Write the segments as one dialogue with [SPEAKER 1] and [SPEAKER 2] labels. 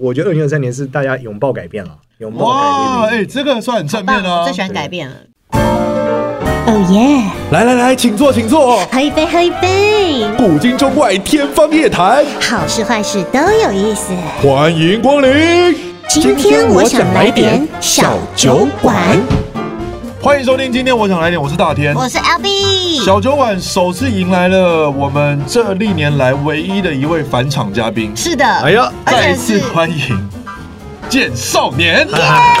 [SPEAKER 1] 我觉得二零二三年是大家拥抱改变了，拥抱
[SPEAKER 2] 哇，
[SPEAKER 1] 改变
[SPEAKER 2] 哎，
[SPEAKER 1] 的一年。
[SPEAKER 2] 这个算很正面
[SPEAKER 3] 棒
[SPEAKER 2] 啊
[SPEAKER 3] 我最！喜欢改变了。
[SPEAKER 4] 哦耶！
[SPEAKER 2] 来来来，请坐，请坐。
[SPEAKER 4] 喝一杯，喝一杯，
[SPEAKER 2] 古今中外，天方夜谭，
[SPEAKER 4] 好事坏事都有意思。
[SPEAKER 2] 欢迎光临。
[SPEAKER 4] 今天我想来点小酒馆。
[SPEAKER 2] 欢迎收听，今天我想来点，我是大天。
[SPEAKER 3] 我是 L B，
[SPEAKER 2] 小酒馆首次迎来了我们这历年来唯一的一位返场嘉宾，
[SPEAKER 3] 是的，
[SPEAKER 1] 哎呀，
[SPEAKER 3] 而
[SPEAKER 2] 再
[SPEAKER 3] 且
[SPEAKER 2] 次
[SPEAKER 3] 是
[SPEAKER 2] 欢迎健少年。
[SPEAKER 3] 哎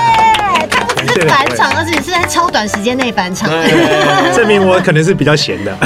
[SPEAKER 3] 他不只是返场，而且是在超短时间内返场。
[SPEAKER 2] 对
[SPEAKER 1] 证明我可能是比较闲的。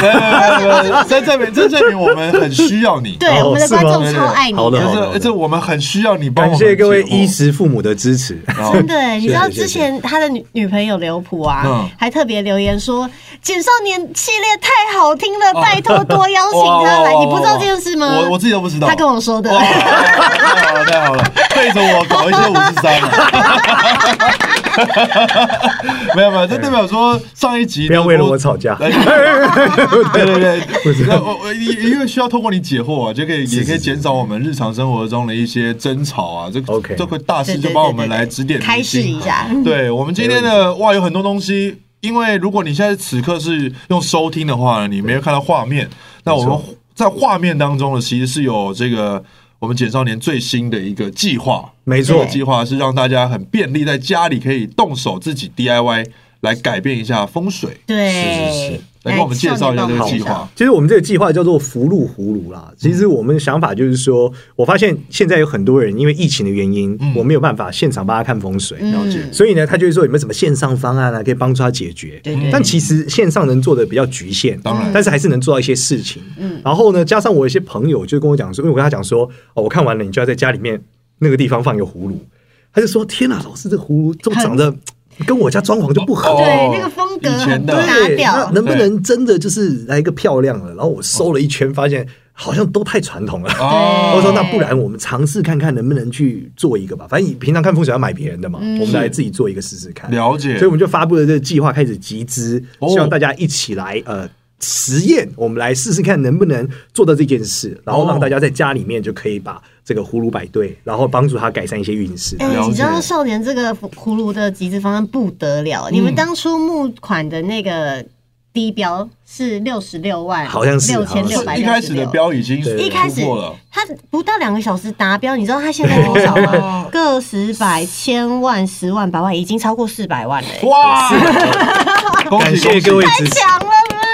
[SPEAKER 2] 这证明这证明我们很需要你，
[SPEAKER 3] 对，
[SPEAKER 1] 哦
[SPEAKER 3] 我们的观众
[SPEAKER 2] 是吗
[SPEAKER 3] 超爱你
[SPEAKER 1] 好的
[SPEAKER 2] 就
[SPEAKER 1] 好
[SPEAKER 2] 是这我们很需要你 帮我
[SPEAKER 1] 感
[SPEAKER 2] 们
[SPEAKER 1] 谢各位
[SPEAKER 2] 解惑
[SPEAKER 1] 衣食父母的支持。
[SPEAKER 2] 哦
[SPEAKER 3] 真的，你知道
[SPEAKER 1] 谢谢
[SPEAKER 3] 之前他的女女朋友刘普啊
[SPEAKER 2] 嗯，
[SPEAKER 3] 还特别留言说《简少年》系列太好听了，拜托多邀请
[SPEAKER 2] 哇
[SPEAKER 3] 他
[SPEAKER 2] 哇
[SPEAKER 3] 来。
[SPEAKER 2] 哇
[SPEAKER 3] 你不知道这件事吗？
[SPEAKER 2] 我我自己都不知道，
[SPEAKER 3] 他跟我说的
[SPEAKER 2] 哇。太好了，太好了，背着我搞一些五十三了。 没有没有，这代表说上一集
[SPEAKER 1] 不要为了我吵架
[SPEAKER 2] 哎对对对，那我我因因为需要透过你解惑啊，就可以也可以减少我们日常生活中的一些争吵啊。这
[SPEAKER 1] OK
[SPEAKER 2] 这个大
[SPEAKER 3] 对
[SPEAKER 2] 师
[SPEAKER 3] 对
[SPEAKER 2] 就
[SPEAKER 3] 对
[SPEAKER 2] 帮我们
[SPEAKER 3] 对对
[SPEAKER 2] 来指点迷津
[SPEAKER 3] 开示 一下。
[SPEAKER 2] 对我们今天的哇，有很多东西，因为如果你现在此刻是用收听的话，你没有看到画面，那我们在画面当中呢，其实是有这个我们简少年最新的一个计划，
[SPEAKER 1] 没错
[SPEAKER 2] 这个计划是让大家很便利，在家里可以动手自己 DIY 来改变一下风水。
[SPEAKER 3] 对，
[SPEAKER 1] 是是是
[SPEAKER 2] 来给我们介绍一下这个计划。
[SPEAKER 1] 其实我们这个计划叫做“福禄葫芦”啦。其
[SPEAKER 2] 嗯
[SPEAKER 1] 实我们的想法就是说，我发现现在有很多人因为疫情的原因，
[SPEAKER 2] 嗯
[SPEAKER 1] 我没有办法现场帮他看风水，
[SPEAKER 3] 嗯
[SPEAKER 2] 了解
[SPEAKER 1] 所以呢，他就会说有没有什么线上方案啊，可以帮助他解决。
[SPEAKER 3] 对对
[SPEAKER 1] 但其实线上能做的比较局限，
[SPEAKER 2] 当然
[SPEAKER 1] 但是还是能做到一些事情。
[SPEAKER 3] 嗯
[SPEAKER 1] 然后呢，加上我一些朋友就跟我讲说，因为我跟他讲说，哦，我看完了，你就要在家里面那个地方放一个葫芦。他就说：“天哪，老师，这葫芦这么长得跟我家装潢就不合。”
[SPEAKER 2] 哦啊
[SPEAKER 3] 对那个风格
[SPEAKER 2] 以前
[SPEAKER 3] 很
[SPEAKER 2] 的
[SPEAKER 3] 搭
[SPEAKER 1] 对，那
[SPEAKER 3] 调。
[SPEAKER 1] 能不能真的就是来一个漂亮的？然后我搜了一圈，发现好像都太传统了。
[SPEAKER 2] 哦
[SPEAKER 1] 我说那不然我们尝试看看能不能去做一个吧，反正你平常看风水要买别人的嘛，
[SPEAKER 2] 嗯
[SPEAKER 1] 我们来自己做一个试试看。
[SPEAKER 2] 了解
[SPEAKER 1] 所以我们就发布了这个计划，开始集资，
[SPEAKER 2] 哦
[SPEAKER 1] 希望大家一起来呃实验，我们来试试看能不能做到这件事，然后让大家在家里面就可以把这个葫芦摆对，然后帮助他改善一些运势。
[SPEAKER 3] 哎、
[SPEAKER 2] 了解
[SPEAKER 3] 你知道少年这个葫芦的集资方案不得
[SPEAKER 2] 嗯
[SPEAKER 3] 了，你们当初募款的那个低标是六十六万，
[SPEAKER 1] 好像是
[SPEAKER 3] 六千六百
[SPEAKER 2] 一开始的标已经
[SPEAKER 1] 对
[SPEAKER 3] 一开始
[SPEAKER 2] 突破了，
[SPEAKER 3] 他不到两个小时达标，你知道他现在多少吗
[SPEAKER 2] 哦？
[SPEAKER 3] 个十百千万十万百万，已经超过四百万了、欸，
[SPEAKER 2] 哇！ 恭喜
[SPEAKER 1] 感谢
[SPEAKER 2] 恭喜
[SPEAKER 1] 各位支持，
[SPEAKER 3] 强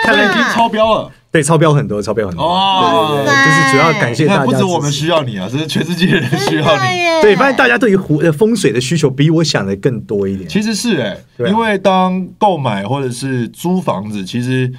[SPEAKER 2] 看来已
[SPEAKER 3] 了
[SPEAKER 2] 经
[SPEAKER 3] 啦！
[SPEAKER 2] 超标了
[SPEAKER 1] 对，超标很多，超标很多。
[SPEAKER 2] 哦
[SPEAKER 1] 对对对就是主要感谢
[SPEAKER 2] 你
[SPEAKER 1] 大
[SPEAKER 2] 看，
[SPEAKER 1] 家。
[SPEAKER 2] 不止我们需要你啊，这是全世界人需要你。
[SPEAKER 3] 耶
[SPEAKER 1] 对，发现大家对于湖呃风水的需求比我想的更多一点。
[SPEAKER 2] 其实是哎、
[SPEAKER 1] 对啊
[SPEAKER 2] 因为当购买或者是租房子，其实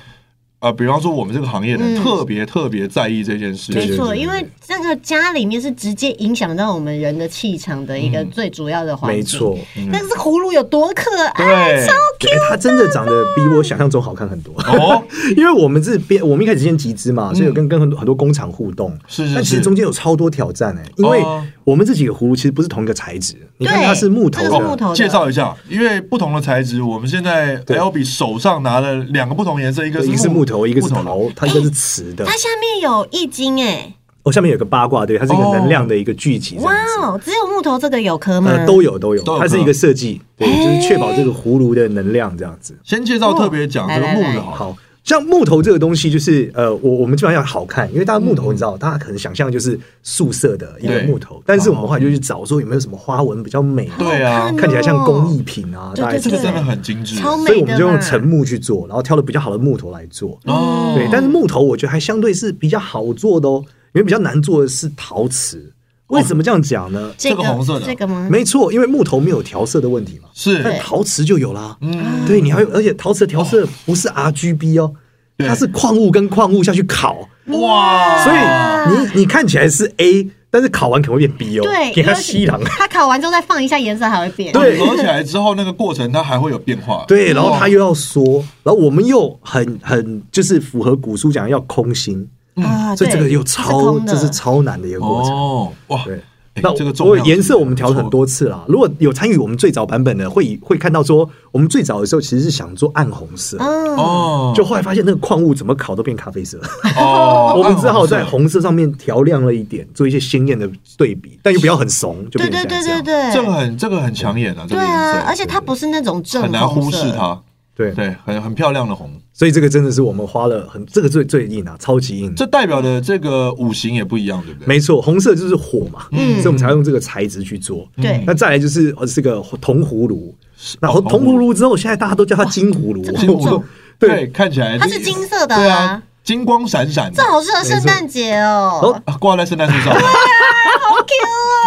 [SPEAKER 2] 呃，比方说我们这个行业的人
[SPEAKER 3] 嗯
[SPEAKER 2] 特别特别在意这件事
[SPEAKER 1] 对
[SPEAKER 3] 没
[SPEAKER 2] 情。
[SPEAKER 3] 错，
[SPEAKER 1] 对对
[SPEAKER 3] 因为这个家里面是直接影响到我们人的气场的一个最主要的环
[SPEAKER 1] 嗯
[SPEAKER 3] 境。
[SPEAKER 1] 没错，嗯
[SPEAKER 3] 但是葫芦有多可爱，
[SPEAKER 2] 对，
[SPEAKER 1] 对，它真的长得比我想象中好看很多。
[SPEAKER 2] 哦，
[SPEAKER 1] 因为我们这边我们一开始先集资嘛，所以有跟跟很多很多工厂互动。
[SPEAKER 2] 是是
[SPEAKER 1] 但其实
[SPEAKER 2] 是
[SPEAKER 1] 中间有超多挑战哎，因为我们这几个葫芦其实不是同一个材质，你看它是木头
[SPEAKER 3] 这个是木
[SPEAKER 1] 的，
[SPEAKER 3] 头的
[SPEAKER 2] 哦介绍一下，因为不同的材质，我们现在
[SPEAKER 1] 对
[SPEAKER 2] L B 手上拿了两个不同颜色，一个
[SPEAKER 1] 对
[SPEAKER 2] 是
[SPEAKER 1] 一个是木头，一个是
[SPEAKER 2] 木头
[SPEAKER 1] 陶，它一个是瓷的
[SPEAKER 3] 它。下面有易经哎，
[SPEAKER 1] 哦，下面有个八卦，对，它是一个
[SPEAKER 2] 哦
[SPEAKER 1] 能量的一个聚集。这
[SPEAKER 3] 哇
[SPEAKER 1] 样子
[SPEAKER 3] 哦，只有木头这个有壳吗？
[SPEAKER 1] 呃，都有都有，
[SPEAKER 2] 都有
[SPEAKER 1] 它是一个设计，对，就是确保这个葫芦的能量这样子。
[SPEAKER 2] 先介绍特别讲
[SPEAKER 3] 哦
[SPEAKER 2] 这个
[SPEAKER 3] 来
[SPEAKER 2] 木
[SPEAKER 3] 来
[SPEAKER 2] 的
[SPEAKER 3] 来
[SPEAKER 2] 好了，
[SPEAKER 1] 哎好像木头这个东西，就是呃，我我们基本上要好看，因为大家木头你知道，大家可能想象就是素色的一个
[SPEAKER 2] 对
[SPEAKER 1] 木头，但是我们后来就去找说有没有什么花纹比较美，
[SPEAKER 2] 对啊，
[SPEAKER 3] 哦
[SPEAKER 1] 看起来像工艺品啊，
[SPEAKER 3] 对
[SPEAKER 1] 大概
[SPEAKER 3] 对
[SPEAKER 1] 是
[SPEAKER 2] 这
[SPEAKER 1] 这
[SPEAKER 2] 个
[SPEAKER 1] 样
[SPEAKER 2] 真的很精致，
[SPEAKER 3] 超美
[SPEAKER 1] 所以我
[SPEAKER 3] 的
[SPEAKER 1] 们就用
[SPEAKER 3] 嘛
[SPEAKER 1] 沉木去做，然后挑了比较好的木头来做。
[SPEAKER 3] 嗯
[SPEAKER 2] 哦
[SPEAKER 1] 对，但是木头我觉得还相对是比较好做的哦，因为比较难做的是陶瓷。
[SPEAKER 3] 哦
[SPEAKER 1] 为什么这样讲呢？
[SPEAKER 2] 这个红色的
[SPEAKER 3] 这个吗？
[SPEAKER 1] 没错，因为木头没有调色的问题嘛，但
[SPEAKER 2] 是，
[SPEAKER 1] 陶瓷就有啦。
[SPEAKER 2] 嗯，哦
[SPEAKER 1] 对，你还有，而且陶瓷的调色不是 R G B 哦，
[SPEAKER 2] 对哦
[SPEAKER 1] 它是矿物跟矿物下去烤，
[SPEAKER 2] 哇，
[SPEAKER 1] 所以你你看起来是 A，但是烤完可能会变 B 哦，
[SPEAKER 3] 对，
[SPEAKER 1] 给它
[SPEAKER 3] 尤其
[SPEAKER 1] 吸 糖。
[SPEAKER 3] 它烤完之后再放一下颜色还会变。
[SPEAKER 1] 对
[SPEAKER 2] 合起来之后，那个过程它还会有变化。
[SPEAKER 1] 对，然后它又要缩，然后我们又很很就是符合古书讲要空心，
[SPEAKER 3] 啊，
[SPEAKER 1] 所以这
[SPEAKER 3] 对
[SPEAKER 1] 个又
[SPEAKER 3] 是
[SPEAKER 1] 超
[SPEAKER 3] 空的
[SPEAKER 1] 这是超难的一个过程。
[SPEAKER 2] 哦，哇，
[SPEAKER 1] 对，
[SPEAKER 2] 哎
[SPEAKER 1] 那
[SPEAKER 2] 这个重
[SPEAKER 1] 我
[SPEAKER 2] 量
[SPEAKER 1] 颜色我们调了很多次啦。如果有参与我们最早版本的，会以会看到说，我们最早的时候其实是想做暗红色，
[SPEAKER 3] 嗯，
[SPEAKER 2] 哦，
[SPEAKER 1] 就后来发现那个矿物怎么烤都变咖啡色，
[SPEAKER 2] 哦
[SPEAKER 1] 我们只好在红色上面调亮了一点，做一些鲜艳的对比，但又不要很怂，就
[SPEAKER 3] 对
[SPEAKER 1] 变成
[SPEAKER 3] 对
[SPEAKER 1] 现在这
[SPEAKER 3] 对对
[SPEAKER 1] 样。
[SPEAKER 3] 对，
[SPEAKER 2] 这个很这个很抢眼啊，这
[SPEAKER 3] 对
[SPEAKER 2] 个颜
[SPEAKER 3] 啊
[SPEAKER 2] 色，
[SPEAKER 3] 而且它不是那种正
[SPEAKER 2] 很难
[SPEAKER 3] 红
[SPEAKER 2] 忽视
[SPEAKER 3] 色，
[SPEAKER 2] 它，
[SPEAKER 1] 对
[SPEAKER 2] 对，很很漂亮的红。
[SPEAKER 1] 所以这个真的是我们花了很，这个最最硬啊，超级硬。
[SPEAKER 2] 这代表的这个五行也不一样，对不对？
[SPEAKER 1] 没错，红色就是火嘛，
[SPEAKER 3] 嗯
[SPEAKER 1] 所以我们才用这个材质去做。
[SPEAKER 3] 对
[SPEAKER 1] 那再来就是呃这个铜葫芦，那
[SPEAKER 2] 嗯哦
[SPEAKER 1] 铜葫芦之后，现在大家都叫它金葫芦。
[SPEAKER 3] 这个很重
[SPEAKER 2] 对，看起来
[SPEAKER 3] 它是金色的啊
[SPEAKER 2] 对啊，金光闪闪的
[SPEAKER 3] 这，好适合圣诞节哦
[SPEAKER 1] 哦。
[SPEAKER 2] 啊挂在圣诞树上。
[SPEAKER 3] 啊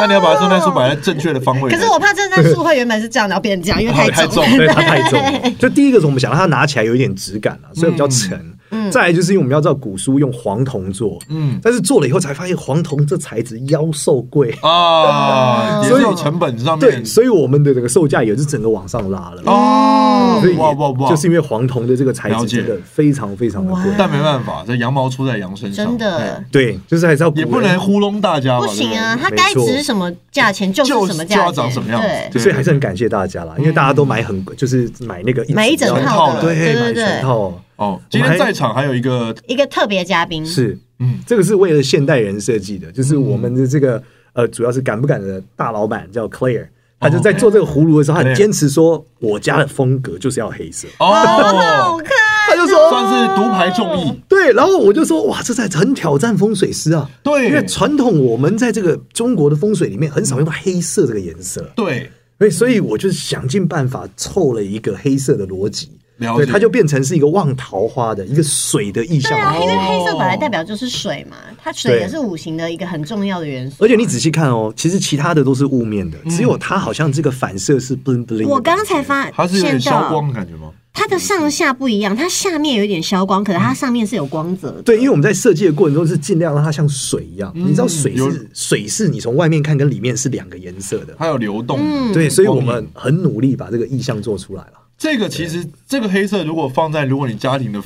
[SPEAKER 2] 那你要把圣诞树摆在正确的方位。
[SPEAKER 3] 哦可是我怕圣诞树会原本是这样，然后变成这样，因为
[SPEAKER 2] 哦
[SPEAKER 3] 太
[SPEAKER 2] 太
[SPEAKER 3] 重。
[SPEAKER 2] 重
[SPEAKER 1] 对，它太重了。就第一个是我们想让它拿起来有一点质感啊，所以比较沉。再来就是因为我们要知道古书用黄铜做，
[SPEAKER 2] 嗯
[SPEAKER 1] 但是做了以后才发现黄铜这材质妖兽贵，
[SPEAKER 2] 啊，也
[SPEAKER 1] 所
[SPEAKER 2] 是
[SPEAKER 1] 以
[SPEAKER 2] 有成本上
[SPEAKER 1] 对，
[SPEAKER 2] 面
[SPEAKER 1] 所以我们的这个售价也是整个往上拉了。
[SPEAKER 2] 哦
[SPEAKER 1] 所以，也
[SPEAKER 2] 哇哇哇！
[SPEAKER 1] 就是因为黄铜的这个材
[SPEAKER 2] 了
[SPEAKER 1] 质
[SPEAKER 2] 解
[SPEAKER 1] 真的非常非常的贵
[SPEAKER 3] 哇，
[SPEAKER 2] 但没办法，这羊毛出在羊身上，
[SPEAKER 3] 真的
[SPEAKER 2] 对
[SPEAKER 1] 对，就是还是要古
[SPEAKER 2] 也
[SPEAKER 1] 人
[SPEAKER 2] 不能糊弄大家吧，
[SPEAKER 3] 不行啊，
[SPEAKER 2] 对
[SPEAKER 3] 它该值什么价钱就是什么
[SPEAKER 2] 就
[SPEAKER 3] 价
[SPEAKER 2] 要长
[SPEAKER 3] 钱，
[SPEAKER 2] 什么样子
[SPEAKER 3] 对
[SPEAKER 2] 对
[SPEAKER 1] 所以还是很感谢大家啦，
[SPEAKER 2] 嗯
[SPEAKER 1] 因为大家都买很就是买那个
[SPEAKER 3] 买一整
[SPEAKER 1] 整
[SPEAKER 3] 套的
[SPEAKER 1] 对，
[SPEAKER 3] 对对
[SPEAKER 1] 买
[SPEAKER 3] 对
[SPEAKER 1] 全套哦
[SPEAKER 2] 不哦，今天在场还有一 个
[SPEAKER 3] 一个特别嘉宾，
[SPEAKER 1] 是，
[SPEAKER 2] 嗯嗯
[SPEAKER 1] 嗯，这个是为了现代人设计的，就是我们的这个呃，主要是敢不敢的大老板叫 Claire，他就在做这个葫芦的时候，他
[SPEAKER 2] 哦 Claire
[SPEAKER 1] 很坚持说我家的风格就是要黑色，
[SPEAKER 3] 好
[SPEAKER 2] 哦，
[SPEAKER 3] 看，
[SPEAKER 1] 他就说。
[SPEAKER 2] 算
[SPEAKER 3] 哦
[SPEAKER 2] 是独排众议，
[SPEAKER 1] 对，然后我就说哇，这在很挑战风水师啊。
[SPEAKER 2] 对
[SPEAKER 1] 因为传统我们在这个中国的风水里面很少用到黑色这个颜色。
[SPEAKER 2] 对，
[SPEAKER 1] 所以，所以我就是想尽办法凑了一个黑色的逻辑，
[SPEAKER 2] 了
[SPEAKER 1] 对，
[SPEAKER 2] 解
[SPEAKER 1] 它就变成是一个望桃花的一个水的意象
[SPEAKER 3] 对。啊，因为
[SPEAKER 2] 哦
[SPEAKER 3] 黑色本来代表就是水嘛，它水
[SPEAKER 1] 对
[SPEAKER 3] 也是五行的一个很重要的元素。
[SPEAKER 1] 而且你仔细看哦，其实其他的都是雾面
[SPEAKER 2] 嗯
[SPEAKER 1] 的，只有它好像这个反射是 bling bling 的。
[SPEAKER 3] 我刚才发
[SPEAKER 2] 它是有点
[SPEAKER 3] 现
[SPEAKER 2] 消光
[SPEAKER 3] 到
[SPEAKER 2] 的感觉吗？
[SPEAKER 3] 它的上下不一样，它下面有一点消光，可是它上面是有光泽的。
[SPEAKER 1] 对，因为我们在设计的过程中是尽量让它像水一样，你知道水
[SPEAKER 2] 嗯有
[SPEAKER 1] 是水是你从外面看跟里面是两个颜色的，
[SPEAKER 2] 它有流动，
[SPEAKER 3] 嗯
[SPEAKER 1] 对，所以我
[SPEAKER 2] 光
[SPEAKER 1] 们
[SPEAKER 2] 影
[SPEAKER 1] 很努力把这个意象做出来了。
[SPEAKER 2] 这个其实这个黑色如果放在如果你家庭的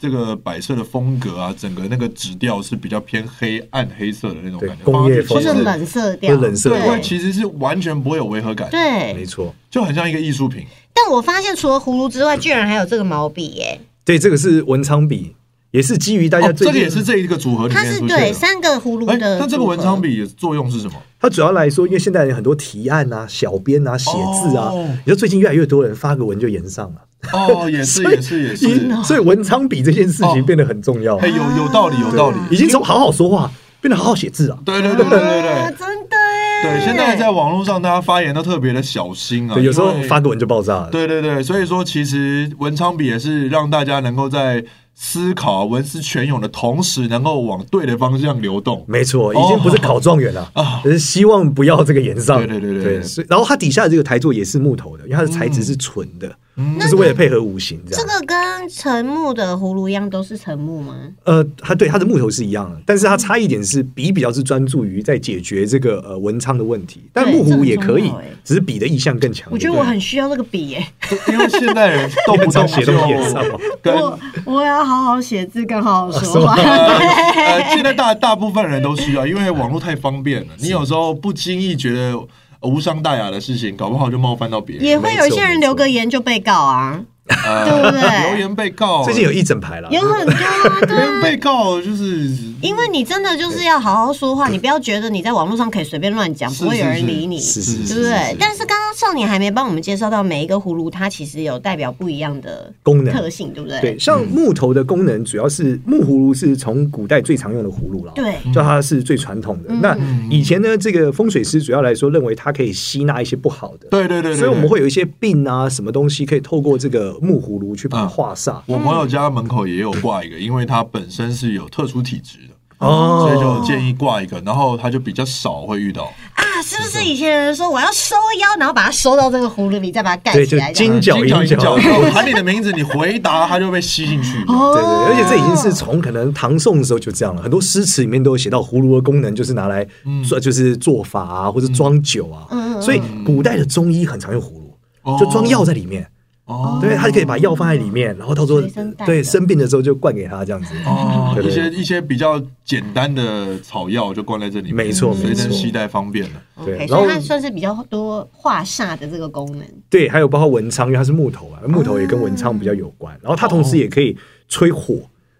[SPEAKER 2] 这个摆设的风格啊，整个那个纸调是比较偏黑暗黑色的那种
[SPEAKER 1] 对
[SPEAKER 2] 感觉，
[SPEAKER 1] 工业风
[SPEAKER 3] 就
[SPEAKER 2] 放
[SPEAKER 3] 是
[SPEAKER 2] 上去其实
[SPEAKER 3] 冷色调，
[SPEAKER 1] 会冷色
[SPEAKER 2] 对，
[SPEAKER 1] 调
[SPEAKER 2] 会
[SPEAKER 3] 对
[SPEAKER 2] 其实是完全不会有违和感，
[SPEAKER 1] 没
[SPEAKER 3] 对。
[SPEAKER 1] 错，
[SPEAKER 2] 就很像一个艺术品。
[SPEAKER 3] 但我发现除了葫芦之外，居然还有这个毛笔耶！
[SPEAKER 1] 对，这个是文昌笔，也是基于大家
[SPEAKER 2] 哦，
[SPEAKER 1] 最
[SPEAKER 2] 这个
[SPEAKER 1] 近
[SPEAKER 2] 也是这一个组合里
[SPEAKER 3] 它
[SPEAKER 2] 面
[SPEAKER 3] 是
[SPEAKER 2] 出
[SPEAKER 3] 对
[SPEAKER 2] 现的。
[SPEAKER 3] 三个葫芦
[SPEAKER 2] 哎，
[SPEAKER 3] 的。
[SPEAKER 2] 那这个文昌，笔的作用是什么？
[SPEAKER 1] 它主要来说，因为现代人很多提案啊、小编啊、写字啊，
[SPEAKER 2] 哦
[SPEAKER 1] 你说最近越来越多人发个文就延上了，
[SPEAKER 2] 哦，也是，也是，也是。
[SPEAKER 1] 所以文昌笔这件事
[SPEAKER 2] 哦
[SPEAKER 1] 情变得很重要，
[SPEAKER 2] 哎，有有道理，有道理。
[SPEAKER 1] 已经从好好说话变得好好写字啊。
[SPEAKER 2] 对对对对对
[SPEAKER 3] 啊
[SPEAKER 2] 对
[SPEAKER 3] 真的耶！
[SPEAKER 2] 对，现在在网络上，大家发言都特别的小心啊，
[SPEAKER 1] 对，有时候
[SPEAKER 2] 因为
[SPEAKER 1] 发个文就爆炸了。
[SPEAKER 2] 对对对，所以说其实文昌笔也是让大家能够在思考文思泉涌的同时，能够往对的方向流动。
[SPEAKER 1] 没错，
[SPEAKER 2] 哦
[SPEAKER 1] 已经不是考状元了，而是希望不要这个延上。
[SPEAKER 2] 对对对对对
[SPEAKER 1] 所以然后它底下的这个台座也是木头的，因为它的材质是纯的，
[SPEAKER 2] 嗯
[SPEAKER 1] 就是为了配合五行这
[SPEAKER 3] 这
[SPEAKER 1] 样。
[SPEAKER 3] 个跟沉木的葫芦一样，都是沉木吗？
[SPEAKER 2] 嗯
[SPEAKER 1] 呃，它对它的木头是一样的，但是它差一点是笔比较是专注于在解决这个呃文昌的问题，但
[SPEAKER 3] 对
[SPEAKER 1] 木
[SPEAKER 3] 这很
[SPEAKER 1] 壶也可以
[SPEAKER 3] 重要欸，
[SPEAKER 1] 只是笔的意向更强
[SPEAKER 3] 我
[SPEAKER 1] 一
[SPEAKER 3] 觉
[SPEAKER 1] 点。
[SPEAKER 3] 得我很需要这个 笔耶！
[SPEAKER 2] 因为现代人动 不动
[SPEAKER 1] 写
[SPEAKER 2] 就
[SPEAKER 1] 东西也上啊网
[SPEAKER 2] 跟
[SPEAKER 3] 我我要好好写字，更好好说
[SPEAKER 1] 说
[SPEAKER 2] 啊
[SPEAKER 3] 话。
[SPEAKER 2] 呃，现在大大部分人都需要，因为网络太方便了。你有时候不经意觉得呃无伤大雅的事情，搞不好就冒犯到别
[SPEAKER 3] 也
[SPEAKER 2] 人。
[SPEAKER 3] 会有一些人留个言就被告啊，对不
[SPEAKER 2] 呃留
[SPEAKER 3] 对？
[SPEAKER 2] 言被告，
[SPEAKER 1] 最近有一整排了，
[SPEAKER 3] 有很多啊，
[SPEAKER 2] 留
[SPEAKER 3] 对啊
[SPEAKER 2] 言被告就是
[SPEAKER 3] 因为你真的就是要好好说话，你不要觉得你在网络上可以随便乱讲，
[SPEAKER 2] 是
[SPEAKER 3] 不会有人理你，
[SPEAKER 1] 是
[SPEAKER 2] 是
[SPEAKER 3] 对
[SPEAKER 2] 是
[SPEAKER 3] 不
[SPEAKER 2] 是是
[SPEAKER 3] 对
[SPEAKER 2] 是？
[SPEAKER 3] 但是刚刚少年还没帮我们介绍到每一个葫芦，它其实有代表不一样的
[SPEAKER 1] 功能
[SPEAKER 3] 特欸性，对不对？
[SPEAKER 1] 对，像
[SPEAKER 2] 嗯
[SPEAKER 1] 木头的功能主要是木葫芦是从古代最常用的葫芦了，
[SPEAKER 3] 对
[SPEAKER 1] 就它是最传统
[SPEAKER 3] 嗯
[SPEAKER 1] 的。那以前呢，这个风水师主要来说认为它可以吸纳一些不好的，
[SPEAKER 2] 对对对对，
[SPEAKER 1] 所以我们
[SPEAKER 2] 对。
[SPEAKER 1] 会有一些病啊，什么东西可以透过这个木葫芦去把
[SPEAKER 2] 嗯
[SPEAKER 1] 它化煞。
[SPEAKER 2] 我朋友家门口也有挂一个，因为他本身是有特殊体质的，所以
[SPEAKER 1] 哦，
[SPEAKER 2] 就建议挂一个，然后他就比较少会遇到。
[SPEAKER 3] 啊，是不是以前人说我要收腰，然后把它收到这个葫芦里，再把它盖
[SPEAKER 1] 对
[SPEAKER 3] 起来？
[SPEAKER 1] 就金
[SPEAKER 3] 这样
[SPEAKER 1] 角
[SPEAKER 2] 呃金角银
[SPEAKER 1] 银
[SPEAKER 2] 角，
[SPEAKER 1] 角
[SPEAKER 2] 我喊你的名字，你回答他就被吸进去。
[SPEAKER 3] 哦，
[SPEAKER 1] 对对对，而且这已经是从可能唐宋的时候就这样了，很多诗词里面都有写到葫芦的功能就是拿来
[SPEAKER 2] 嗯
[SPEAKER 1] 做，就是做法
[SPEAKER 3] 嗯
[SPEAKER 1] 啊，或者装酒啊。所以古代的中医很常用葫芦，就装药在里面。
[SPEAKER 2] 哦
[SPEAKER 1] 对，它可以把药放在里面，然后到时候
[SPEAKER 3] 随身带着
[SPEAKER 1] 对生病的时候就灌给他这样子。
[SPEAKER 2] 哦，
[SPEAKER 1] 对
[SPEAKER 2] 一
[SPEAKER 1] 对
[SPEAKER 2] 些一些比较简单的草药就灌在这里面，
[SPEAKER 1] 没错
[SPEAKER 2] 随身
[SPEAKER 1] 没错
[SPEAKER 2] 携带方便了。
[SPEAKER 1] 对
[SPEAKER 3] OK，
[SPEAKER 1] 然
[SPEAKER 3] 所
[SPEAKER 1] 后
[SPEAKER 3] 以它算是比较多化煞的这个功能，
[SPEAKER 1] 对，还有包括文昌，因为它是木头嘛，木头也跟文昌比
[SPEAKER 2] 哦
[SPEAKER 1] 较有关。然后它同时也可以吹火。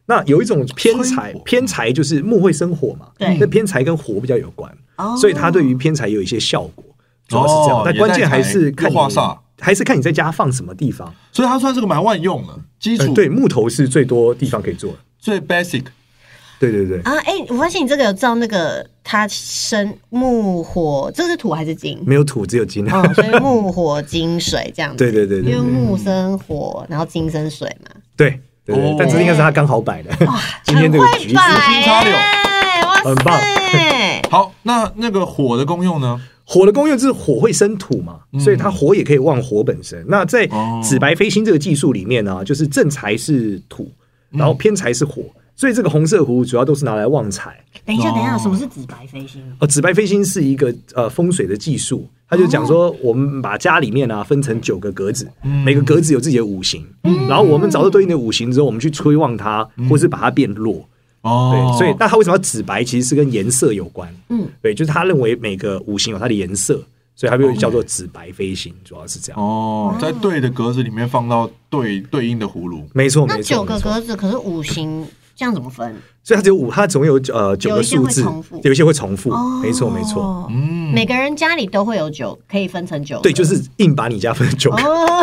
[SPEAKER 1] 那有一种偏财
[SPEAKER 2] 吹火，
[SPEAKER 1] 偏财就是木会生火嘛，
[SPEAKER 3] 对
[SPEAKER 1] 那偏财跟火比较有关，
[SPEAKER 3] 哦
[SPEAKER 1] 所以它对于偏财有一些效果，主要是这样
[SPEAKER 2] 哦。
[SPEAKER 1] 但
[SPEAKER 2] 也
[SPEAKER 1] 关键
[SPEAKER 2] 带财
[SPEAKER 1] 还是看你
[SPEAKER 2] 又化煞，
[SPEAKER 1] 还是看你在家放什么地方。
[SPEAKER 2] 所以它算是个蛮万用的，基
[SPEAKER 1] 呃
[SPEAKER 2] 础
[SPEAKER 1] 对，木头是最多地方可以做的。
[SPEAKER 2] 最 basic
[SPEAKER 1] 对对对，
[SPEAKER 3] 啊，哎、我发现你这个有照那个它生木火，这是土还是金？
[SPEAKER 1] 没有土只有金。
[SPEAKER 3] 哦，所以木火金水这样子。
[SPEAKER 1] 对对对对
[SPEAKER 3] 因为
[SPEAKER 1] 对
[SPEAKER 3] 木生火，然后金生水嘛。
[SPEAKER 1] 对对
[SPEAKER 2] 哦
[SPEAKER 1] 对，但这应该是他刚好摆的。今天这个
[SPEAKER 3] 很
[SPEAKER 1] 局子
[SPEAKER 3] 会摆
[SPEAKER 2] 清插柳
[SPEAKER 3] 耶哇塞！
[SPEAKER 1] 很棒
[SPEAKER 2] 好，那那个火的功用呢？
[SPEAKER 1] 火的功用就是火会生土嘛，所以它火也可以旺火本身。那在
[SPEAKER 2] 哦
[SPEAKER 1] 紫白飞星这个技术里面呢、就是正财是土，然后偏财是火，所以这个红色葫芦主要都是拿来旺财。
[SPEAKER 3] 等一下，
[SPEAKER 2] 哦
[SPEAKER 3] 等一下，什么是紫白飞星？
[SPEAKER 1] 呃，紫白飞星是一个呃风水的技术，它就讲说，我们把家里面啊分成九个格子，每个格子有自己的五行，然后我们找到对应的五行之后，我们去吹旺它，或是把它变弱。
[SPEAKER 2] 哦
[SPEAKER 1] 对，所以那他为什么要紫白？其实是跟颜色有关。
[SPEAKER 3] 嗯
[SPEAKER 1] 嗯，对，就是他认为每个五行有它的颜色，所以
[SPEAKER 3] 哦
[SPEAKER 1] 它被叫做紫白飞行，主要是这样。
[SPEAKER 2] 哦，在对的格子里面放到对对应的葫芦，
[SPEAKER 1] 没错，
[SPEAKER 3] 那
[SPEAKER 1] 没
[SPEAKER 3] 九
[SPEAKER 1] 错，
[SPEAKER 3] 个
[SPEAKER 1] 没错。
[SPEAKER 3] 格子，可是五行这样怎么分？
[SPEAKER 1] 所以它只有五，它总有呃九
[SPEAKER 3] 有
[SPEAKER 1] 个
[SPEAKER 3] 一些
[SPEAKER 1] 数
[SPEAKER 3] 会
[SPEAKER 1] 字
[SPEAKER 3] 重复，
[SPEAKER 1] 有一些会重复
[SPEAKER 3] 哦，。
[SPEAKER 1] 没错，没错。。
[SPEAKER 2] 嗯，
[SPEAKER 3] 每个人家里都会有九，可以分成九个。
[SPEAKER 1] 对，就是硬把你家分成九个，
[SPEAKER 3] 哦，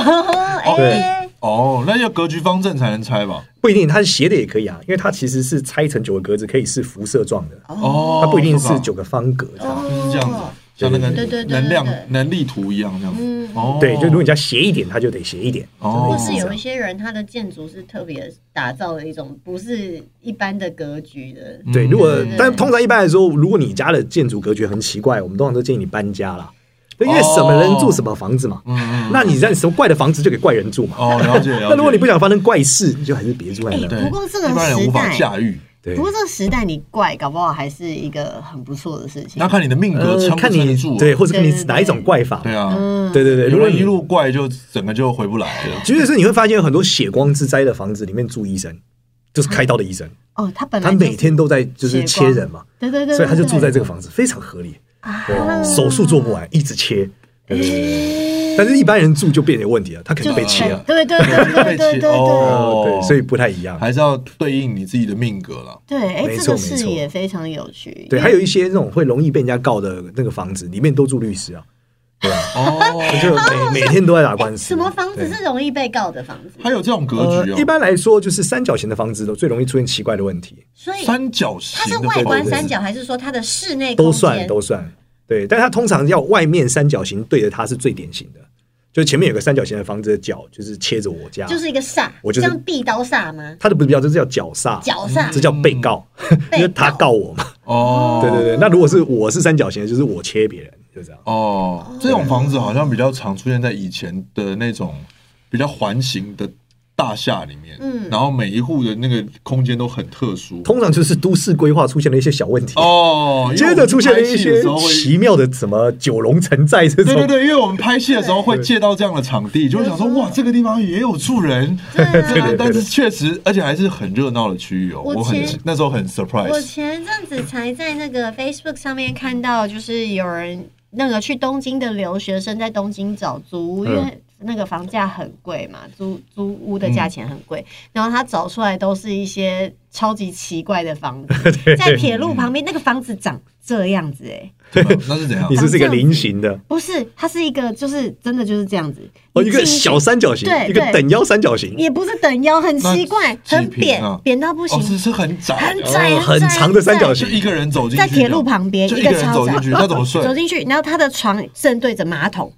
[SPEAKER 3] 哎
[SPEAKER 1] 对，
[SPEAKER 2] 哦，那要格局方正才能拆吧？
[SPEAKER 1] 不一定它是斜的也可以啊，因为它其实是拆成九个格子，可以是辐射状的，
[SPEAKER 2] 哦，
[SPEAKER 1] 它不一定
[SPEAKER 2] 吧
[SPEAKER 1] 是九个方格这样。
[SPEAKER 2] 哦就是
[SPEAKER 3] 哦
[SPEAKER 2] 这样子，像那
[SPEAKER 3] 对对对
[SPEAKER 2] 个
[SPEAKER 3] 对
[SPEAKER 2] 能量
[SPEAKER 3] 对对嗯
[SPEAKER 2] 能力图一样这样子。哦，
[SPEAKER 1] 对，就如果你家斜一点，它就得斜一点。
[SPEAKER 2] 哦
[SPEAKER 3] 或是有一些人他的建筑是特别打造的一种不是一般的格局的，
[SPEAKER 1] 对，
[SPEAKER 2] 嗯
[SPEAKER 1] 如果
[SPEAKER 3] 对对对
[SPEAKER 1] 但通常一般来说，如果你家的建筑格局很奇怪，我们通常都建议你搬家啦。对，因为什么人住
[SPEAKER 2] 哦
[SPEAKER 1] 什么房子嘛，
[SPEAKER 2] 嗯嗯，
[SPEAKER 1] 那你在什么怪的房子就给怪人住嘛。
[SPEAKER 2] 哦，了解了解。
[SPEAKER 1] 那如果你不想发生怪事，你就还是别住在那。
[SPEAKER 3] 哎
[SPEAKER 2] 对，
[SPEAKER 3] 不过这个
[SPEAKER 2] 一般人无法
[SPEAKER 3] 时代
[SPEAKER 2] 驾驭，
[SPEAKER 1] 对
[SPEAKER 3] 不，过这个时代你怪，搞不好还是一个很不错的事情
[SPEAKER 2] 那。看你的命格撑不
[SPEAKER 1] 呃嗯看
[SPEAKER 2] 撑得
[SPEAKER 1] 你
[SPEAKER 2] 住啊。
[SPEAKER 1] 对，或者看你
[SPEAKER 3] 对对对
[SPEAKER 1] 哪一种怪法。
[SPEAKER 2] 对啊，
[SPEAKER 3] 嗯
[SPEAKER 1] 对对对，
[SPEAKER 2] 如
[SPEAKER 1] 如
[SPEAKER 2] 果
[SPEAKER 1] 果
[SPEAKER 2] 一
[SPEAKER 1] 你
[SPEAKER 2] 路怪就整个就回不来了。
[SPEAKER 1] 其实是你会发现有很多血光之灾的房子里面住医生，就是开刀的医生，
[SPEAKER 3] 哦，他本来
[SPEAKER 1] 他
[SPEAKER 3] 就是
[SPEAKER 1] 每天都在就是
[SPEAKER 3] 血光
[SPEAKER 1] 切人嘛，
[SPEAKER 3] 对对对，
[SPEAKER 1] 所以他就住在这
[SPEAKER 3] 个。
[SPEAKER 1] 个房子，非常合理。
[SPEAKER 3] 啊
[SPEAKER 1] 对，手术做不完，一直切。对对对对但是一般人住就变有问题了，他肯
[SPEAKER 3] 哎就
[SPEAKER 1] 定被切了。呃
[SPEAKER 3] 对对对对对 对对对
[SPEAKER 2] 哦
[SPEAKER 1] 对，所以不太一样。
[SPEAKER 2] 还是要对应你自己的命格了。
[SPEAKER 3] 对，哎，
[SPEAKER 1] 没
[SPEAKER 3] 这
[SPEAKER 1] 错
[SPEAKER 3] 个
[SPEAKER 1] 没
[SPEAKER 3] 视
[SPEAKER 1] 错
[SPEAKER 3] 野非常有趣。
[SPEAKER 1] 对，
[SPEAKER 3] 因为
[SPEAKER 1] 还有一些那种会容易被人家告的那个房子，里面都住律师啊，对啊，
[SPEAKER 2] 哦，
[SPEAKER 1] 就每每天都在打官司。
[SPEAKER 3] 什么房子
[SPEAKER 1] 对？
[SPEAKER 3] 是容易被告的房子？
[SPEAKER 2] 还有这种格
[SPEAKER 1] 呃
[SPEAKER 2] 局，哦，
[SPEAKER 1] 一般来说就是三角形的房子都最容易出现奇怪的问题，
[SPEAKER 3] 所以
[SPEAKER 2] 三角
[SPEAKER 3] 它
[SPEAKER 2] 形
[SPEAKER 3] 是
[SPEAKER 2] 的
[SPEAKER 3] 外观
[SPEAKER 2] 房子
[SPEAKER 3] 三角，还是说它的室内空
[SPEAKER 1] 都
[SPEAKER 3] 间
[SPEAKER 1] 算都算。对，但它通常要外面三角形对着它是最典型的，就前面有个三角形的房子的角就是切着我家，
[SPEAKER 3] 就是一个煞，
[SPEAKER 1] 啊我就是嗯
[SPEAKER 3] 像壁刀煞吗？
[SPEAKER 1] 它的不是叫这叫角煞，
[SPEAKER 3] 角煞
[SPEAKER 1] 这叫被告，因为他告我嘛。
[SPEAKER 2] 哦，
[SPEAKER 1] 对对对，那如果是我是三角形的，就是我切别人，就这样。
[SPEAKER 3] 嗯
[SPEAKER 2] 哦，这种房子好像比较常出现在以前的那种比较环形的大厦里面，
[SPEAKER 3] 嗯
[SPEAKER 2] 然后每一户的那个空间都很特殊。
[SPEAKER 1] 通常就是都市规划出现了一些小问题，
[SPEAKER 2] 哦，因为
[SPEAKER 1] 接着出现了一些
[SPEAKER 2] 我们拍戏的时候会
[SPEAKER 1] 奇妙的什么九龙城寨这
[SPEAKER 2] 对
[SPEAKER 1] 种，
[SPEAKER 2] 对 对，因为我们拍戏的时候会借到这样的场地，就会想说哇，这个地方也有住人，
[SPEAKER 3] 对啊
[SPEAKER 2] 但但是确实，而且还是很热闹的区域哦。
[SPEAKER 3] 我
[SPEAKER 2] 我很
[SPEAKER 3] 前
[SPEAKER 2] 那时候很
[SPEAKER 3] 我
[SPEAKER 2] surprise，
[SPEAKER 3] 前阵子才在那个 Facebook 上面看到，就是有人那个去东京的留学生在东京找租屋，因
[SPEAKER 1] 嗯
[SPEAKER 3] 为那个房价很贵嘛，租租屋的价钱很贵，然后他找出来都是一些超级奇怪的 房子，在铁路旁边那个房子长这样子、欸，
[SPEAKER 2] 那是怎样哦
[SPEAKER 1] 你？是不是一个菱形的，
[SPEAKER 3] 不是，它是一个就是真的就是这样子，
[SPEAKER 1] 哦，
[SPEAKER 3] 你
[SPEAKER 1] 一个
[SPEAKER 3] 进去
[SPEAKER 1] 小三角形
[SPEAKER 3] 对，
[SPEAKER 1] 一个
[SPEAKER 3] 对
[SPEAKER 1] 等腰三角形，
[SPEAKER 3] 也不是等腰，很奇怪，
[SPEAKER 2] 那
[SPEAKER 3] 很
[SPEAKER 2] 几平
[SPEAKER 3] 扁
[SPEAKER 2] 啊，
[SPEAKER 3] 扁到不行
[SPEAKER 2] 哦，，是是很窄，
[SPEAKER 3] 很
[SPEAKER 2] 哦
[SPEAKER 3] 窄，
[SPEAKER 1] 很
[SPEAKER 3] 窄
[SPEAKER 1] 长的三角
[SPEAKER 2] 就
[SPEAKER 1] 形
[SPEAKER 2] 一个人走进去，
[SPEAKER 3] 在铁路旁边
[SPEAKER 2] 就
[SPEAKER 3] 一
[SPEAKER 2] 一
[SPEAKER 3] 个
[SPEAKER 2] 个人
[SPEAKER 3] 超
[SPEAKER 2] 走进
[SPEAKER 3] 窄
[SPEAKER 2] 去，那怎么睡？
[SPEAKER 3] 走进去，然后他的床正对着马桶，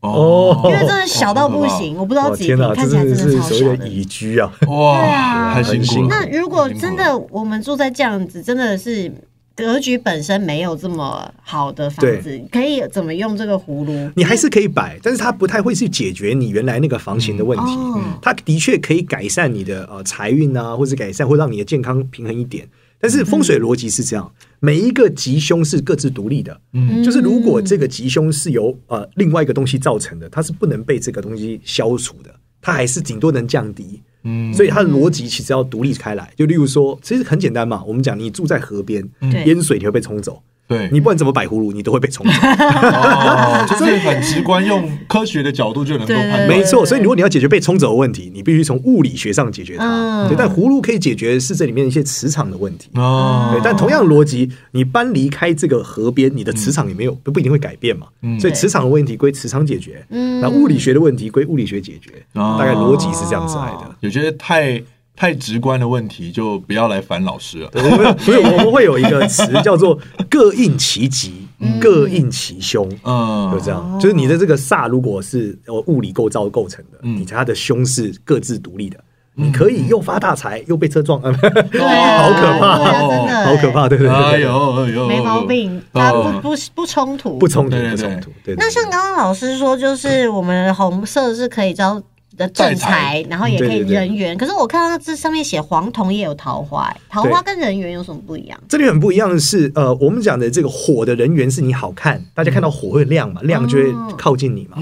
[SPEAKER 2] 哦，
[SPEAKER 3] 因为真的小到不行，我不知道
[SPEAKER 1] 哦哇
[SPEAKER 3] 几平
[SPEAKER 1] 天，哪，
[SPEAKER 3] 看
[SPEAKER 1] 这
[SPEAKER 3] 起来
[SPEAKER 1] 真
[SPEAKER 3] 真
[SPEAKER 1] 的
[SPEAKER 3] 的
[SPEAKER 1] 是
[SPEAKER 3] 超
[SPEAKER 1] 所
[SPEAKER 3] 小
[SPEAKER 1] 谓
[SPEAKER 3] 的
[SPEAKER 1] 的。宜居啊，
[SPEAKER 2] 哇，
[SPEAKER 3] 对啊
[SPEAKER 2] 太辛苦了。
[SPEAKER 1] 那
[SPEAKER 3] 那如果
[SPEAKER 2] 太辛苦
[SPEAKER 3] 真
[SPEAKER 2] 了
[SPEAKER 3] 的我们住在这样子，真的是格局本身没有这么好的房子，可以怎么用这个葫芦？
[SPEAKER 1] 你还是可以摆，但是它不太会去解决你原来那个房型的问题。
[SPEAKER 3] 嗯哦
[SPEAKER 1] 它的确可以改善你的呃财运啊，或者改善，或让你的健康平衡一点。但是风水逻辑是这样，每一个吉凶是各自独立的。
[SPEAKER 2] 嗯
[SPEAKER 1] 就是如果这个吉凶是由呃另外一个东西造成的，它是不能被这个东西消除的。它还是顶多能降低。
[SPEAKER 2] 嗯
[SPEAKER 1] 所以它的逻辑其实要独立开来。就例如说，其实很简单嘛，我们讲你住在河边，
[SPEAKER 3] 对
[SPEAKER 1] 淹水你会被冲走，
[SPEAKER 2] 对，
[SPEAKER 1] 你不管怎么摆葫芦，你都会被冲走。
[SPEAKER 2] 哦，就是很直观，用科学的角度就能够判
[SPEAKER 3] 对
[SPEAKER 2] 断
[SPEAKER 1] 没。错，所以如果你要解决被冲走的问题，你必须从物理学上解决它。
[SPEAKER 3] 嗯
[SPEAKER 1] 对，但葫芦可以解决是这里面一些磁场的问题。
[SPEAKER 2] 哦
[SPEAKER 1] 对，但同样的逻辑，你搬离开这个河边，你的磁场也没有不不一定会改变嘛。所以磁场的问题归磁场解决，
[SPEAKER 3] 嗯
[SPEAKER 1] 那物理学的问题归物理学解决，
[SPEAKER 2] 哦
[SPEAKER 1] 大概逻辑是这样子来的。
[SPEAKER 2] 有些太太直观的问题，就不要来烦老师了。
[SPEAKER 1] 对，我们不是我们会有一个词叫做“各应其极，
[SPEAKER 3] 嗯
[SPEAKER 1] 各应其凶”，
[SPEAKER 2] 嗯，
[SPEAKER 1] 就这样，
[SPEAKER 3] 哦
[SPEAKER 1] 就是你的这个煞如果是呃物理构造构成的，
[SPEAKER 2] 嗯
[SPEAKER 1] 你它的凶是各自独立的，你可以又发大财又被车撞，啊
[SPEAKER 3] 对啊，
[SPEAKER 1] 好可怕
[SPEAKER 3] 对啊真的欸
[SPEAKER 1] 好可怕，对啊对对对，
[SPEAKER 2] 哎呦哎呦，
[SPEAKER 3] 没毛病，它不
[SPEAKER 2] 哦，
[SPEAKER 3] 不不冲突，
[SPEAKER 1] 不冲突
[SPEAKER 2] 对对
[SPEAKER 1] 不
[SPEAKER 2] 对
[SPEAKER 1] 冲突，对。对
[SPEAKER 3] 那像刚刚老师说，就是我们红色是可以招的正财，然后也可
[SPEAKER 1] 嗯
[SPEAKER 3] 以
[SPEAKER 1] 对对对
[SPEAKER 3] 人缘。可是我看到这上面写黄铜也有桃花、欸桃花跟人缘有什么不一样？
[SPEAKER 1] 这里很不一样的是，呃，我们讲的这个火的人员是你好看，大家看
[SPEAKER 2] 嗯
[SPEAKER 1] 到火会亮嘛，亮就
[SPEAKER 3] 哦
[SPEAKER 1] 会靠近你嘛。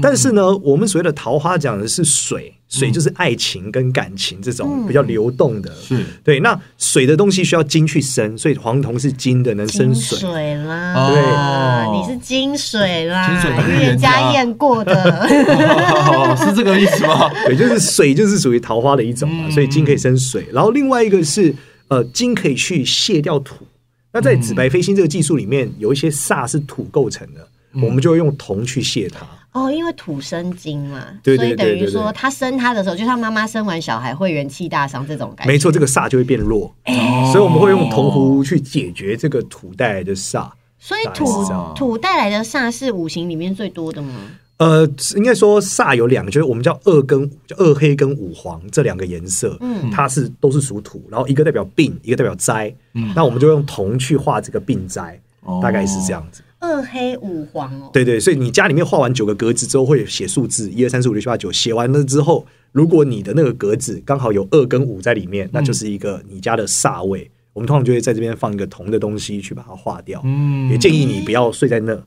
[SPEAKER 1] 但是呢，我们所谓的桃花讲的是水，水就是爱情跟感情这
[SPEAKER 3] 嗯
[SPEAKER 1] 种比较流动的。
[SPEAKER 2] 是
[SPEAKER 1] 对，那水的东西需要金去生，所以黄铜是金的，能生
[SPEAKER 3] 金
[SPEAKER 1] 水。
[SPEAKER 3] 水啦，
[SPEAKER 2] 哦
[SPEAKER 3] 啊你是金水啦，
[SPEAKER 2] 金水
[SPEAKER 3] 因为人家验过的，
[SPEAKER 2] 哦 是这个意思吗？
[SPEAKER 1] 对，就是水就是属于桃花的一种嘛，
[SPEAKER 2] 嗯
[SPEAKER 1] 所以金可以生水。然后另外一个是呃，金可以去卸掉土。那
[SPEAKER 2] 嗯
[SPEAKER 1] 在紫白飞星这个技术里面，有一些煞是土构成的，
[SPEAKER 2] 嗯
[SPEAKER 1] 我们就会用铜去卸它。
[SPEAKER 3] 哦，因为土生金嘛，
[SPEAKER 1] 对对
[SPEAKER 3] 所以
[SPEAKER 1] 对
[SPEAKER 3] 等于
[SPEAKER 1] 对对
[SPEAKER 3] 说他生他的时候，就像妈妈生完小孩会元气大伤这种
[SPEAKER 2] 哎
[SPEAKER 3] 感觉。
[SPEAKER 1] 没错，这个煞就会变弱， 所以我们会用
[SPEAKER 2] 哦
[SPEAKER 1] 铜壶去解决这个土带来的煞。
[SPEAKER 3] 所以
[SPEAKER 1] 大概
[SPEAKER 3] 土
[SPEAKER 1] 是这
[SPEAKER 2] 样
[SPEAKER 3] 土带来的煞是五行里面最多的吗？
[SPEAKER 1] 呃，应该说煞有两个，就是我们叫二跟叫二黑跟五黄这两个颜色，
[SPEAKER 3] 嗯
[SPEAKER 1] 它是都是属土，然后一个代表病，一个代表灾，那我们就用铜去画这个病灾，
[SPEAKER 2] 嗯哦
[SPEAKER 1] 大概是这样子。
[SPEAKER 3] 二黑五黄哦，
[SPEAKER 1] 对对，所以你家里面画完九个格子之后，会写数字一二三四五六七八九，写完了之后，如果你的那个格子刚好有二跟五在里面，
[SPEAKER 2] 嗯
[SPEAKER 1] 那就是一个你家的煞位。我们通常就会在这边放一个铜的东西去把它化掉，
[SPEAKER 2] 嗯
[SPEAKER 1] 也建议你不要睡在那。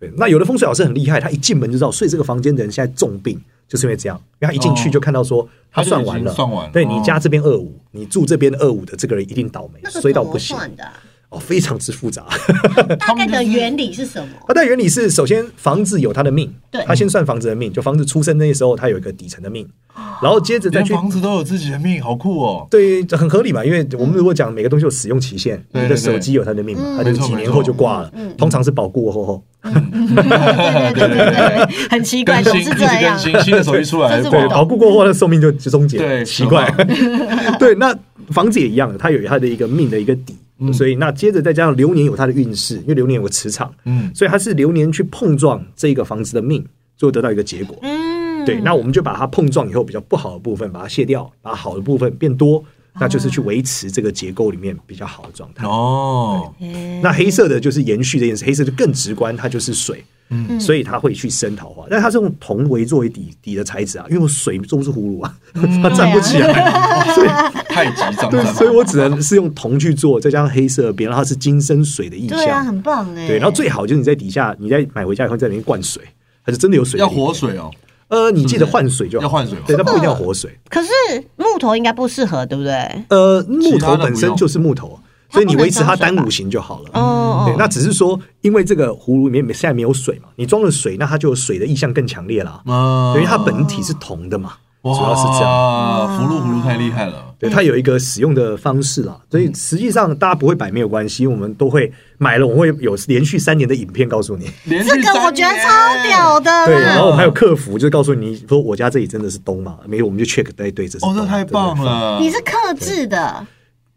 [SPEAKER 1] 对，那有的风水老师很厉害，他一进门就知道睡这个房间的人现在重病，就是因为这样，因为他一进去就看到说
[SPEAKER 2] 哦他就
[SPEAKER 1] 算完
[SPEAKER 2] 已
[SPEAKER 1] 了，
[SPEAKER 2] 经算完了
[SPEAKER 1] 对
[SPEAKER 2] 哦
[SPEAKER 1] 你家这边二五，你住这边二五的这个人一定倒霉，
[SPEAKER 3] 那个
[SPEAKER 1] 衰
[SPEAKER 3] 怎
[SPEAKER 1] 到
[SPEAKER 3] 么
[SPEAKER 1] 不行
[SPEAKER 3] 算的啊？
[SPEAKER 1] 哦，非常之复杂。
[SPEAKER 3] 大概的原理是什么？
[SPEAKER 1] 它哦的原理是，首先房子有它的命，
[SPEAKER 3] 对
[SPEAKER 1] 它先算房子的命，就房子出生那时候它有一个底层的命，
[SPEAKER 3] 哦
[SPEAKER 1] 然后接着再
[SPEAKER 2] 连
[SPEAKER 1] 去。
[SPEAKER 2] 房子都有自己的命，好酷哦！
[SPEAKER 1] 对，这很合理嘛，因为我们如果讲每个东西有使用期限，
[SPEAKER 2] 对
[SPEAKER 1] 你的手机有它的命嘛，它
[SPEAKER 3] 对
[SPEAKER 1] 就
[SPEAKER 2] 对
[SPEAKER 1] 几
[SPEAKER 2] 没错
[SPEAKER 1] 年后就挂了
[SPEAKER 3] 没嗯错嗯，
[SPEAKER 1] 通常是保固后后。
[SPEAKER 3] 对对对对对，很奇怪，
[SPEAKER 2] 更
[SPEAKER 3] 总
[SPEAKER 2] 新一
[SPEAKER 3] 是
[SPEAKER 2] 直
[SPEAKER 3] 这样
[SPEAKER 2] 更。新，新的手机出来
[SPEAKER 3] 这是我
[SPEAKER 1] 对，
[SPEAKER 3] 懂
[SPEAKER 1] 保固过后的寿命就就终结了，
[SPEAKER 2] 对
[SPEAKER 1] 奇怪。 对，那房子也一样，它有它的一个命的一个底，
[SPEAKER 2] 嗯
[SPEAKER 1] 所以那接着再加上流年有它的运势，因为流年有个磁场，
[SPEAKER 2] 嗯，
[SPEAKER 1] 所以它是流年去碰撞这个房子的命，最后得到一个结果。
[SPEAKER 3] 嗯，
[SPEAKER 1] 对，那我们就把它碰撞以后比较不好的部分把它卸掉，把好的部分变多，那就是去维持这个结构里面比较好的状态。
[SPEAKER 2] 哦，
[SPEAKER 3] 嗯
[SPEAKER 1] 那黑色的就是延续这件事，黑色就更直观，它就是水，
[SPEAKER 2] 嗯
[SPEAKER 1] 所以它会去生桃花。但它是用铜为作为底底的材质啊，因为我水做不出葫芦啊，
[SPEAKER 2] 嗯
[SPEAKER 1] 它站不起来，
[SPEAKER 2] 啊 太极掌
[SPEAKER 1] 对，
[SPEAKER 2] 掌
[SPEAKER 1] 所以我只能是用铜去做，再加上黑色的边，然后它是金生水的意
[SPEAKER 3] 对啊，
[SPEAKER 1] 象。
[SPEAKER 3] 很棒哎。
[SPEAKER 1] 对，然后最好就是你在底下，你在买回家以后在里面灌水，它是真的有水。
[SPEAKER 2] 要活。水哦，
[SPEAKER 1] 呃，你记得
[SPEAKER 2] 是不是
[SPEAKER 1] 换水就好
[SPEAKER 2] 要换水哦
[SPEAKER 1] 对，它不一定要活水。
[SPEAKER 3] 可是木头应该不适合，对不对？
[SPEAKER 1] 呃，木头本身就是木头，所以你维持它单五行就好了。
[SPEAKER 3] 哦
[SPEAKER 1] 对，那只是说，因为这个葫芦里面现在没有水嘛，你装了水，那它就有水的意象更强烈啦。
[SPEAKER 2] 嗯，
[SPEAKER 1] 等于它本体是铜的嘛，主
[SPEAKER 2] 哇，
[SPEAKER 1] 要是这样。
[SPEAKER 2] 葫芦葫芦太厉害了，
[SPEAKER 1] 对，它有一个使用的方式啦，所以实际上大家不会摆没有关系，因为我们都会买了，我们会有连续三年的影片告诉你。
[SPEAKER 2] 连续
[SPEAKER 3] 这个我觉得超屌的
[SPEAKER 1] 对，然
[SPEAKER 3] 啦。
[SPEAKER 1] 后我们还有客服，就是告诉你说我家这里真的是东嘛，没有我们就 check 哎对对，这是
[SPEAKER 2] 三
[SPEAKER 1] 东
[SPEAKER 2] 年，哦，这太棒。了！
[SPEAKER 3] 你是克制的，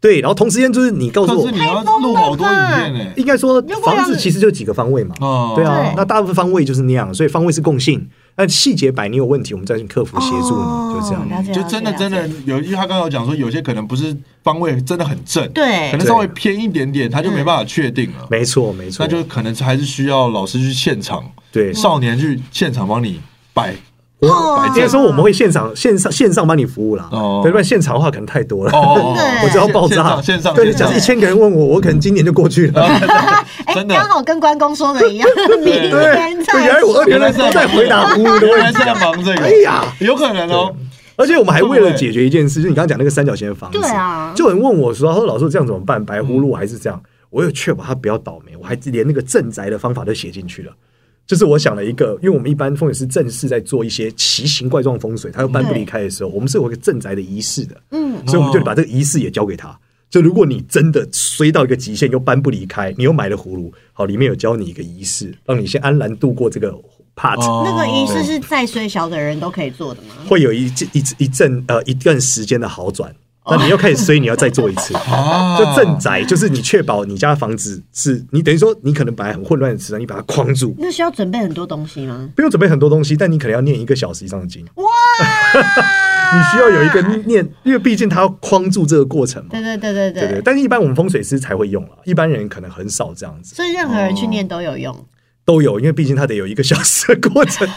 [SPEAKER 1] 对，然后同时间就是你告诉
[SPEAKER 2] 但
[SPEAKER 1] 我
[SPEAKER 2] 是你要录好多影片呢，
[SPEAKER 1] 应该说
[SPEAKER 3] 如果
[SPEAKER 1] 房
[SPEAKER 3] 让
[SPEAKER 1] 子
[SPEAKER 3] 你
[SPEAKER 1] 其实就几个方位嘛，
[SPEAKER 2] 哦
[SPEAKER 1] 对啊
[SPEAKER 3] 对，
[SPEAKER 1] 那大部分方位就是那样，所以方位是共性，但细节摆你有问题，我们再去客服协助
[SPEAKER 3] 哦
[SPEAKER 1] 你，就这样。
[SPEAKER 3] 了解，
[SPEAKER 2] 就真的
[SPEAKER 3] 了解
[SPEAKER 2] 真的。有，因为他刚刚有讲说，有些可能不是方位真的很正，
[SPEAKER 3] 对嗯
[SPEAKER 2] 可能稍微偏一点点，他就没办法确定了。
[SPEAKER 1] 没错，没错
[SPEAKER 2] 那，就可能还是需要老师去现场，
[SPEAKER 1] 对。
[SPEAKER 2] 少年去现场帮你摆。
[SPEAKER 3] 哦
[SPEAKER 1] 我应该说我们会现场线上线上帮你服务啦，
[SPEAKER 2] 哦
[SPEAKER 1] 对，不然现场的话可能太多了，
[SPEAKER 2] 哦
[SPEAKER 3] 真的
[SPEAKER 1] 我知道爆炸。
[SPEAKER 2] 线上
[SPEAKER 1] 对，
[SPEAKER 2] 线上
[SPEAKER 1] 假设一千个人问我，我可能今年就过去了。
[SPEAKER 3] 哎，
[SPEAKER 2] 哦真的
[SPEAKER 3] 刚好跟关公说的一样，明
[SPEAKER 1] 对，
[SPEAKER 3] 天
[SPEAKER 1] 对，原来
[SPEAKER 3] 再
[SPEAKER 1] 我二年来都在回答乌的
[SPEAKER 2] 原
[SPEAKER 1] 问
[SPEAKER 2] 来
[SPEAKER 1] 题
[SPEAKER 2] 是。在忙这个，
[SPEAKER 1] 哎呀，
[SPEAKER 2] 有可能哦。
[SPEAKER 1] 而且我们还为了解决一件事，就是你刚刚讲那个三角形的房子，
[SPEAKER 3] 对啊
[SPEAKER 1] 就有人问我说：“他说老师我这样怎么办？白葫芦还是这样？”我有确保他不要倒霉，我还连那个镇宅的方法都写进去了。就是我想了一个，因为我们一般风水师正式在做一些奇形怪状风水，他又搬不离开的时候，我们是有一个镇宅的仪式的，
[SPEAKER 3] 嗯，
[SPEAKER 1] 所以我们就把这个仪式也交给他。就如果你真的衰到一个极限又搬不离开，你又买了葫芦，好，里面有教你一个仪式，让你先安然度过这个 part，、
[SPEAKER 2] 哦
[SPEAKER 3] 那个仪式是再衰小的人都可以做的吗？
[SPEAKER 1] 会有一阵一一阵呃一段时间的好转，那你又开始衰，你要再做一次。
[SPEAKER 3] 哦
[SPEAKER 2] 啊
[SPEAKER 1] 就镇宅，就是你确保你家的房子是你等于说你可能本来很混乱的磁场，你把它框住，
[SPEAKER 3] 那需要准备很多东西吗？
[SPEAKER 1] 不用准备很多东西，但你可能要念一个小时以上的经，你
[SPEAKER 3] 哇！啊
[SPEAKER 1] 需要有一个念，因为毕竟它要框住这个过程嘛。
[SPEAKER 3] 对对对对
[SPEAKER 1] 对对，
[SPEAKER 3] 对，
[SPEAKER 1] 但是一般我们风水师才会用了，一般人可能很少这样子
[SPEAKER 3] 所以任何人去念都有用。
[SPEAKER 1] 都有，因为毕竟它得有一个小时的过程。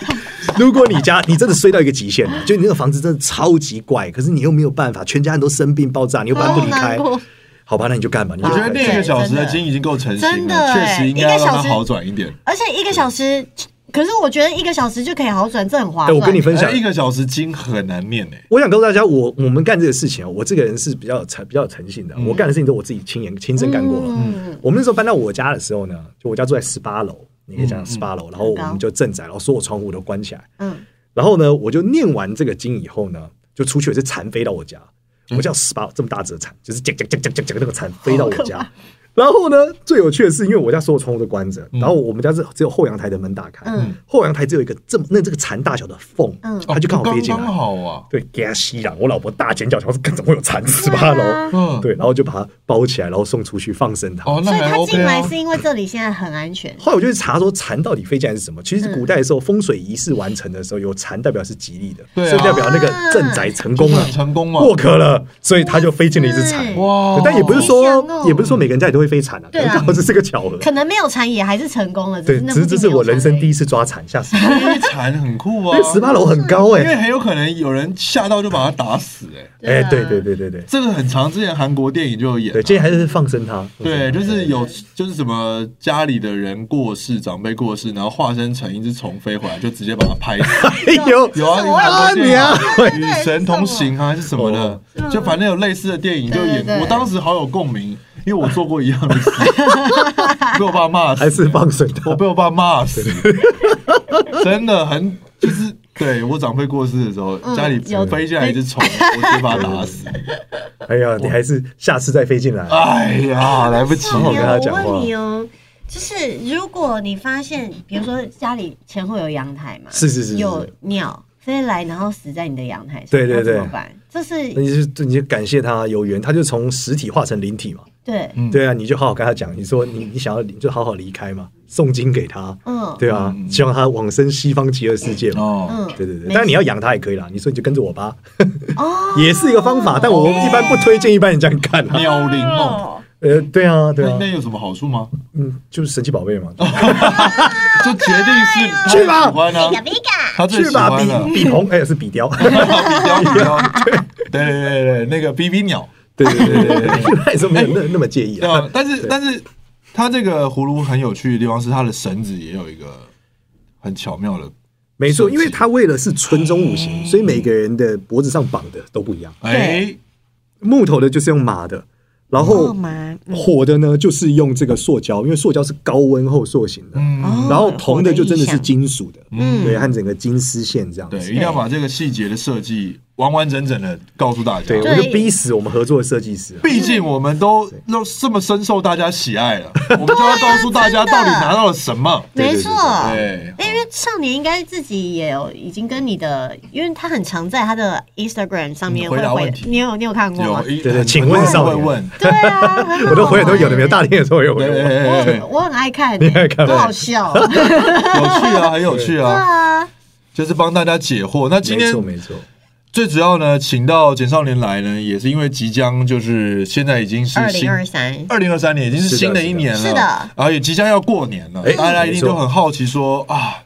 [SPEAKER 1] 如果你家你真的衰到一个极限了，就你那个房子真的超级怪，可是你又没有办法，全家人都生病爆炸，你又搬不离开
[SPEAKER 3] 哦好难过，
[SPEAKER 1] 好吧，那你就干吧，你就
[SPEAKER 2] 我觉
[SPEAKER 3] 啊
[SPEAKER 1] 干
[SPEAKER 2] 得
[SPEAKER 1] 吧
[SPEAKER 2] 练一个小时的筋已经够成型
[SPEAKER 3] 真的
[SPEAKER 2] 了，确
[SPEAKER 3] 哎
[SPEAKER 2] 实应该要
[SPEAKER 3] 一个小
[SPEAKER 2] 让它
[SPEAKER 3] 时
[SPEAKER 2] 好转一点。
[SPEAKER 3] 而且一个小时，可是我觉得一个小时就可以好转，这很划
[SPEAKER 1] 哎，
[SPEAKER 3] 算。
[SPEAKER 1] 我跟你分享
[SPEAKER 2] 哎，一个小时筋很难念诶。
[SPEAKER 1] 我想告诉大家，我我们干这个事情啊，我这个人是比较有诚比较有诚信的。
[SPEAKER 2] 嗯
[SPEAKER 1] 我干的事情都我自己亲眼亲身干过了。
[SPEAKER 3] 嗯，
[SPEAKER 1] 我们那时候搬到我家的时候呢，就我家住在十八楼，你可以想
[SPEAKER 2] 嗯
[SPEAKER 1] 想十八楼，然后我
[SPEAKER 3] 很
[SPEAKER 1] 们
[SPEAKER 3] 高
[SPEAKER 1] 就正宅，然后所有窗户都关起来。
[SPEAKER 3] 嗯
[SPEAKER 1] 然后呢，我就念完这个经以后呢，就出去也是蝉飞到我家，
[SPEAKER 3] 嗯
[SPEAKER 1] 我叫十八这么大只的蝉，就是讲讲讲讲讲讲那个蝉飞到我家。然后呢，最有趣的是，因为我家所有窗户都关着，然后我们家是只有后阳台的门打开，
[SPEAKER 3] 嗯
[SPEAKER 1] 后阳台只有一个这么那这个蝉大小的缝，
[SPEAKER 3] 嗯
[SPEAKER 1] 它哦就刚好飞进来。
[SPEAKER 2] 哦刚刚好啊，
[SPEAKER 1] 对，给他吸氧。我老婆大尖叫，想说干怎么会有蚕十八
[SPEAKER 3] 对啊
[SPEAKER 1] 楼？
[SPEAKER 2] 嗯，
[SPEAKER 1] 对，然后就把它包起来，然后送出去放生它。
[SPEAKER 2] 哦，那
[SPEAKER 3] 所以
[SPEAKER 2] 还
[SPEAKER 3] 他
[SPEAKER 2] OK
[SPEAKER 3] 进来
[SPEAKER 2] 啊
[SPEAKER 3] 是。因为这里现在很安全。
[SPEAKER 1] 后来我就去查说蚕到底飞进来是什么。其
[SPEAKER 3] 嗯
[SPEAKER 1] 实古代的时候，风水仪式完成的时候，有蚕代表是吉利的，
[SPEAKER 2] 对啊
[SPEAKER 1] 所以代表那个镇宅成功
[SPEAKER 2] 就是
[SPEAKER 1] 了
[SPEAKER 2] 很。成功嘛？
[SPEAKER 1] 过壳了，所以它就飞进了一只蚕。
[SPEAKER 3] 哇
[SPEAKER 2] 哇
[SPEAKER 1] 对但也不是
[SPEAKER 3] 好
[SPEAKER 1] 说
[SPEAKER 3] 香哦，
[SPEAKER 1] 也不是说每个人家里都会飞蚕啊，可
[SPEAKER 3] 对
[SPEAKER 1] 能
[SPEAKER 3] 啊
[SPEAKER 1] 刚好这是个巧合。
[SPEAKER 3] 可能没有产也还是成功了，
[SPEAKER 1] 对，
[SPEAKER 3] 那
[SPEAKER 1] 只
[SPEAKER 3] 附
[SPEAKER 1] 是
[SPEAKER 3] 近
[SPEAKER 1] 这是我人生第
[SPEAKER 3] 没有
[SPEAKER 1] 一次抓蚕，吓死 我！
[SPEAKER 3] 啊
[SPEAKER 2] 飞蝉很酷啊
[SPEAKER 1] 因为，十八楼很高
[SPEAKER 2] 因为
[SPEAKER 1] 哎，
[SPEAKER 2] 很有可能有人吓到就把它打死哎，
[SPEAKER 3] 蝉而
[SPEAKER 1] 哎
[SPEAKER 3] 已。，
[SPEAKER 1] 对对
[SPEAKER 3] 啊，
[SPEAKER 1] 对对对
[SPEAKER 2] 这个很长，之前韩国电影就有演啊
[SPEAKER 1] 对，。今天还是放生它。
[SPEAKER 2] 对，就是有就是什么家里的人过世，长辈过世，然后化身成一只虫飞回来，就直接把它拍死。
[SPEAKER 1] 哎呦，
[SPEAKER 2] 有啊，
[SPEAKER 3] 这我也
[SPEAKER 2] 韩国电影
[SPEAKER 3] 对对对
[SPEAKER 2] 与神同行啊，还是什么
[SPEAKER 1] 哦
[SPEAKER 2] 的，就反正有类似的电影就演
[SPEAKER 3] 对对
[SPEAKER 2] 过。
[SPEAKER 3] 对
[SPEAKER 2] 我当时好有共鸣，因为我做过一样的事，被我爸骂死，
[SPEAKER 1] 还是放生它
[SPEAKER 2] 我。被我爸骂死， 真的很就是对我长辈过世的时候，
[SPEAKER 3] 嗯
[SPEAKER 2] 家里
[SPEAKER 3] 有
[SPEAKER 2] 飞进来一只虫，我直接把它打死。
[SPEAKER 1] 哎呀，你还是下次再飞进来。
[SPEAKER 2] 哎呀，来不及
[SPEAKER 3] 少年，
[SPEAKER 1] 跟
[SPEAKER 2] 了。
[SPEAKER 1] 他
[SPEAKER 3] 我
[SPEAKER 1] 讲话
[SPEAKER 3] 问你哦，就是如果你发现，比如说家里前后有阳台嘛，
[SPEAKER 1] 是是是是
[SPEAKER 3] 有鸟飞来，然后死在你的阳台上，
[SPEAKER 1] 对对对
[SPEAKER 3] 那怎么办？这是
[SPEAKER 1] 那你就你就感谢他有缘，他就从实体化成灵体嘛。
[SPEAKER 3] 对，
[SPEAKER 2] 嗯
[SPEAKER 1] 对啊，你就好好跟他讲，你说你你想要离就好好离开嘛，诵经给他，
[SPEAKER 3] 嗯，
[SPEAKER 1] 对啊，
[SPEAKER 2] 嗯
[SPEAKER 1] 希望他往生西方极乐世界嘛。
[SPEAKER 2] 哦，
[SPEAKER 3] 嗯，
[SPEAKER 1] 对对对，
[SPEAKER 3] 没
[SPEAKER 1] 但你要养他也可以啦。你说你就跟着我吧，
[SPEAKER 3] 哦，
[SPEAKER 1] 也是一个方法，但我一般不推荐一般人这样干啊。
[SPEAKER 2] 鸟灵哦，
[SPEAKER 1] 呃，对啊，对
[SPEAKER 2] 那
[SPEAKER 1] 啊
[SPEAKER 2] 那，哦有什么好处吗？
[SPEAKER 1] 嗯，就是神奇宝贝嘛，
[SPEAKER 2] 就决定是他最
[SPEAKER 1] 去
[SPEAKER 2] 喜
[SPEAKER 1] 吧
[SPEAKER 2] 欢啊，
[SPEAKER 3] Mega Mega，
[SPEAKER 2] 他最
[SPEAKER 1] 去
[SPEAKER 2] 喜
[SPEAKER 1] 吧，
[SPEAKER 2] 欢啊了。
[SPEAKER 1] 比比红，哎，是比 雕，
[SPEAKER 2] 比雕比雕，对对对对，那个比比鸟。
[SPEAKER 1] 对对 对对对，那也是没有那那么介意啊。
[SPEAKER 2] 呃，但是但是它这个葫芦很有趣的地方是它的绳子也有一个很巧妙的，
[SPEAKER 1] 没错，
[SPEAKER 2] 设计
[SPEAKER 1] 因为他为了是纯种五行，所以每个人的脖子上绑的都不一样。
[SPEAKER 2] 哎，
[SPEAKER 1] 木头的就是用麻的，然
[SPEAKER 3] 哦
[SPEAKER 1] 后
[SPEAKER 3] 妈，嗯
[SPEAKER 1] 火的呢就是用这个塑胶，因为塑胶是高温后塑形的，
[SPEAKER 2] 嗯，
[SPEAKER 3] 哦
[SPEAKER 1] 然后铜的就真的是金属的，
[SPEAKER 2] 嗯
[SPEAKER 1] 对，和整个金丝线这样
[SPEAKER 2] 对，一
[SPEAKER 1] 子。
[SPEAKER 2] 定要把这个细节的设计完完整整的告诉大家
[SPEAKER 1] 对，。
[SPEAKER 3] 对
[SPEAKER 1] 我就逼死我们合作的设计师啊。
[SPEAKER 2] 毕竟我们都都这么深受大家喜爱了，我们就要告诉大家到底拿到了什么。
[SPEAKER 3] 没错。
[SPEAKER 2] 对，
[SPEAKER 3] 因为少年应该自己也有已经跟你的，因为他很常在他的 Instagram 上面
[SPEAKER 2] 嗯回
[SPEAKER 3] 会
[SPEAKER 2] 答
[SPEAKER 3] 回
[SPEAKER 2] 问，题
[SPEAKER 3] 你有你有看过吗
[SPEAKER 2] 有？一
[SPEAKER 1] 对对
[SPEAKER 2] 很
[SPEAKER 1] 请问
[SPEAKER 2] 很
[SPEAKER 1] 少
[SPEAKER 2] 会
[SPEAKER 1] 年
[SPEAKER 2] 问，
[SPEAKER 3] 对啊，很好玩
[SPEAKER 1] 我都回来都有的，没有大天的时候有
[SPEAKER 2] 对对
[SPEAKER 1] 有。
[SPEAKER 2] 对对对，
[SPEAKER 3] 我我很爱看，欸
[SPEAKER 1] 你爱看吗
[SPEAKER 3] 好好 笑。对
[SPEAKER 2] 有趣啊，很有趣啊，
[SPEAKER 3] 啊，
[SPEAKER 2] 就是帮大家解惑。那今
[SPEAKER 1] 没
[SPEAKER 2] 天
[SPEAKER 1] 错没错，
[SPEAKER 2] 最主要呢，请到简少年来呢，也是因为即将就是现在已经是
[SPEAKER 3] 二
[SPEAKER 2] 新
[SPEAKER 3] 零二 三，
[SPEAKER 2] 二零二三年已经是新的一年了，
[SPEAKER 3] 是的是的
[SPEAKER 2] 然后也即将要过年了，
[SPEAKER 1] 哎
[SPEAKER 2] 大家一
[SPEAKER 1] 没
[SPEAKER 2] 定
[SPEAKER 1] 错
[SPEAKER 2] 都很好奇说啊。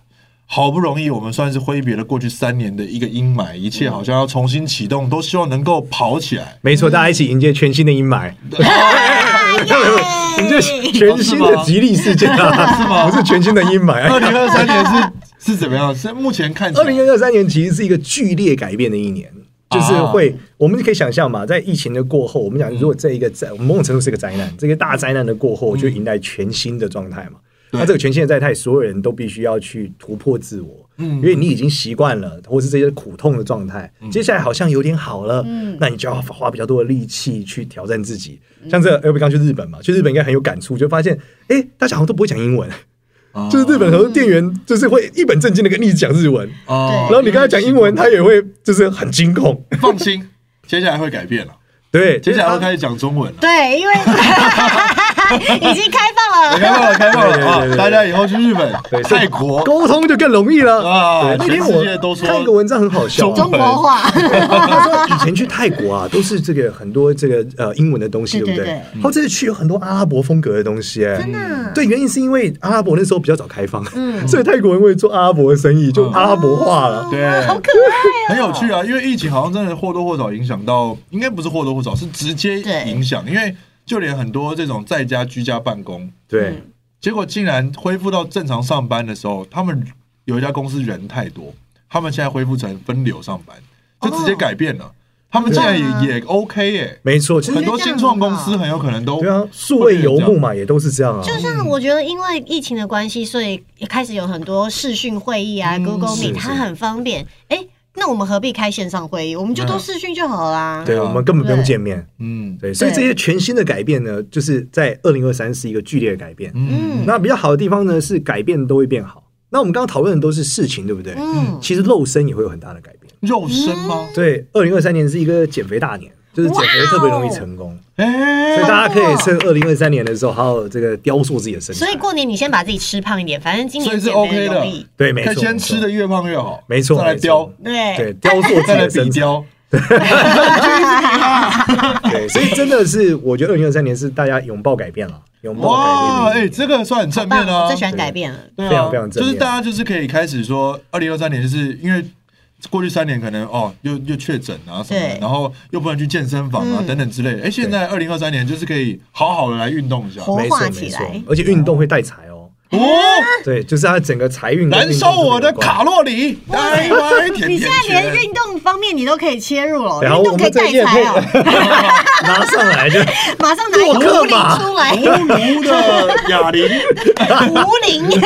[SPEAKER 2] 好不容易，我们算是挥别了过去三年的一个阴霾，一切好像要重新启动，都希望能够跑起来。
[SPEAKER 1] 没错，大家一起迎接全新的阴霾，迎接全新的吉利事件啊！不是全新的阴霾，
[SPEAKER 2] 哦二零二三年是是 怎么样？是目前看起
[SPEAKER 1] 二零
[SPEAKER 2] 来，
[SPEAKER 1] 二三年其实是一个剧烈改变的一年，就
[SPEAKER 2] 哦
[SPEAKER 1] 是会，我们可以想象嘛，在疫情的过后，我们
[SPEAKER 2] 嗯
[SPEAKER 1] 讲如果这一个灾，某种程度是个灾难，这个大灾难的过后，就迎来全新的状态嘛。
[SPEAKER 2] 嗯对
[SPEAKER 1] 那这个全新的状态，所有人都必须要去突破自我，
[SPEAKER 2] 嗯
[SPEAKER 1] 因为你已经习惯了，或是这些苦痛的状态，接下来好像有点好了，
[SPEAKER 3] 嗯
[SPEAKER 1] 那你就要花比较多的力气去挑战自己。
[SPEAKER 2] 嗯
[SPEAKER 1] 像这 L B 刚去日本嘛，去日本应该很有感触，就发现，哎，大家好像都不会讲英文，
[SPEAKER 2] 啊
[SPEAKER 1] 就是日本很多店员就是会一本正经的跟你讲日文，
[SPEAKER 2] 哦
[SPEAKER 1] 然后你跟他讲英文，他也会就是很惊恐。
[SPEAKER 2] 放心，接下来会改变了，
[SPEAKER 1] 对，
[SPEAKER 2] 接下来会
[SPEAKER 1] 就是
[SPEAKER 2] 开始讲中文了。
[SPEAKER 3] 对，因为 已经开 放了。
[SPEAKER 2] 开放了，开放了
[SPEAKER 1] 对对对
[SPEAKER 2] 啊！
[SPEAKER 1] 对
[SPEAKER 2] 大家以后去日本、
[SPEAKER 1] 对所以
[SPEAKER 2] 泰国
[SPEAKER 1] 他沟通就更容易了对
[SPEAKER 2] 啊
[SPEAKER 1] 那天
[SPEAKER 2] 全世界都
[SPEAKER 1] 我
[SPEAKER 2] 说
[SPEAKER 1] 看一个文章很好笑啊，
[SPEAKER 3] 中国话，
[SPEAKER 1] 他说以前去泰国啊，都是这个很多这个呃英文的东西，
[SPEAKER 3] 对
[SPEAKER 1] 对不
[SPEAKER 3] 对
[SPEAKER 1] 对？然后这次去有很多阿拉伯风格的东西，哎
[SPEAKER 3] 真的啊
[SPEAKER 1] 对，原因是因为阿拉伯那时候比较早开放，
[SPEAKER 3] 嗯
[SPEAKER 1] 所以泰国人会做阿拉伯的生意，就
[SPEAKER 2] 嗯
[SPEAKER 1] 阿拉伯化了。
[SPEAKER 2] 对，
[SPEAKER 3] 好可爱啊！
[SPEAKER 2] 很有趣啊，因为疫情好像真的或多或少影响到，应该不是或多或少，是直接
[SPEAKER 3] 对
[SPEAKER 2] 影响。因为就连很多这种在家居家办公，
[SPEAKER 1] 对，
[SPEAKER 2] 结果竟然恢复到正常上班的时候，他们有一家公司人太多，他们现在恢复成分流上班，就直接改变了。他们竟然
[SPEAKER 3] 哦对啊
[SPEAKER 2] 也也 OK 耶、
[SPEAKER 1] 没错，其
[SPEAKER 2] 很
[SPEAKER 1] 实
[SPEAKER 2] 多新创公司很有可能都
[SPEAKER 1] 对啊，数位游
[SPEAKER 2] 会变成这
[SPEAKER 1] 牧
[SPEAKER 2] 样
[SPEAKER 1] 嘛，也都是这样啊。
[SPEAKER 3] 就像我觉得，因为疫情的关系，所以也开始有很多视讯会议啊、
[SPEAKER 2] 嗯
[SPEAKER 3] g o o g l e
[SPEAKER 1] 是
[SPEAKER 3] Meet，
[SPEAKER 1] 是
[SPEAKER 3] 它很方便。哎，那我们何必开线上会议？我们就都视讯就好啦。
[SPEAKER 1] 嗯对，
[SPEAKER 2] 啊
[SPEAKER 1] 我们根本不用
[SPEAKER 3] 对
[SPEAKER 1] 见面。
[SPEAKER 2] 嗯
[SPEAKER 1] 对，所以
[SPEAKER 3] 对
[SPEAKER 1] 这些全新的改变呢，就是在二零二三是一个剧烈的改变。
[SPEAKER 2] 嗯
[SPEAKER 3] 嗯
[SPEAKER 1] 那比较好的地方呢，是改变都会变好。那我们刚刚讨论的都是事情，对不对？
[SPEAKER 3] 嗯，
[SPEAKER 1] 其实肉身也会有很大的改变。
[SPEAKER 2] 肉身吗？
[SPEAKER 1] 对，二零二三年是一个减肥大年，就是减肥特别容易成
[SPEAKER 3] 哦
[SPEAKER 1] 功，
[SPEAKER 3] 嗯啊
[SPEAKER 2] 哎、
[SPEAKER 1] 所以大家可以趁二零二三年的时候，好好这个雕塑自己的身材。
[SPEAKER 3] 所以过年你先把自己吃胖一点，反正今
[SPEAKER 2] 所以
[SPEAKER 3] 年
[SPEAKER 2] 是
[SPEAKER 3] 减肥
[SPEAKER 2] OK 的
[SPEAKER 3] 容易。
[SPEAKER 1] 对，没
[SPEAKER 2] 可
[SPEAKER 1] 错，
[SPEAKER 2] 以先吃的越胖越好，
[SPEAKER 1] 没错，
[SPEAKER 2] 再来
[SPEAKER 1] 没错
[SPEAKER 2] 雕，
[SPEAKER 3] 对
[SPEAKER 1] 对，雕塑自己
[SPEAKER 2] 再来
[SPEAKER 1] 的
[SPEAKER 2] 比
[SPEAKER 1] 身材。
[SPEAKER 2] 雕。
[SPEAKER 1] 对，所以真的是，我觉得二零二三年是大家拥抱改变了，拥抱
[SPEAKER 2] 哇，
[SPEAKER 1] 改变的一
[SPEAKER 2] 哎、
[SPEAKER 1] 年。
[SPEAKER 2] 这个算很正面
[SPEAKER 3] 棒，
[SPEAKER 2] 啊，
[SPEAKER 3] 我最喜欢改变了。
[SPEAKER 2] 对啊，
[SPEAKER 1] 非常非常正
[SPEAKER 2] 就是
[SPEAKER 1] 面
[SPEAKER 2] 大家就是可以开始说，二零二三年就是因为过去三年可能哦又又确诊啊什么的，
[SPEAKER 3] 对
[SPEAKER 2] 然后又不能去健身房啊、
[SPEAKER 3] 嗯
[SPEAKER 2] 等等之类的。哎，现在二零二三年就是可以好好的来运动一下，
[SPEAKER 3] 活
[SPEAKER 1] 没
[SPEAKER 3] 化
[SPEAKER 1] 错
[SPEAKER 3] 起
[SPEAKER 1] 没错
[SPEAKER 3] 来，
[SPEAKER 1] 而且运动会带财哦。
[SPEAKER 2] 哦，
[SPEAKER 1] 对，就是它整个财运跟
[SPEAKER 2] 燃
[SPEAKER 1] 运动
[SPEAKER 2] 烧我
[SPEAKER 1] 特别
[SPEAKER 2] 的
[SPEAKER 1] 有关
[SPEAKER 2] 卡路里，来来甜
[SPEAKER 3] 你
[SPEAKER 2] 甜
[SPEAKER 3] 现在连
[SPEAKER 2] 圈。
[SPEAKER 3] 运动方面你都可以切入了，
[SPEAKER 1] 然后
[SPEAKER 3] 运动
[SPEAKER 1] 我
[SPEAKER 3] 可以
[SPEAKER 1] 们这
[SPEAKER 3] 带
[SPEAKER 1] 一页
[SPEAKER 3] 财哦，
[SPEAKER 1] 配 拿上来就
[SPEAKER 3] 马上拿一
[SPEAKER 1] 洛
[SPEAKER 3] 个
[SPEAKER 1] 克
[SPEAKER 3] 五菱
[SPEAKER 1] 马
[SPEAKER 3] 出来，
[SPEAKER 2] 无毒的哑铃，
[SPEAKER 3] 五菱，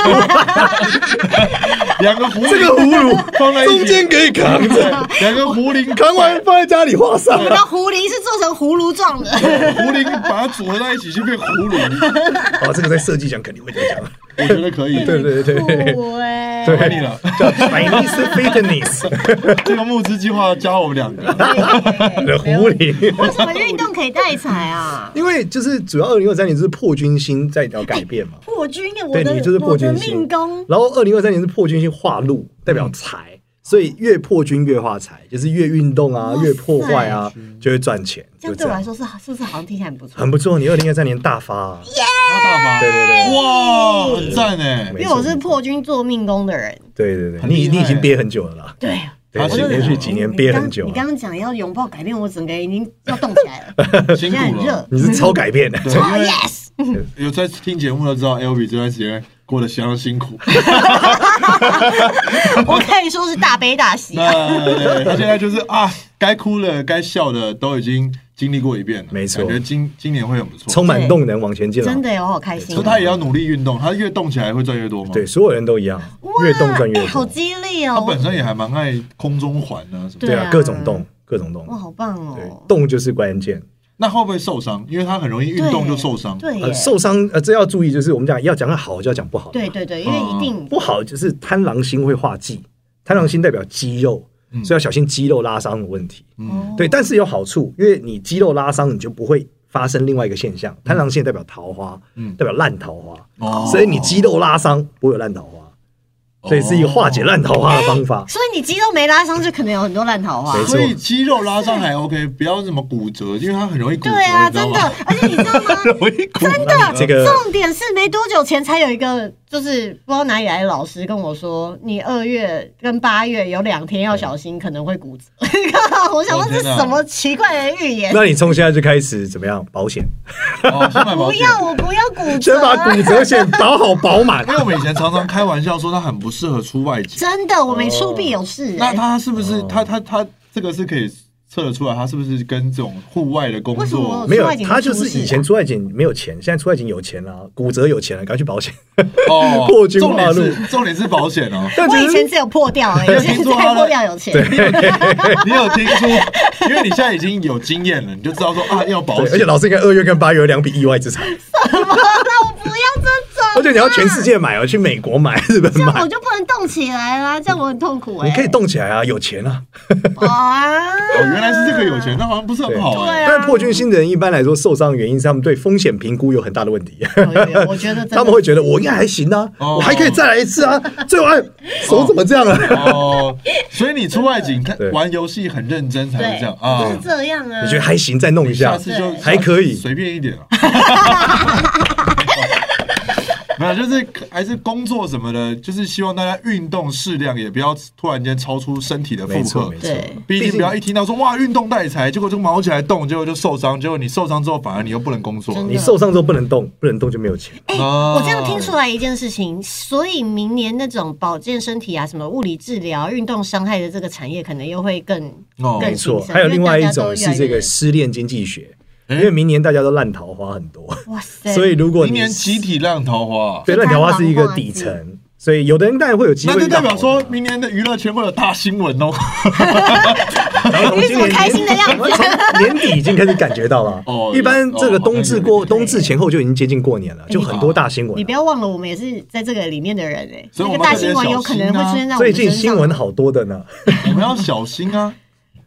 [SPEAKER 2] 两个壶
[SPEAKER 1] 这个
[SPEAKER 2] 铃
[SPEAKER 1] 葫芦
[SPEAKER 2] 放在一起
[SPEAKER 1] 中间可以扛着，
[SPEAKER 2] 对两个壶铃
[SPEAKER 1] 扛完放在家里画上。
[SPEAKER 3] 那胡铃是做成葫芦状的，
[SPEAKER 2] 壶铃把它组合在一起就变葫芦，
[SPEAKER 1] 哦，这个在设计讲肯 定会得奖。
[SPEAKER 2] 我觉得可以。
[SPEAKER 1] 对对对对，
[SPEAKER 3] 酷哎，
[SPEAKER 1] 对
[SPEAKER 2] 爱你了，
[SPEAKER 1] 叫 Chinese Fitness
[SPEAKER 2] 这个募资计划加我们两个。
[SPEAKER 1] 的狐狸。
[SPEAKER 3] 为什么运动可以带财啊？
[SPEAKER 1] 因为就是主要二零二三年就是破军星在要改变嘛，
[SPEAKER 3] 破军哎，我
[SPEAKER 1] 对
[SPEAKER 3] 的
[SPEAKER 1] 你就是破
[SPEAKER 3] 我的
[SPEAKER 1] 军星
[SPEAKER 3] 命宫，
[SPEAKER 1] 然后二零二三年是破军星化禄，代表财，所以越破军越化财，就是越运动啊
[SPEAKER 3] 哇，塞
[SPEAKER 1] 越破坏啊，就会赚钱，就
[SPEAKER 3] 这样
[SPEAKER 1] 这
[SPEAKER 3] 对我来
[SPEAKER 1] 样，
[SPEAKER 3] 说是是不是好像听起来很不错？
[SPEAKER 1] 很不错。你二零二三年大发啊，
[SPEAKER 2] 他大发，
[SPEAKER 1] 对对对
[SPEAKER 2] 哇，很赞哎！
[SPEAKER 1] 没
[SPEAKER 3] 因为我是破军做命宫的人，
[SPEAKER 1] 对对对，
[SPEAKER 2] 很厉
[SPEAKER 1] 你
[SPEAKER 2] 害
[SPEAKER 1] 你已经憋很久了啦，
[SPEAKER 3] 对。
[SPEAKER 1] 对
[SPEAKER 2] 他
[SPEAKER 3] 我就
[SPEAKER 2] 连续几
[SPEAKER 1] 年憋很久啊
[SPEAKER 3] 你刚你刚刚讲要拥抱改变，我整个已经要动起来了，
[SPEAKER 2] 辛
[SPEAKER 3] 现在 很
[SPEAKER 2] 苦
[SPEAKER 3] 热 Oh,
[SPEAKER 2] 了。。
[SPEAKER 1] 你是超改变的。
[SPEAKER 2] 对，因为
[SPEAKER 3] Yes，
[SPEAKER 2] 有在听节目的知道，L B 这段时间过得相当辛苦。
[SPEAKER 3] 我可以说是大悲 大喜啊。
[SPEAKER 2] 那对他现在就是啊，该哭了、该笑的都已经经历过一遍了，
[SPEAKER 1] 没错
[SPEAKER 2] 感觉今今年会很不错。
[SPEAKER 1] 充满动能往前进了。
[SPEAKER 3] 真的有好开心
[SPEAKER 2] 所以
[SPEAKER 3] 哦，
[SPEAKER 2] 他也要努力运动，他越动起来会赚越多嘛。
[SPEAKER 1] 对，，所有人都一样，越动赚越
[SPEAKER 3] 哎好
[SPEAKER 1] 多。
[SPEAKER 3] 激励
[SPEAKER 2] 他
[SPEAKER 3] 哦！
[SPEAKER 2] 本身也还蛮爱空中环啊什么的。
[SPEAKER 3] 对
[SPEAKER 1] 对啊
[SPEAKER 3] 啊，
[SPEAKER 1] 各种动，各种
[SPEAKER 3] 哇，
[SPEAKER 1] 动，
[SPEAKER 3] 好棒
[SPEAKER 1] 对
[SPEAKER 3] 哦，！
[SPEAKER 1] 动就是关键。
[SPEAKER 2] 那会不会受伤？因为他很容易运动就受伤。
[SPEAKER 3] 对耶
[SPEAKER 1] 呃，受伤呃，这要注意，就是我们讲要讲得好，就要讲不好。
[SPEAKER 3] 对，对对，
[SPEAKER 1] 嗯
[SPEAKER 3] 因为一定
[SPEAKER 1] 不好就是贪狼星会化忌，贪狼星代表肌肉，所以要小心肌肉拉伤的问题。
[SPEAKER 2] 嗯，
[SPEAKER 3] 哦
[SPEAKER 1] 对，但是有好处，因为你肌肉拉伤，你就不会发生另外一个现象，贪狼星代表桃花，
[SPEAKER 2] 嗯
[SPEAKER 1] 代表烂桃花，
[SPEAKER 2] 哦
[SPEAKER 1] 所以你肌肉拉伤不会有烂桃花，所以是一个化解烂桃花的方法。
[SPEAKER 3] 所以你肌肉没拉伤，就可能有很多烂桃花。
[SPEAKER 1] 没错
[SPEAKER 2] 所以肌肉拉伤还 OK，不要什么骨折，因为它很容易骨折，
[SPEAKER 3] 对啊，
[SPEAKER 2] 你知道
[SPEAKER 3] 真
[SPEAKER 2] 吗
[SPEAKER 3] 的，而且你知道吗？
[SPEAKER 2] 容易骨折。
[SPEAKER 3] 真的，
[SPEAKER 1] 这个
[SPEAKER 3] 重点是没多久前才有一个就是不知道哪里来的老师跟我说，你二月跟八月有两天要小心，可能会骨折。 我想说
[SPEAKER 2] 我
[SPEAKER 3] 这
[SPEAKER 2] 天哪
[SPEAKER 3] 什么奇怪的预言？
[SPEAKER 1] 那你从现在就开始怎么样保险？
[SPEAKER 2] 哦，先买保
[SPEAKER 3] 不
[SPEAKER 2] 险。
[SPEAKER 3] 要，我不要骨
[SPEAKER 1] 先
[SPEAKER 3] 折
[SPEAKER 1] 把
[SPEAKER 3] 啊。
[SPEAKER 1] 骨折险保好保满
[SPEAKER 2] 因。为我们以前常常开玩笑说他很不适合出外景，
[SPEAKER 3] 真的，我没出必有事、
[SPEAKER 2] 哦那
[SPEAKER 3] 欸。
[SPEAKER 2] 他是不是
[SPEAKER 1] 哦
[SPEAKER 2] 他他他这个是可以测得出来，他是不是跟这种户外的工
[SPEAKER 3] 为什么
[SPEAKER 2] 作
[SPEAKER 1] 没有
[SPEAKER 3] 出外，景
[SPEAKER 1] 他
[SPEAKER 3] 会
[SPEAKER 1] 就
[SPEAKER 3] 出
[SPEAKER 1] 是
[SPEAKER 3] 事啊
[SPEAKER 1] 以前出外景没有钱，现在出外景有钱了、骨折有钱了，赶快去保险。
[SPEAKER 2] 哦
[SPEAKER 1] 破军
[SPEAKER 2] 重
[SPEAKER 1] 化
[SPEAKER 2] 点
[SPEAKER 1] 路
[SPEAKER 2] 是重点是保险 哦。
[SPEAKER 1] 但
[SPEAKER 3] 我
[SPEAKER 1] 其
[SPEAKER 3] 以前
[SPEAKER 1] 实
[SPEAKER 3] 只有破掉而已，现在破掉有钱。
[SPEAKER 2] 你有听出？因为你现在已经有经验了，你就知道说啊要保
[SPEAKER 3] 哦
[SPEAKER 1] 对，而且
[SPEAKER 2] 险。
[SPEAKER 1] 老师应该二月跟八月有两笔意外之 财，
[SPEAKER 3] 那我不要这种，
[SPEAKER 1] 而且你要全世界买哦，去美国买、日本
[SPEAKER 3] 这样
[SPEAKER 1] 买
[SPEAKER 3] 我，就不能动起来啦，这样我很痛苦哎、
[SPEAKER 1] 你可以动起来啊，有钱啊。
[SPEAKER 3] 动啊！
[SPEAKER 2] 哦，原来是这个有钱，那好像不是很好
[SPEAKER 3] 对
[SPEAKER 2] 哎。
[SPEAKER 3] 啊
[SPEAKER 1] 但破军星的人一般来说受伤的原因是他们对风险评估有很大的问题，
[SPEAKER 3] 有有有我觉 得真的
[SPEAKER 1] 他们会觉得我应该还行啊，
[SPEAKER 2] 哦
[SPEAKER 1] 我还可以再来一次啊，最后哎
[SPEAKER 3] 哦
[SPEAKER 1] 手怎么这样啊？
[SPEAKER 2] 哦，所以你出外景看
[SPEAKER 1] 对
[SPEAKER 2] 玩游戏很认真才会
[SPEAKER 3] 对，
[SPEAKER 2] 这样啊
[SPEAKER 3] 就是。这样啊。
[SPEAKER 1] 你觉得还行，再弄一
[SPEAKER 2] 下
[SPEAKER 1] 下，
[SPEAKER 2] 次就
[SPEAKER 3] 对
[SPEAKER 1] 还可以
[SPEAKER 2] 随便一点 啊。没有，就是还是工作什么的，就是希望大家运动适量，也不要突然间超出身体的负
[SPEAKER 1] 没错
[SPEAKER 2] 荷
[SPEAKER 1] 没。错
[SPEAKER 3] 对，
[SPEAKER 2] 毕竟不要一听到说哇运动带财，结果就毛起来动，结果就受伤，结果你受伤之后反而你又不能工作。
[SPEAKER 3] 真的
[SPEAKER 1] 你受伤之后不能动，不能动就没有钱。
[SPEAKER 3] 哎、
[SPEAKER 2] 哦
[SPEAKER 3] 我这样听出来一件事情，所以明年那种保健身体啊、什么物理治疗、运动伤害的这个产业，可能又会更
[SPEAKER 2] 哦
[SPEAKER 1] 没
[SPEAKER 3] 更
[SPEAKER 1] 错，
[SPEAKER 3] 兴盛。
[SPEAKER 1] 还有
[SPEAKER 3] 因为
[SPEAKER 1] 另外
[SPEAKER 3] 大
[SPEAKER 1] 一
[SPEAKER 3] 家
[SPEAKER 1] 种
[SPEAKER 3] 都越来
[SPEAKER 1] 是这
[SPEAKER 3] 越
[SPEAKER 1] 个失恋经济学，
[SPEAKER 2] 哎
[SPEAKER 1] 因为明年大家都烂桃花很多，
[SPEAKER 3] 哇塞，
[SPEAKER 1] 所以如果
[SPEAKER 2] 明
[SPEAKER 1] 你
[SPEAKER 2] 年集体浪桃花，
[SPEAKER 1] 对烂桃花是一
[SPEAKER 3] 就
[SPEAKER 1] 个
[SPEAKER 3] 是
[SPEAKER 1] 底层，所以有的人当然会有机
[SPEAKER 2] 那
[SPEAKER 1] 会
[SPEAKER 2] 就
[SPEAKER 1] 遇到
[SPEAKER 2] 代
[SPEAKER 1] 好的，
[SPEAKER 2] 表说明年的娱乐圈会有大新闻哦。
[SPEAKER 1] 然后从
[SPEAKER 3] 你
[SPEAKER 1] 哎今
[SPEAKER 3] 怎么
[SPEAKER 1] 年
[SPEAKER 3] 开心的样子？
[SPEAKER 1] 从年底已经开始感觉到了。
[SPEAKER 2] 哦
[SPEAKER 1] 一般这个
[SPEAKER 2] 哦
[SPEAKER 1] 冬至过
[SPEAKER 2] 好像有哎
[SPEAKER 1] 冬至前后就已经接近过年了，就很多大新闻
[SPEAKER 3] 你不
[SPEAKER 1] 了。
[SPEAKER 3] 要忘了，我们也是在这个里面的人哎、
[SPEAKER 2] 所以我
[SPEAKER 3] 那
[SPEAKER 2] 们
[SPEAKER 3] 个大
[SPEAKER 2] 特别
[SPEAKER 3] 新闻有可能会
[SPEAKER 2] 小心啊
[SPEAKER 3] 出现在我
[SPEAKER 1] 最
[SPEAKER 3] 们
[SPEAKER 1] 近
[SPEAKER 3] 身
[SPEAKER 1] 新
[SPEAKER 3] 上。
[SPEAKER 1] 闻好多的呢，
[SPEAKER 2] 我们要小心啊！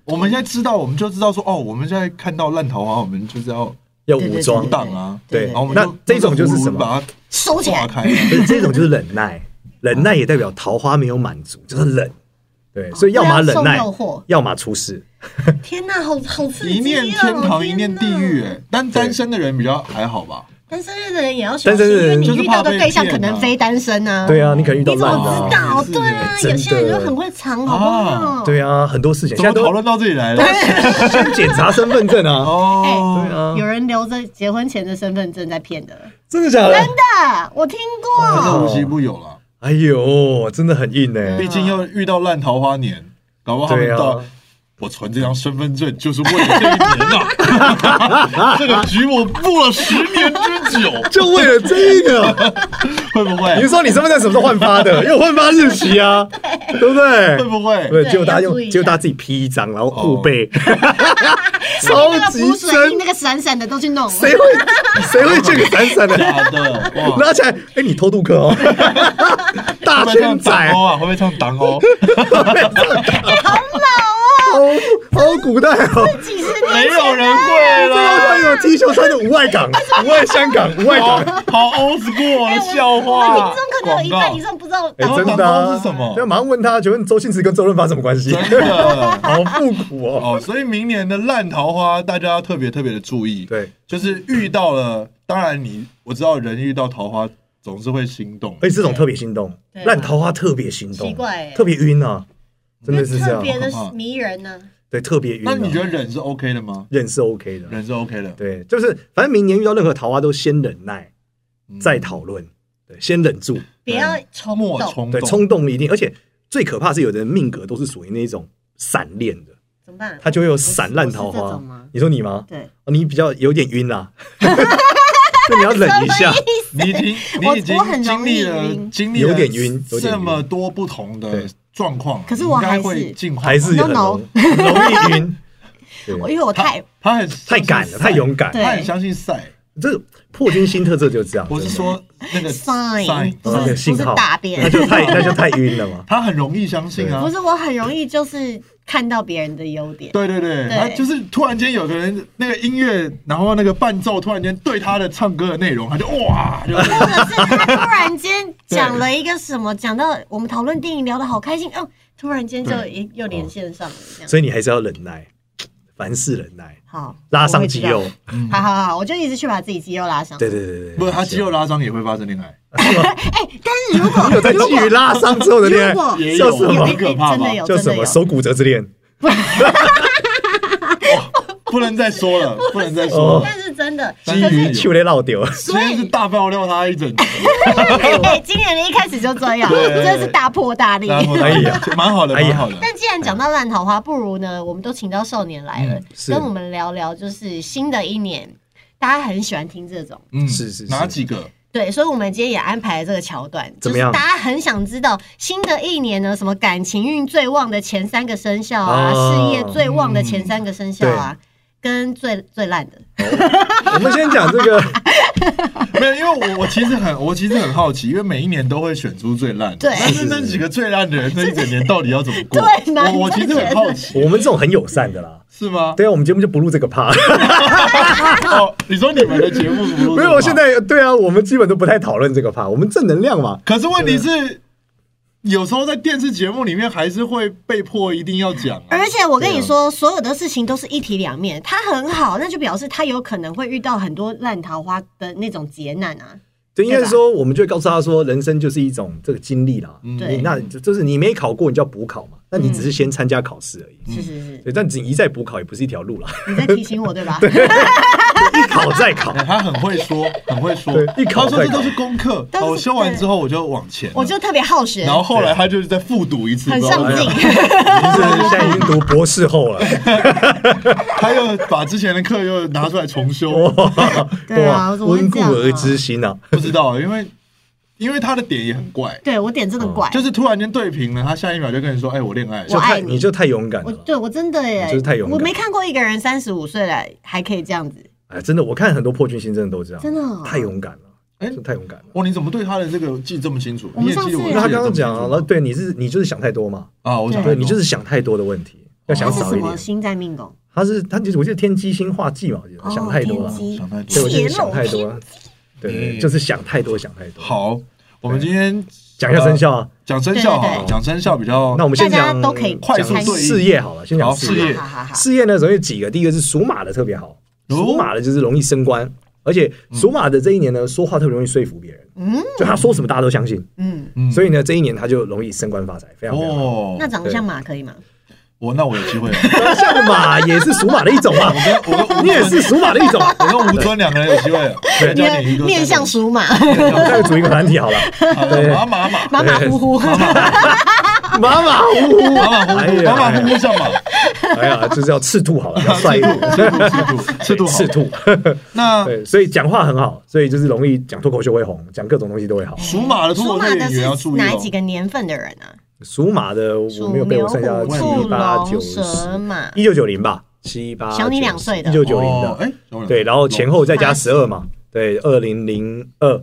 [SPEAKER 2] 我们现在知道，我们就知道说，哦，我们现在看到烂桃花，我们就是要
[SPEAKER 1] 要
[SPEAKER 3] 对
[SPEAKER 1] 武
[SPEAKER 3] 对
[SPEAKER 1] 装
[SPEAKER 2] 不。当啊。
[SPEAKER 1] 对
[SPEAKER 2] 然后我们
[SPEAKER 1] 那
[SPEAKER 2] 就
[SPEAKER 1] 这种就是什么
[SPEAKER 2] 把它
[SPEAKER 3] 收起
[SPEAKER 2] 化
[SPEAKER 3] 来，
[SPEAKER 2] 开。
[SPEAKER 1] 所以这种就是忍耐，忍耐也代表桃花没有满足，就是忍。对，所以要么忍
[SPEAKER 3] 不要
[SPEAKER 1] 耐
[SPEAKER 3] 受诱惑，
[SPEAKER 1] 要么出事。
[SPEAKER 3] 天哪，好好刺激、哦！
[SPEAKER 2] 一念天堂，一念地狱。
[SPEAKER 3] 天哪
[SPEAKER 2] 哎，但单身的人比较还好吧？
[SPEAKER 3] 单身日的人也要小
[SPEAKER 1] 单身
[SPEAKER 3] 心，
[SPEAKER 1] 日
[SPEAKER 3] 因
[SPEAKER 1] 的
[SPEAKER 3] 为
[SPEAKER 1] 人
[SPEAKER 3] 你
[SPEAKER 2] 就是
[SPEAKER 3] 遇
[SPEAKER 2] 怕
[SPEAKER 3] 到的
[SPEAKER 2] 被
[SPEAKER 3] 对象
[SPEAKER 2] 骗
[SPEAKER 3] 可能
[SPEAKER 2] 嘛
[SPEAKER 3] 非单身啊。
[SPEAKER 1] 对啊，你可能遇到
[SPEAKER 3] 你怎
[SPEAKER 1] 烂
[SPEAKER 3] 么
[SPEAKER 1] 的
[SPEAKER 3] 知
[SPEAKER 1] 啊。
[SPEAKER 3] 道？
[SPEAKER 2] 是
[SPEAKER 3] 对啊，
[SPEAKER 1] 真的
[SPEAKER 3] 有些人就很会藏，好不好？
[SPEAKER 2] 啊
[SPEAKER 1] 对啊，很多事情
[SPEAKER 2] 怎
[SPEAKER 1] 现
[SPEAKER 2] 么
[SPEAKER 1] 在
[SPEAKER 2] 讨
[SPEAKER 1] 都
[SPEAKER 2] 论到这里来了？
[SPEAKER 1] 先检查身份证 啊。
[SPEAKER 2] 哦，
[SPEAKER 1] 对啊
[SPEAKER 3] 哎有，人留着结婚前的身份证在骗的，
[SPEAKER 1] 真的假的？
[SPEAKER 3] 啊，我听
[SPEAKER 2] 真
[SPEAKER 1] 哦
[SPEAKER 3] 过。
[SPEAKER 2] 的无奇不有了。
[SPEAKER 1] 哎呦，真的很硬哎、
[SPEAKER 3] 嗯
[SPEAKER 2] 毕竟要遇到烂桃花年，搞不好他们
[SPEAKER 1] 对啊
[SPEAKER 3] 哦
[SPEAKER 2] 到。我存这张身份证就是为了这一年呐、 这个局我布了十年之久，
[SPEAKER 1] 就为了这 个，
[SPEAKER 2] 会不
[SPEAKER 1] 你是
[SPEAKER 2] 会？
[SPEAKER 1] 说你身份证什么时候换发的？有换发日期啊，对不对？
[SPEAKER 2] 会不会？
[SPEAKER 1] 对，
[SPEAKER 3] 对
[SPEAKER 1] 结果大家
[SPEAKER 3] 要注意
[SPEAKER 1] 用，
[SPEAKER 3] 一下哦
[SPEAKER 1] 结果大家自己批一张，然后互背， 超
[SPEAKER 3] 那个
[SPEAKER 1] 级
[SPEAKER 3] 浮水
[SPEAKER 1] 真
[SPEAKER 3] 印，那，个闪闪的都去弄了，
[SPEAKER 1] 谁会谁会这个闪闪的？
[SPEAKER 2] 假的
[SPEAKER 3] 哦
[SPEAKER 2] 哇！
[SPEAKER 1] 拿起来，哎，你偷渡客 哦，
[SPEAKER 2] 会
[SPEAKER 1] 大哦
[SPEAKER 2] 不会唱
[SPEAKER 1] 圈仔，
[SPEAKER 2] 党欧
[SPEAKER 1] 好
[SPEAKER 3] 哦
[SPEAKER 2] 啊？会不会唱 党欧？
[SPEAKER 1] 好古代哦，
[SPEAKER 3] 几十
[SPEAKER 2] 没
[SPEAKER 3] 年
[SPEAKER 1] 啊
[SPEAKER 2] 有人会
[SPEAKER 1] 这要
[SPEAKER 2] 啦，
[SPEAKER 1] 穿有 T 恤穿的无爱 港，无爱香港，无爱港，
[SPEAKER 2] 好 old school 的笑
[SPEAKER 3] 哎我们
[SPEAKER 2] 话
[SPEAKER 3] 听众可
[SPEAKER 2] 广
[SPEAKER 3] 能有一
[SPEAKER 2] 告
[SPEAKER 3] 半以，上不知道
[SPEAKER 1] 哎，
[SPEAKER 3] 到底
[SPEAKER 1] 真的
[SPEAKER 2] 党
[SPEAKER 1] 啊
[SPEAKER 2] 欧是什么
[SPEAKER 1] 要马上问他，请问周星驰跟周润发什么关系？
[SPEAKER 2] 真的。
[SPEAKER 1] 好复古哦，
[SPEAKER 2] 哦，所以明年的烂桃花，大家要特别特别的注意。
[SPEAKER 1] 对，
[SPEAKER 2] 就是遇到了，当然你我知道人遇到桃花总是会心动，
[SPEAKER 1] 而且这种特别心动
[SPEAKER 3] 对，啊
[SPEAKER 1] 烂桃花特别心动，
[SPEAKER 3] 奇怪欸
[SPEAKER 1] 特别晕啊，真的是这
[SPEAKER 3] 特
[SPEAKER 1] 样，
[SPEAKER 3] 别的
[SPEAKER 2] 好可怕
[SPEAKER 3] 迷人呢。
[SPEAKER 1] 对，特别晕啊。
[SPEAKER 2] 那你觉得忍是 OK 的吗？
[SPEAKER 1] 忍是 OK 的？
[SPEAKER 2] 忍是 OK 的，
[SPEAKER 1] 对，就是反正明年遇到任何桃花都先忍耐，
[SPEAKER 2] 嗯
[SPEAKER 1] 再讨论，对，先忍住，
[SPEAKER 3] 不要冲
[SPEAKER 2] 莫
[SPEAKER 3] 动，
[SPEAKER 2] 冲
[SPEAKER 1] 对，
[SPEAKER 2] 动，
[SPEAKER 1] 冲动一定，而且最可怕是有的人命格都是属于那种散恋的，
[SPEAKER 3] 怎么办？
[SPEAKER 1] 他就会有散烂桃
[SPEAKER 3] 我是这
[SPEAKER 1] 花
[SPEAKER 3] 种吗。
[SPEAKER 1] 你说你吗？
[SPEAKER 3] 对，
[SPEAKER 1] 哦你比较有点晕 啦、就你要忍一下，
[SPEAKER 2] 你已经
[SPEAKER 3] 我
[SPEAKER 2] 你已
[SPEAKER 3] 我
[SPEAKER 2] 经
[SPEAKER 3] 很
[SPEAKER 2] 经
[SPEAKER 3] 容易
[SPEAKER 2] 历了
[SPEAKER 3] 晕
[SPEAKER 2] 经历了
[SPEAKER 1] 有点晕有点
[SPEAKER 2] 这
[SPEAKER 1] 晕
[SPEAKER 2] 么多不同的
[SPEAKER 1] 对
[SPEAKER 2] 状况，
[SPEAKER 3] 可是我
[SPEAKER 2] 你应该
[SPEAKER 3] 还是
[SPEAKER 2] 会进化，
[SPEAKER 1] 还是很
[SPEAKER 3] No,
[SPEAKER 1] 容很 容易晕。
[SPEAKER 3] 我
[SPEAKER 1] 对，
[SPEAKER 3] 因为我
[SPEAKER 2] 他
[SPEAKER 3] 太
[SPEAKER 2] 他很
[SPEAKER 1] 太敢 了，太勇敢。
[SPEAKER 3] 对
[SPEAKER 2] 他很相信赛。
[SPEAKER 1] 这破军星特质就是这样。
[SPEAKER 2] 我是
[SPEAKER 1] 真的
[SPEAKER 2] 说那
[SPEAKER 1] 呃
[SPEAKER 2] 个
[SPEAKER 3] sign，不
[SPEAKER 1] 哦那
[SPEAKER 3] 是
[SPEAKER 1] 个
[SPEAKER 3] 不
[SPEAKER 1] 信
[SPEAKER 3] 是
[SPEAKER 1] 号
[SPEAKER 3] 大便
[SPEAKER 1] 那，就太 那就太晕了嘛。
[SPEAKER 2] 他很容易相信啊
[SPEAKER 3] 不。是我很容易就是看到别人的优点。
[SPEAKER 2] 对对对，
[SPEAKER 3] 对
[SPEAKER 2] 他就是突然间有个人那个音乐，然后那个伴奏突然间对他的唱歌的内容，他就哇，就
[SPEAKER 3] 或者是他突然间讲了一个什么，讲到我们讨论电影聊得好开心，嗯，突然间就
[SPEAKER 2] 对
[SPEAKER 3] 一又连线上了，这样
[SPEAKER 1] 所以你还是要忍耐，凡事忍耐，
[SPEAKER 3] 好
[SPEAKER 1] 拉伤肌。
[SPEAKER 3] 我
[SPEAKER 1] 肉
[SPEAKER 3] 会知。道好好好，我就一直去把自己肌肉拉伤。
[SPEAKER 1] 对对对对，
[SPEAKER 2] 不是他肌肉拉伤也会发生恋爱，
[SPEAKER 3] 但是如果
[SPEAKER 1] 你有在基于拉伤之后的恋爱
[SPEAKER 3] 如果，
[SPEAKER 5] 也
[SPEAKER 1] 叫
[SPEAKER 5] 有
[SPEAKER 1] 什
[SPEAKER 3] 有
[SPEAKER 1] 么
[SPEAKER 5] 很可怕吧
[SPEAKER 3] 真的有，
[SPEAKER 1] 叫
[SPEAKER 3] 真
[SPEAKER 1] 什
[SPEAKER 3] 的有
[SPEAKER 1] 么手骨折之恋？
[SPEAKER 2] 不能再说 了，不能再说
[SPEAKER 1] 哦
[SPEAKER 2] 了。
[SPEAKER 3] 但是真的，
[SPEAKER 2] 基
[SPEAKER 3] 可
[SPEAKER 2] 于
[SPEAKER 3] 是
[SPEAKER 1] 球类落丢，
[SPEAKER 2] 今天是大爆料他一整集，
[SPEAKER 3] 哎，今年的一开始就这样，
[SPEAKER 2] 对
[SPEAKER 3] 真的是大 破大立。
[SPEAKER 2] 大家说
[SPEAKER 1] 哎呀
[SPEAKER 2] 蛮好的，
[SPEAKER 1] 哎呀
[SPEAKER 2] 蛮好的。
[SPEAKER 3] 但既然讲到烂桃花，不如呢，我们都请到少年来了，
[SPEAKER 1] 嗯是
[SPEAKER 3] 跟我们聊聊，就是新的一年，大家很喜欢听这种。
[SPEAKER 2] 嗯
[SPEAKER 1] 是是是
[SPEAKER 2] 哪几个？
[SPEAKER 3] 对，所以，我们今天也安排了这个桥段，
[SPEAKER 1] 怎
[SPEAKER 3] 就
[SPEAKER 1] 么
[SPEAKER 3] 是
[SPEAKER 1] 样
[SPEAKER 3] 大家很想知道新的一年呢，什么感情运最旺的前三个生肖啊，
[SPEAKER 1] 哦
[SPEAKER 3] 事业最旺的前三个生肖啊，
[SPEAKER 1] 嗯
[SPEAKER 3] 跟最最烂的。
[SPEAKER 1] 我们先讲这个，
[SPEAKER 2] 没有，因为我我其实很我其实很好奇，因为每一年都会选出最烂的，
[SPEAKER 3] 对
[SPEAKER 2] 但是那几个最烂的人，那一整年到底要怎么过？
[SPEAKER 3] 对蛮
[SPEAKER 2] 我我其实很好奇，
[SPEAKER 1] 我们这种很友善的啦。
[SPEAKER 2] 是吗？
[SPEAKER 1] 对啊，我们节目就不录这个趴。
[SPEAKER 2] 哦，你说你们的节目不录
[SPEAKER 1] 没
[SPEAKER 2] 这个
[SPEAKER 1] 有，
[SPEAKER 2] 吗
[SPEAKER 1] 我现，在对啊，我们基本都不太讨论这个趴，我们正能量嘛。
[SPEAKER 2] 可是问题是，有时候在电视节目里面还是会被迫一定要讲
[SPEAKER 1] 哎
[SPEAKER 2] 啊。
[SPEAKER 3] 而且我跟你说，所有的事情都是一体两面，它很好，那就表示它有可能会遇到很多烂桃花的那种劫难啊。
[SPEAKER 1] 对，应该是说，我们就会告诉他说，人生就是一种这个经历啦。嗯，
[SPEAKER 3] 对嗯
[SPEAKER 1] 那就就是你没考过，你就要补考嘛。那你只是先参加考试而已。
[SPEAKER 3] 是是是，
[SPEAKER 1] 对，但你一再补考也不是一条路啦，
[SPEAKER 3] 你在提醒我对吧？
[SPEAKER 1] 一考再 考。
[SPEAKER 2] 哎他很会说，很会说
[SPEAKER 1] 对，一考
[SPEAKER 2] 他说
[SPEAKER 1] 再
[SPEAKER 2] 这
[SPEAKER 1] 考
[SPEAKER 2] 都是功课，
[SPEAKER 3] 都是
[SPEAKER 2] 哦我修完之后我就往前了，
[SPEAKER 3] 我就特别好学
[SPEAKER 2] 然，后后来他就是再复读一次，
[SPEAKER 3] 很上进
[SPEAKER 2] 不知道为什么。
[SPEAKER 1] 就是 现在已经读博士后 了，
[SPEAKER 2] 他又把之前的课又拿出来重修，
[SPEAKER 1] 哦
[SPEAKER 3] 对啊
[SPEAKER 1] 哇，
[SPEAKER 3] 怎么会
[SPEAKER 1] 温
[SPEAKER 3] 这
[SPEAKER 1] 故
[SPEAKER 3] 样啊
[SPEAKER 1] 而知新啊。
[SPEAKER 2] 不知道，因为因为他的点也很怪，
[SPEAKER 3] 对我点真的
[SPEAKER 1] 嗯
[SPEAKER 3] 怪，
[SPEAKER 2] 就是突然间对平了，他下一秒就跟你说：“哎，我恋爱了。”
[SPEAKER 1] 就
[SPEAKER 3] 我爱
[SPEAKER 1] 太
[SPEAKER 3] 你
[SPEAKER 1] 你就太勇敢
[SPEAKER 3] 我
[SPEAKER 1] 了。
[SPEAKER 3] 对我真的耶，
[SPEAKER 1] 你就是太勇敢
[SPEAKER 3] 我没看过一个人三十五岁了还可以这样子，
[SPEAKER 1] 哎，真的，我看很多破军星真的都这样，
[SPEAKER 3] 真的哦
[SPEAKER 1] 太勇敢了，
[SPEAKER 2] 哎
[SPEAKER 1] 真的太勇敢了。
[SPEAKER 2] 哇，你怎么对他的这个记这么清楚？
[SPEAKER 3] 我们
[SPEAKER 2] 你也记得
[SPEAKER 3] 上
[SPEAKER 2] 我
[SPEAKER 3] 次
[SPEAKER 2] 记
[SPEAKER 1] 那
[SPEAKER 2] 得
[SPEAKER 1] 他
[SPEAKER 2] 这
[SPEAKER 1] 刚
[SPEAKER 2] 么
[SPEAKER 1] 刚
[SPEAKER 2] 清楚
[SPEAKER 1] 讲了，那对你是你就是想太多嘛，
[SPEAKER 2] 啊，我想
[SPEAKER 1] 对你就是是想太多的问题，要
[SPEAKER 3] 他
[SPEAKER 1] 想
[SPEAKER 3] 哦哎是
[SPEAKER 1] 少
[SPEAKER 3] 什
[SPEAKER 1] 一
[SPEAKER 3] 么
[SPEAKER 1] 点。
[SPEAKER 3] 星在命宫？
[SPEAKER 1] 他是他就是我记得天机星化忌嘛，我记得
[SPEAKER 3] 哦
[SPEAKER 1] 想太多了
[SPEAKER 3] 天。机
[SPEAKER 2] 想太多
[SPEAKER 1] 对，我
[SPEAKER 2] 了。
[SPEAKER 1] 觉得想太多了，对对，
[SPEAKER 2] 嗯
[SPEAKER 1] 对就是想太多，想太多。，
[SPEAKER 2] 好，我们今天
[SPEAKER 1] 讲一下生肖啊。
[SPEAKER 2] 讲生肖
[SPEAKER 3] 对
[SPEAKER 2] 好
[SPEAKER 3] 对
[SPEAKER 2] 了，
[SPEAKER 3] 对
[SPEAKER 2] 讲生肖比较
[SPEAKER 1] 那我们先
[SPEAKER 3] 大家
[SPEAKER 1] 讲
[SPEAKER 3] 都可以
[SPEAKER 2] 快速
[SPEAKER 1] 讲
[SPEAKER 2] 对应
[SPEAKER 1] 事业好了，先讲
[SPEAKER 2] 好
[SPEAKER 1] 事
[SPEAKER 2] 事
[SPEAKER 1] 业
[SPEAKER 2] 业。
[SPEAKER 3] 好好好，
[SPEAKER 1] 事业呢，容易有几个，第一个是属马的特别好，
[SPEAKER 2] 哦嗯
[SPEAKER 1] 属马的就是容易升官，而且属马的这一年呢，说话特别容易说服别人，
[SPEAKER 3] 嗯
[SPEAKER 1] 就他说什么大家都相信，
[SPEAKER 3] 嗯，
[SPEAKER 2] 嗯
[SPEAKER 1] 所以呢，这一年他就容易升官发财，非常非常好。
[SPEAKER 2] 哦
[SPEAKER 3] 那，长相马可以吗？
[SPEAKER 2] 我那我有机会了，
[SPEAKER 1] 像马也是属马的一种嘛，
[SPEAKER 2] 我跟我
[SPEAKER 1] 你也
[SPEAKER 2] 跟
[SPEAKER 1] 是属马的一 种。
[SPEAKER 2] 我跟吴尊两个人有机会了，再
[SPEAKER 3] 你
[SPEAKER 2] 加
[SPEAKER 3] 的
[SPEAKER 2] 点一个
[SPEAKER 3] 面相属马，
[SPEAKER 1] 那就组一个团体好了，
[SPEAKER 2] 好
[SPEAKER 1] 对
[SPEAKER 2] 的马马马
[SPEAKER 3] 马马虎虎，
[SPEAKER 1] 马马虎虎，
[SPEAKER 2] 马马虎
[SPEAKER 1] 哎
[SPEAKER 2] 虎
[SPEAKER 1] 呀
[SPEAKER 2] 马马虎虎上马，
[SPEAKER 1] 哎呀，就是要赤兔好了，要帅一点，
[SPEAKER 2] 赤兔
[SPEAKER 1] 赤
[SPEAKER 2] 赤兔好。
[SPEAKER 1] 兔。
[SPEAKER 2] 那
[SPEAKER 1] 对，所以讲话很好，所以就是容易讲脱口秀会红，讲各种东西都会好。
[SPEAKER 2] 属马的脱
[SPEAKER 3] 属
[SPEAKER 2] 口
[SPEAKER 3] 马
[SPEAKER 2] 秀
[SPEAKER 3] 的
[SPEAKER 2] 演员要
[SPEAKER 3] 是
[SPEAKER 2] 注意
[SPEAKER 3] 哪
[SPEAKER 2] 哦
[SPEAKER 3] 几。个年份的人啊？
[SPEAKER 1] 属马的我
[SPEAKER 3] 属
[SPEAKER 1] 没有被
[SPEAKER 3] 牛、
[SPEAKER 1] 我
[SPEAKER 3] 虎、
[SPEAKER 1] 剩下
[SPEAKER 3] 兔、
[SPEAKER 1] 七八九
[SPEAKER 3] 龙、
[SPEAKER 1] 十
[SPEAKER 3] 蛇、马。
[SPEAKER 1] 一九九零吧，七八
[SPEAKER 3] 小你两岁的
[SPEAKER 1] 一九九零
[SPEAKER 2] 哦
[SPEAKER 1] 的，
[SPEAKER 2] 哎，小阮
[SPEAKER 1] 对，然后前后再加
[SPEAKER 3] 八
[SPEAKER 1] 十二嘛，对，二零零二，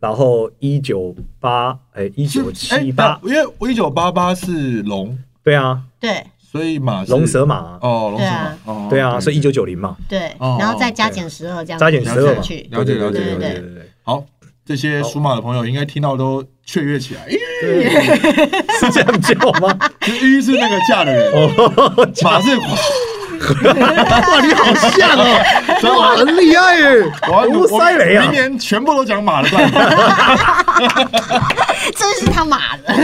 [SPEAKER 1] 然后一九八，哎，一九
[SPEAKER 2] 哎
[SPEAKER 1] 七八，
[SPEAKER 2] 因为我一九八八是龙，
[SPEAKER 1] 对啊，
[SPEAKER 3] 对
[SPEAKER 2] 所以马是
[SPEAKER 1] 龙蛇马啊，
[SPEAKER 2] 哦，龙
[SPEAKER 3] 对
[SPEAKER 2] 蛇
[SPEAKER 3] 啊
[SPEAKER 2] 马哦，
[SPEAKER 1] 对啊，所以一
[SPEAKER 2] 一
[SPEAKER 1] 九九零嘛，
[SPEAKER 3] 对，
[SPEAKER 2] 哦
[SPEAKER 3] 然后再加
[SPEAKER 1] 对
[SPEAKER 3] 减十二这样
[SPEAKER 1] 加减
[SPEAKER 3] 子
[SPEAKER 1] 十二
[SPEAKER 3] 上
[SPEAKER 1] 嘛，
[SPEAKER 3] 去
[SPEAKER 2] 了
[SPEAKER 1] 对
[SPEAKER 2] 解了解
[SPEAKER 1] 对
[SPEAKER 3] 了解
[SPEAKER 1] 对对对
[SPEAKER 2] 好，这些属马的朋友应该听到都雀跃起来，咦
[SPEAKER 1] 对对，对 是这样叫吗？
[SPEAKER 2] 一是那个嫁的人，
[SPEAKER 1] 哦，
[SPEAKER 2] 马是
[SPEAKER 1] 哇，你好像哦，哇，很厉害耶，
[SPEAKER 2] 我
[SPEAKER 1] 我塞雷啊
[SPEAKER 2] 明！年全部都讲马的段子，
[SPEAKER 3] 真是他马的。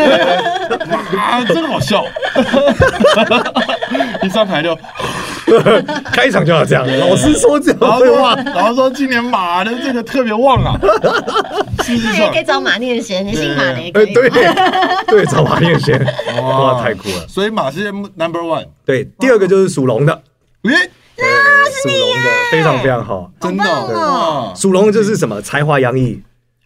[SPEAKER 2] 啊，真好笑， 一上台就，
[SPEAKER 1] 开场就要这样，老师说这样
[SPEAKER 2] 然后
[SPEAKER 1] 会
[SPEAKER 2] 说
[SPEAKER 1] 哇，
[SPEAKER 2] 然后说今年马的这个特别旺啊，是不是
[SPEAKER 3] 那
[SPEAKER 2] 这
[SPEAKER 3] 也
[SPEAKER 2] 样
[SPEAKER 3] 可？以找马念贤，你姓马的也可
[SPEAKER 1] 哎，
[SPEAKER 3] 以。
[SPEAKER 1] 对，对，找马念先，
[SPEAKER 2] 哇
[SPEAKER 1] 哇，太酷了。
[SPEAKER 2] 所以马是 number one，
[SPEAKER 1] 对，第二个就是属龙的，
[SPEAKER 2] 诶，
[SPEAKER 1] 对属龙的非常非常好。
[SPEAKER 2] 真的
[SPEAKER 3] 好棒哦
[SPEAKER 2] 哇
[SPEAKER 1] 属龙就是什么才华洋溢，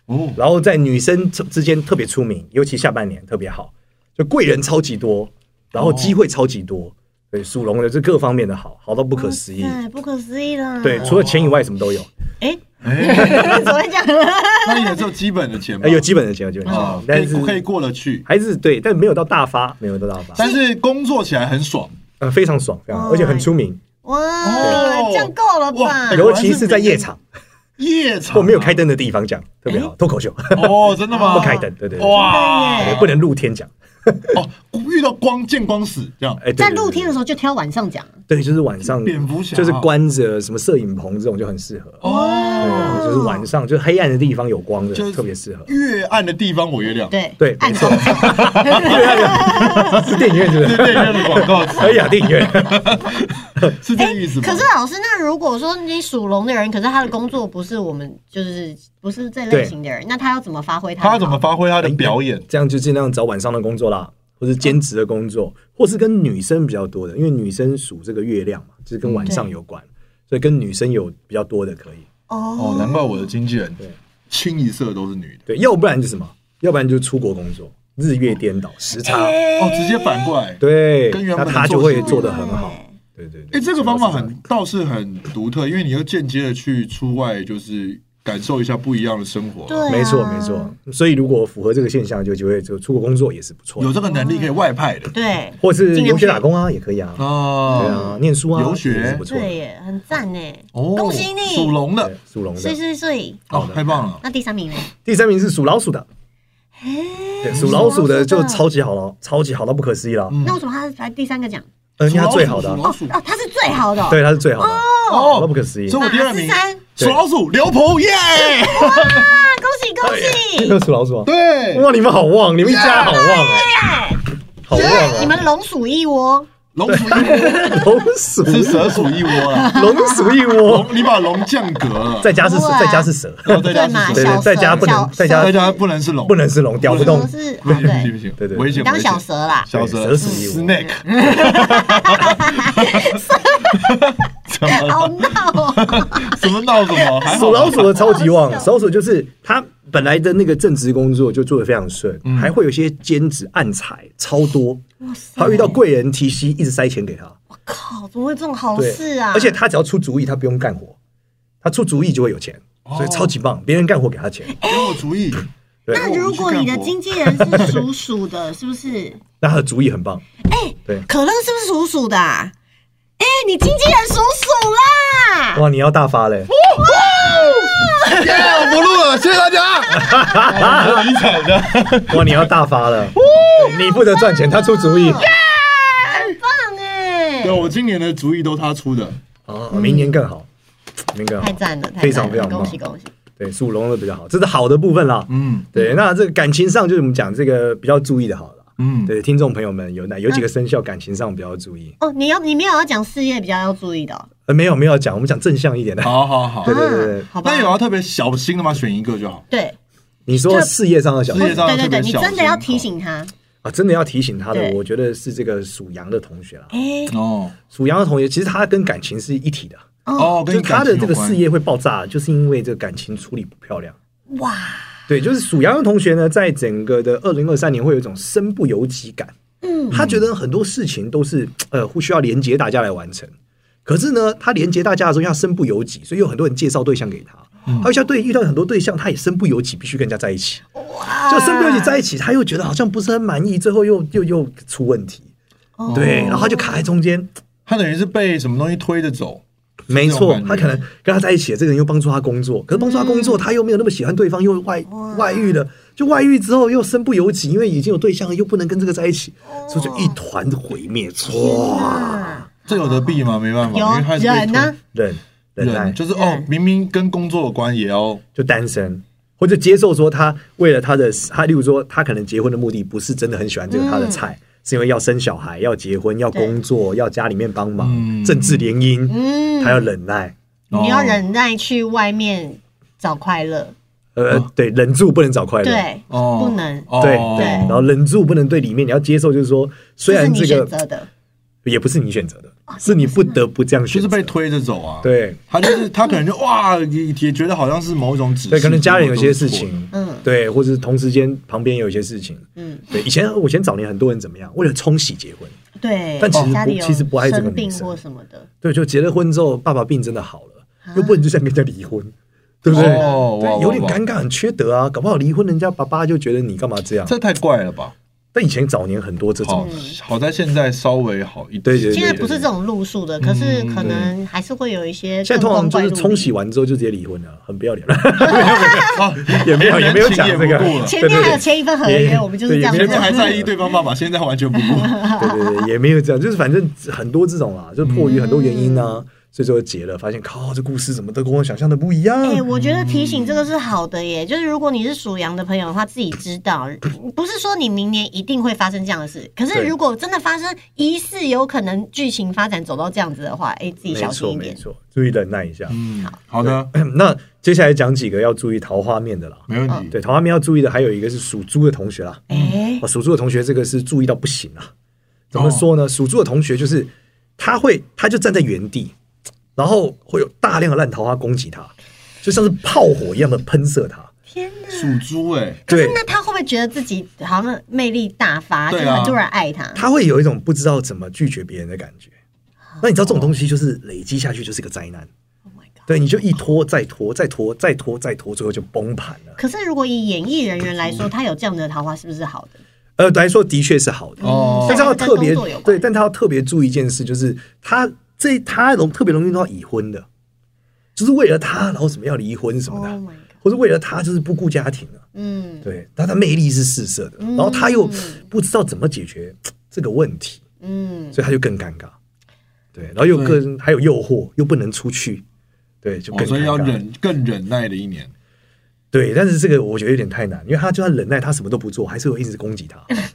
[SPEAKER 2] 哦，
[SPEAKER 1] 然后在女生之间特别出名，尤其下半年特别好，就贵人超级多，然后机会超级多。对，属龙的这各方面的好，好到不可思议。
[SPEAKER 3] 哎，不可思议了。
[SPEAKER 1] 对，，除了钱以外什么都有，
[SPEAKER 3] 哎，
[SPEAKER 2] 哎，
[SPEAKER 3] 怎么会这样？
[SPEAKER 2] 那也只有基本的钱吧
[SPEAKER 1] 哎，有基本的钱，有基本的
[SPEAKER 2] 啊
[SPEAKER 1] 钱，，
[SPEAKER 2] 可
[SPEAKER 1] 但
[SPEAKER 2] 以可以
[SPEAKER 1] 是
[SPEAKER 2] 过得去，
[SPEAKER 1] 还是对，但没有到大发，没有到大发，
[SPEAKER 2] 但是工作起来很爽，
[SPEAKER 1] 呃，非常爽，非常，而且很出名，
[SPEAKER 3] 哇，这样够了吧
[SPEAKER 2] 哦哇？哎
[SPEAKER 1] 尤其是在夜场
[SPEAKER 2] 夜场啊
[SPEAKER 1] 或没有开 灯的地方讲，特别好，脱口秀
[SPEAKER 2] 哦，真的吗？
[SPEAKER 1] 不开灯，对对对，
[SPEAKER 2] 哇
[SPEAKER 3] 真的耶
[SPEAKER 1] 不能露天讲，
[SPEAKER 2] 哦，遇到光见光死这样。
[SPEAKER 1] 哎，对
[SPEAKER 3] 在
[SPEAKER 1] 对
[SPEAKER 3] 露天的
[SPEAKER 1] 对
[SPEAKER 3] 时候就挑晚上讲，
[SPEAKER 1] 对，就是晚上
[SPEAKER 2] 蝙蝠侠
[SPEAKER 1] 就是关着什么摄影棚这种就很适合。
[SPEAKER 2] 哦，
[SPEAKER 1] 对，就是晚上，就是黑暗的地方有光的
[SPEAKER 2] 就是，
[SPEAKER 1] 特别适合。
[SPEAKER 2] 越暗的地方我越亮。，
[SPEAKER 3] 对
[SPEAKER 1] 对
[SPEAKER 3] 暗
[SPEAKER 1] 没错
[SPEAKER 3] 中 讲，
[SPEAKER 1] 是电影院是不
[SPEAKER 2] 是
[SPEAKER 1] 是？
[SPEAKER 2] 电影院的广告词，
[SPEAKER 1] 哎呀，电影院。
[SPEAKER 2] 是这个意思吗？
[SPEAKER 3] 可是老师，那如果说你属龙的人，可是他的工作不是我们就是不是这类型的人，那他要怎么发挥他的
[SPEAKER 2] 他
[SPEAKER 3] 好？
[SPEAKER 2] 要怎么发挥他的表演？
[SPEAKER 1] 这样就尽量找晚上的工作啦，或是兼职的工作，或是跟女生比较多的，因为女生属这个月亮嘛，就是跟晚
[SPEAKER 2] 嗯
[SPEAKER 1] 上有关，所以跟女生有比较多的可以。
[SPEAKER 2] 哦，
[SPEAKER 3] 哦？
[SPEAKER 2] 难怪我的经纪人
[SPEAKER 1] 对
[SPEAKER 2] 清一色都是女的。
[SPEAKER 1] 对，要不然就什么，要不然就出国工作，日月颠倒，时差，
[SPEAKER 2] 哦，直接反过来。
[SPEAKER 1] 对
[SPEAKER 2] 跟原，
[SPEAKER 1] 那
[SPEAKER 2] 本的
[SPEAKER 1] 他就
[SPEAKER 2] 做事
[SPEAKER 1] 会做得很好。对对
[SPEAKER 2] 哎、
[SPEAKER 1] 对，
[SPEAKER 2] 这个方法很倒是很独特，因为你要间接的去出外，就是感受一下不一样的生活。
[SPEAKER 3] 对啊，
[SPEAKER 1] 没错没错。所以如果符合这个现象，就就会就出国工作也是不错的，
[SPEAKER 2] 有这个能力可以外派的
[SPEAKER 3] 对
[SPEAKER 1] 或是
[SPEAKER 3] 尽量
[SPEAKER 1] 留学
[SPEAKER 3] 去
[SPEAKER 1] 打工啊，也可以啊。对
[SPEAKER 2] 哦。
[SPEAKER 1] 啊，念书啊，
[SPEAKER 2] 留学
[SPEAKER 1] 也是不错的。
[SPEAKER 3] 对耶，很赞哎，
[SPEAKER 2] 哦，
[SPEAKER 3] 恭喜你
[SPEAKER 2] 属龙的
[SPEAKER 1] 对，属龙的
[SPEAKER 3] 所以。所以所以，
[SPEAKER 2] 哦，太棒了。
[SPEAKER 3] 那第三名呢？
[SPEAKER 1] 第三名是属老鼠的，对，属老鼠的就超级好了，超级好到不可思议了。
[SPEAKER 2] 嗯
[SPEAKER 3] 哦那为什么他是排第三个奖？
[SPEAKER 1] 嗯，因为他最好的啊
[SPEAKER 2] 属，老
[SPEAKER 3] 哦
[SPEAKER 2] 鼠
[SPEAKER 3] 哦，他是最好的哦，
[SPEAKER 1] 对，他是最好的啊，好到
[SPEAKER 2] 哦
[SPEAKER 1] 不，可思议
[SPEAKER 2] 所。以我第二名
[SPEAKER 3] 马十三
[SPEAKER 2] 属老鼠刘鹏耶，
[SPEAKER 3] 那恭喜恭
[SPEAKER 1] 这
[SPEAKER 3] 喜！
[SPEAKER 1] 个 属老鼠啊，
[SPEAKER 2] 对，
[SPEAKER 1] 哇，你们好旺，你们一家好旺啊，好旺
[SPEAKER 3] 你
[SPEAKER 1] 啊！
[SPEAKER 3] 们龙属一窝，
[SPEAKER 2] 龙属一窝
[SPEAKER 1] 龙鼠，
[SPEAKER 2] 是蛇属一窝啊，
[SPEAKER 1] 龙鼠一 窝，
[SPEAKER 2] 龙你把龙降格了，
[SPEAKER 1] 在家是蛇
[SPEAKER 2] 啊
[SPEAKER 3] 哇
[SPEAKER 1] 在家是蛇，
[SPEAKER 2] 然后在
[SPEAKER 3] 对
[SPEAKER 2] 家
[SPEAKER 3] 嘛？
[SPEAKER 2] 是
[SPEAKER 1] 对对
[SPEAKER 2] 蛇
[SPEAKER 3] 小蛇，
[SPEAKER 1] 在家不能
[SPEAKER 3] 小
[SPEAKER 1] 在家
[SPEAKER 2] 在家不能是龙，
[SPEAKER 1] 不能是龙，叼不动
[SPEAKER 3] 蛇。是
[SPEAKER 2] 不
[SPEAKER 3] 啊，
[SPEAKER 2] 行不行不
[SPEAKER 1] 对对
[SPEAKER 2] 行，
[SPEAKER 3] 对，
[SPEAKER 1] 对
[SPEAKER 2] 危险
[SPEAKER 3] 当
[SPEAKER 2] 危
[SPEAKER 3] 小
[SPEAKER 2] 险，
[SPEAKER 3] 蛇啦，
[SPEAKER 2] 小
[SPEAKER 1] 蛇
[SPEAKER 2] 蛇
[SPEAKER 1] 属一窝
[SPEAKER 2] snake，怎么
[SPEAKER 3] 好
[SPEAKER 2] 了
[SPEAKER 3] 闹哦，
[SPEAKER 2] 怎么闹什么？还好
[SPEAKER 1] 属
[SPEAKER 2] 吧
[SPEAKER 1] 老鼠的超级旺， 属老鼠就是他本来的那个正职工作就做得非常顺，还会有一些兼职暗财超多， 他遇到贵人提息一直塞钱给他，
[SPEAKER 3] 靠，怎么会有这种好
[SPEAKER 1] 对，
[SPEAKER 3] 事哦啊？
[SPEAKER 1] 而且他只要出主意，他不用干活，他出主意就会有钱，
[SPEAKER 3] 哦
[SPEAKER 1] 所以超级棒。别人干活给他钱，
[SPEAKER 3] 哎
[SPEAKER 2] 给我主意，
[SPEAKER 1] 对，
[SPEAKER 3] 那如果你的经纪人是属鼠的，是不是？
[SPEAKER 1] 那他的主意很棒。对，
[SPEAKER 3] 可乐是不是属鼠的、啊？哎、你经纪人属鼠啦！
[SPEAKER 1] 哇，你要大发 嘞！
[SPEAKER 2] 耶，我不录了，谢谢大家。你惨的，
[SPEAKER 1] 哇，你要大发 了！对你负责赚钱，他出主意。
[SPEAKER 3] 很棒哎、
[SPEAKER 2] 对我今年的主意都他出的，
[SPEAKER 1] 哦，明年更好，明年更好
[SPEAKER 3] 太。赞了，太赞了
[SPEAKER 1] 非常非常棒
[SPEAKER 3] 恭喜恭喜！
[SPEAKER 1] 对，属龙的比较好，这是好的部分啦。
[SPEAKER 2] 嗯
[SPEAKER 1] 对，那这个感情上就是我们讲这个比较注意的好了。
[SPEAKER 2] 嗯，
[SPEAKER 1] 对，听众朋友们有哪有几个生肖感情上比较注意？
[SPEAKER 3] 哦，你要你没有要讲事业比较要注意的哦、
[SPEAKER 1] 呃，没有没有讲，我们讲正向一点的。
[SPEAKER 2] 好好好
[SPEAKER 1] 对。对对对
[SPEAKER 3] 啊，好吧
[SPEAKER 2] 那？有要特别小心的吗？选一个就好。
[SPEAKER 3] 对
[SPEAKER 1] 你说事业上的小
[SPEAKER 2] 事业上
[SPEAKER 3] 对对对，
[SPEAKER 2] 特别
[SPEAKER 3] 你
[SPEAKER 2] 啊小哦
[SPEAKER 3] 真的要提醒他。
[SPEAKER 1] 啊，真的要提醒他的，
[SPEAKER 3] 对
[SPEAKER 1] 我觉得是这个属羊的同学啦。
[SPEAKER 3] 哎、
[SPEAKER 2] 哦
[SPEAKER 1] 属羊的同学，其实他跟感情是一体的，
[SPEAKER 2] 哦，
[SPEAKER 1] 就
[SPEAKER 2] 跟
[SPEAKER 1] 是
[SPEAKER 2] 你感
[SPEAKER 1] 他
[SPEAKER 2] 情
[SPEAKER 1] 的
[SPEAKER 2] 有
[SPEAKER 1] 这个
[SPEAKER 2] 关
[SPEAKER 1] 事业会爆炸，就是因为这个感情处理不漂亮。
[SPEAKER 3] 哇，
[SPEAKER 1] 对，就是属羊的同学呢，在整个的二零二三年会有一种身不由己感，
[SPEAKER 3] 嗯，
[SPEAKER 1] 他觉得很多事情都是呃需要连接大家来完成。可是呢，他连接大家的时候要身不由己，所以有很多人介绍对象给他，而且他对遇到很多对象，他也身不由己，必须跟人家在一起。
[SPEAKER 3] 哇
[SPEAKER 1] 就身不由己在一起，他又觉得好像不是很满意，最后又又又出问题，
[SPEAKER 3] 哦
[SPEAKER 1] 对，然后他就卡在中间。
[SPEAKER 2] 他等于是被什么东西推着走。
[SPEAKER 1] 没错
[SPEAKER 2] 这种，
[SPEAKER 1] 他
[SPEAKER 2] 感觉
[SPEAKER 1] 可
[SPEAKER 2] 嗯
[SPEAKER 1] 能跟他在一起的这个人又帮助他工作，可是帮助他工作，他又没有那么喜欢对方，又外外遇了，就外遇之后又身不由己，因为已经有对象了，又不能跟这个在一起，所以就一团毁灭。哇，
[SPEAKER 3] 啊
[SPEAKER 2] 这有得避吗？没办法，
[SPEAKER 3] 有
[SPEAKER 2] 因为他是被
[SPEAKER 3] 忍
[SPEAKER 2] 推
[SPEAKER 3] 呢、
[SPEAKER 1] 忍嗯忍耐
[SPEAKER 2] 人就是哦
[SPEAKER 3] 忍，
[SPEAKER 2] 明明跟工作有关，也要
[SPEAKER 1] 就单身，或者接受说他为了他的他，例如说他可能结婚的目的不是真的很喜欢这个他的菜，
[SPEAKER 2] 嗯
[SPEAKER 1] 是因为要生小孩、要结婚、要工作、要家里面帮忙、
[SPEAKER 2] 嗯
[SPEAKER 1] 政治联姻，
[SPEAKER 3] 嗯
[SPEAKER 1] 他要忍耐。
[SPEAKER 3] 你要
[SPEAKER 2] 哦
[SPEAKER 3] 忍耐去外面找快乐，
[SPEAKER 1] 呃，对，忍住不能找快乐。
[SPEAKER 3] 对，
[SPEAKER 2] 哦，
[SPEAKER 3] 不能
[SPEAKER 2] 哦
[SPEAKER 1] 对对，然后忍住不能对里面，你要接受，就是说，虽然
[SPEAKER 3] 这
[SPEAKER 1] 这
[SPEAKER 3] 是你选
[SPEAKER 1] 个
[SPEAKER 3] 择哦的，
[SPEAKER 1] 也不是你选择的，是你不得不这样
[SPEAKER 2] 就
[SPEAKER 1] 选
[SPEAKER 2] 是
[SPEAKER 1] 择，
[SPEAKER 2] 被推着走啊。，
[SPEAKER 1] 对
[SPEAKER 2] 他就是他可能就哇，也也觉得好像是某一种指示。
[SPEAKER 1] 对，可能家人有些事
[SPEAKER 2] 结果
[SPEAKER 1] 情，
[SPEAKER 3] 嗯
[SPEAKER 1] 对，或者是同时间旁边有一些事情，
[SPEAKER 3] 嗯，
[SPEAKER 1] 对，以前我以前早年很多人怎么样，为了冲喜结婚，
[SPEAKER 3] 对，哦
[SPEAKER 1] 但其实不
[SPEAKER 3] 家里有
[SPEAKER 1] 其实不爱这个
[SPEAKER 3] 生
[SPEAKER 1] 女
[SPEAKER 3] 病
[SPEAKER 1] 生
[SPEAKER 3] 或什么的，
[SPEAKER 1] 对，就结了婚之后，爸爸病真的好了，
[SPEAKER 3] 啊
[SPEAKER 1] 又不能就这样跟人家离婚，对不对？
[SPEAKER 2] 哦哇
[SPEAKER 1] 对
[SPEAKER 2] 哇
[SPEAKER 1] 有点
[SPEAKER 2] 哇
[SPEAKER 1] 尴尬，很缺德啊，搞不好离婚，人家爸爸就觉得你干嘛这样？
[SPEAKER 2] 都错了这太怪了吧？
[SPEAKER 1] 但以前早年很多这
[SPEAKER 2] 好
[SPEAKER 3] 嗯
[SPEAKER 1] 种，
[SPEAKER 2] 好在现在稍微好一点，
[SPEAKER 1] 对对对嗯
[SPEAKER 3] 现在不是这种路数的，可是可能还是会有一些
[SPEAKER 1] 现在
[SPEAKER 3] 更
[SPEAKER 1] 通常就
[SPEAKER 3] 光怪陆
[SPEAKER 1] 是
[SPEAKER 3] 离。
[SPEAKER 1] 冲洗完之后就直接离婚了，很不要脸了。
[SPEAKER 2] 啊，
[SPEAKER 1] 也没有也没有讲这个
[SPEAKER 2] 人情也不顾了
[SPEAKER 3] 前面还有签一份合
[SPEAKER 1] 对对
[SPEAKER 3] 约，
[SPEAKER 1] 对
[SPEAKER 3] 我们就是这样
[SPEAKER 1] 对
[SPEAKER 2] 前
[SPEAKER 1] 也
[SPEAKER 2] 面还
[SPEAKER 3] 子。哎
[SPEAKER 2] 在意对方爸爸，现在完全不顾。
[SPEAKER 1] 对对对，也没有这样，就是反正很多这种啊，就迫于很多原因
[SPEAKER 3] 嗯
[SPEAKER 1] 呢、所以说结了，发现靠这故事怎么都跟我想象的不一样。
[SPEAKER 3] 哎、我觉得提醒这个是好的耶，就是如果你是属羊的朋友的话，自己知道，不是说你明年一定会发生这样的事，可是
[SPEAKER 1] 对
[SPEAKER 3] 如果真的发生，疑似有可能剧情发展走到这样子的话，哎、自己
[SPEAKER 1] 没
[SPEAKER 3] 小心
[SPEAKER 1] 错
[SPEAKER 3] 一
[SPEAKER 1] 没
[SPEAKER 3] 点。
[SPEAKER 1] 错，注意忍耐一下。
[SPEAKER 2] 嗯，好的，
[SPEAKER 1] 那接下来讲几个要注意桃花面的啦。
[SPEAKER 2] 没问题。
[SPEAKER 1] 对，桃花面要注意的还有一个是属猪的同学啦。
[SPEAKER 3] 哎、
[SPEAKER 1] 哦，属猪的同学这个是注意到不行啊。怎么说
[SPEAKER 2] 哦
[SPEAKER 1] 呢？属猪的同学就是他会，他就站在原地，然后会有大量的烂桃花攻击他，就像是炮火一样的喷射他。
[SPEAKER 3] 天哪！
[SPEAKER 1] 嗯
[SPEAKER 2] 属猪哎，
[SPEAKER 3] 可是
[SPEAKER 1] 对
[SPEAKER 3] 那他会不会觉得自己好像魅力大发，就
[SPEAKER 2] 对啊
[SPEAKER 3] 是很多人爱他？
[SPEAKER 1] 他会有一种不知道怎么拒绝别人的感觉。
[SPEAKER 3] 哦
[SPEAKER 1] 那你知道这种东西就是累积下去就是个灾难，
[SPEAKER 3] Oh my god！
[SPEAKER 1] 对，你就一拖再拖，再拖再拖再拖，最后就崩盘了。
[SPEAKER 3] 可是如果以演艺人员来说，他有这样的桃花是不是好的？
[SPEAKER 1] 呃，来说的确是好的，
[SPEAKER 2] 哦
[SPEAKER 1] 但是他要
[SPEAKER 3] 跟
[SPEAKER 1] 特别
[SPEAKER 3] 工作有关
[SPEAKER 1] 对，但他要特别注意一件事，就是他这他容特别容易遇到已婚的，就是为了他，然后什么要离婚什么
[SPEAKER 3] Oh
[SPEAKER 1] 的
[SPEAKER 3] my god，
[SPEAKER 1] 或者为了他就是不顾家庭了、
[SPEAKER 3] 嗯
[SPEAKER 1] 对，但他的魅力是四射的，然后他又不知道怎么解决这个问题，
[SPEAKER 3] 嗯，
[SPEAKER 1] 所以他就更尴尬。对，然后又更还有诱惑，又不能出去，对，就
[SPEAKER 2] 哦
[SPEAKER 1] 更
[SPEAKER 2] 所以
[SPEAKER 1] 尴
[SPEAKER 2] 要
[SPEAKER 1] 尬。
[SPEAKER 2] 忍，更忍耐的一年。
[SPEAKER 1] 对，但是这个我觉得有点太难，因为他就算忍耐，他什么都不做，还是有一直攻击他。
[SPEAKER 3] 哎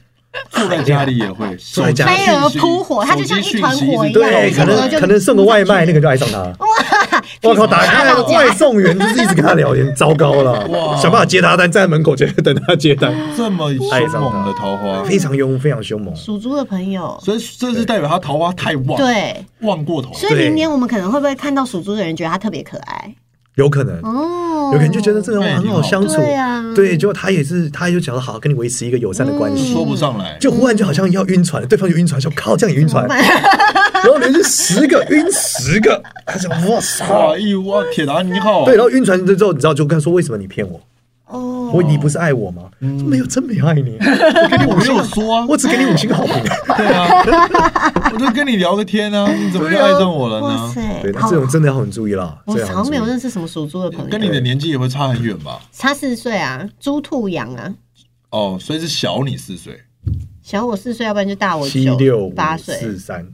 [SPEAKER 2] 坐在家里也会，
[SPEAKER 1] 坐在家里
[SPEAKER 3] 飞蛾扑火，他就像一团火一样，
[SPEAKER 1] 对，可
[SPEAKER 3] 飞蛾就
[SPEAKER 1] 能可能送个外卖，那个就爱上他。哇！我靠，打开
[SPEAKER 3] 老家
[SPEAKER 1] 外送员就是一直跟他聊天，糟糕了，
[SPEAKER 2] 哇
[SPEAKER 1] 想办法接他单，站在门口就等他接单，
[SPEAKER 2] 这么凶猛的桃花，
[SPEAKER 1] 非常凶，非常凶猛。
[SPEAKER 3] 属猪的朋友。
[SPEAKER 2] 所以这是代表他桃花太旺，，
[SPEAKER 3] 对，
[SPEAKER 2] 旺过头。
[SPEAKER 3] 所以明年我们可能会不会看到属猪的人觉得他特别可爱
[SPEAKER 1] 有可能，
[SPEAKER 3] 哦？
[SPEAKER 1] 有可能就觉得这个
[SPEAKER 2] 那也
[SPEAKER 1] 人很
[SPEAKER 2] 挺
[SPEAKER 1] 好
[SPEAKER 2] 好
[SPEAKER 1] 相处
[SPEAKER 3] 对啊，嗯
[SPEAKER 1] 对，结果他也是，他就想说好跟你维持一个友善的关系，
[SPEAKER 2] 说不上来，
[SPEAKER 1] 就忽然就好像要晕船了，对方就晕船，说靠，这样也晕 船，然后连续十个晕十个，他想哇操
[SPEAKER 2] 哇，，一哇，铁达尼号，
[SPEAKER 1] 对，然后晕船之后，你知道就跟他说为什么你骗我？
[SPEAKER 3] 哦，
[SPEAKER 1] 我你不是爱我吗？没有，真没爱你，我给你
[SPEAKER 2] 我
[SPEAKER 1] 五
[SPEAKER 2] 没
[SPEAKER 1] 星
[SPEAKER 2] 有
[SPEAKER 1] 好，
[SPEAKER 2] 说 啊，
[SPEAKER 1] 我只给你五星好评。
[SPEAKER 2] 对啊，我就跟你聊个天啊，你怎么就爱上我了
[SPEAKER 3] 哇
[SPEAKER 2] 呢？
[SPEAKER 3] 塞
[SPEAKER 1] 对，，那
[SPEAKER 3] 好
[SPEAKER 1] 这种真的要很注意啦，
[SPEAKER 3] 我
[SPEAKER 1] 这
[SPEAKER 3] 好像没有认
[SPEAKER 1] 识。
[SPEAKER 3] 识什么属猪的朋
[SPEAKER 2] 跟你
[SPEAKER 3] 友，
[SPEAKER 2] 的年纪也会差很远吧？
[SPEAKER 3] 差四岁啊，猪兔羊啊，
[SPEAKER 2] 哦，所以是小你四岁，
[SPEAKER 3] 小我四岁，要不然就大我
[SPEAKER 1] 七
[SPEAKER 3] 九
[SPEAKER 1] 六五
[SPEAKER 3] 八岁，
[SPEAKER 1] 四三，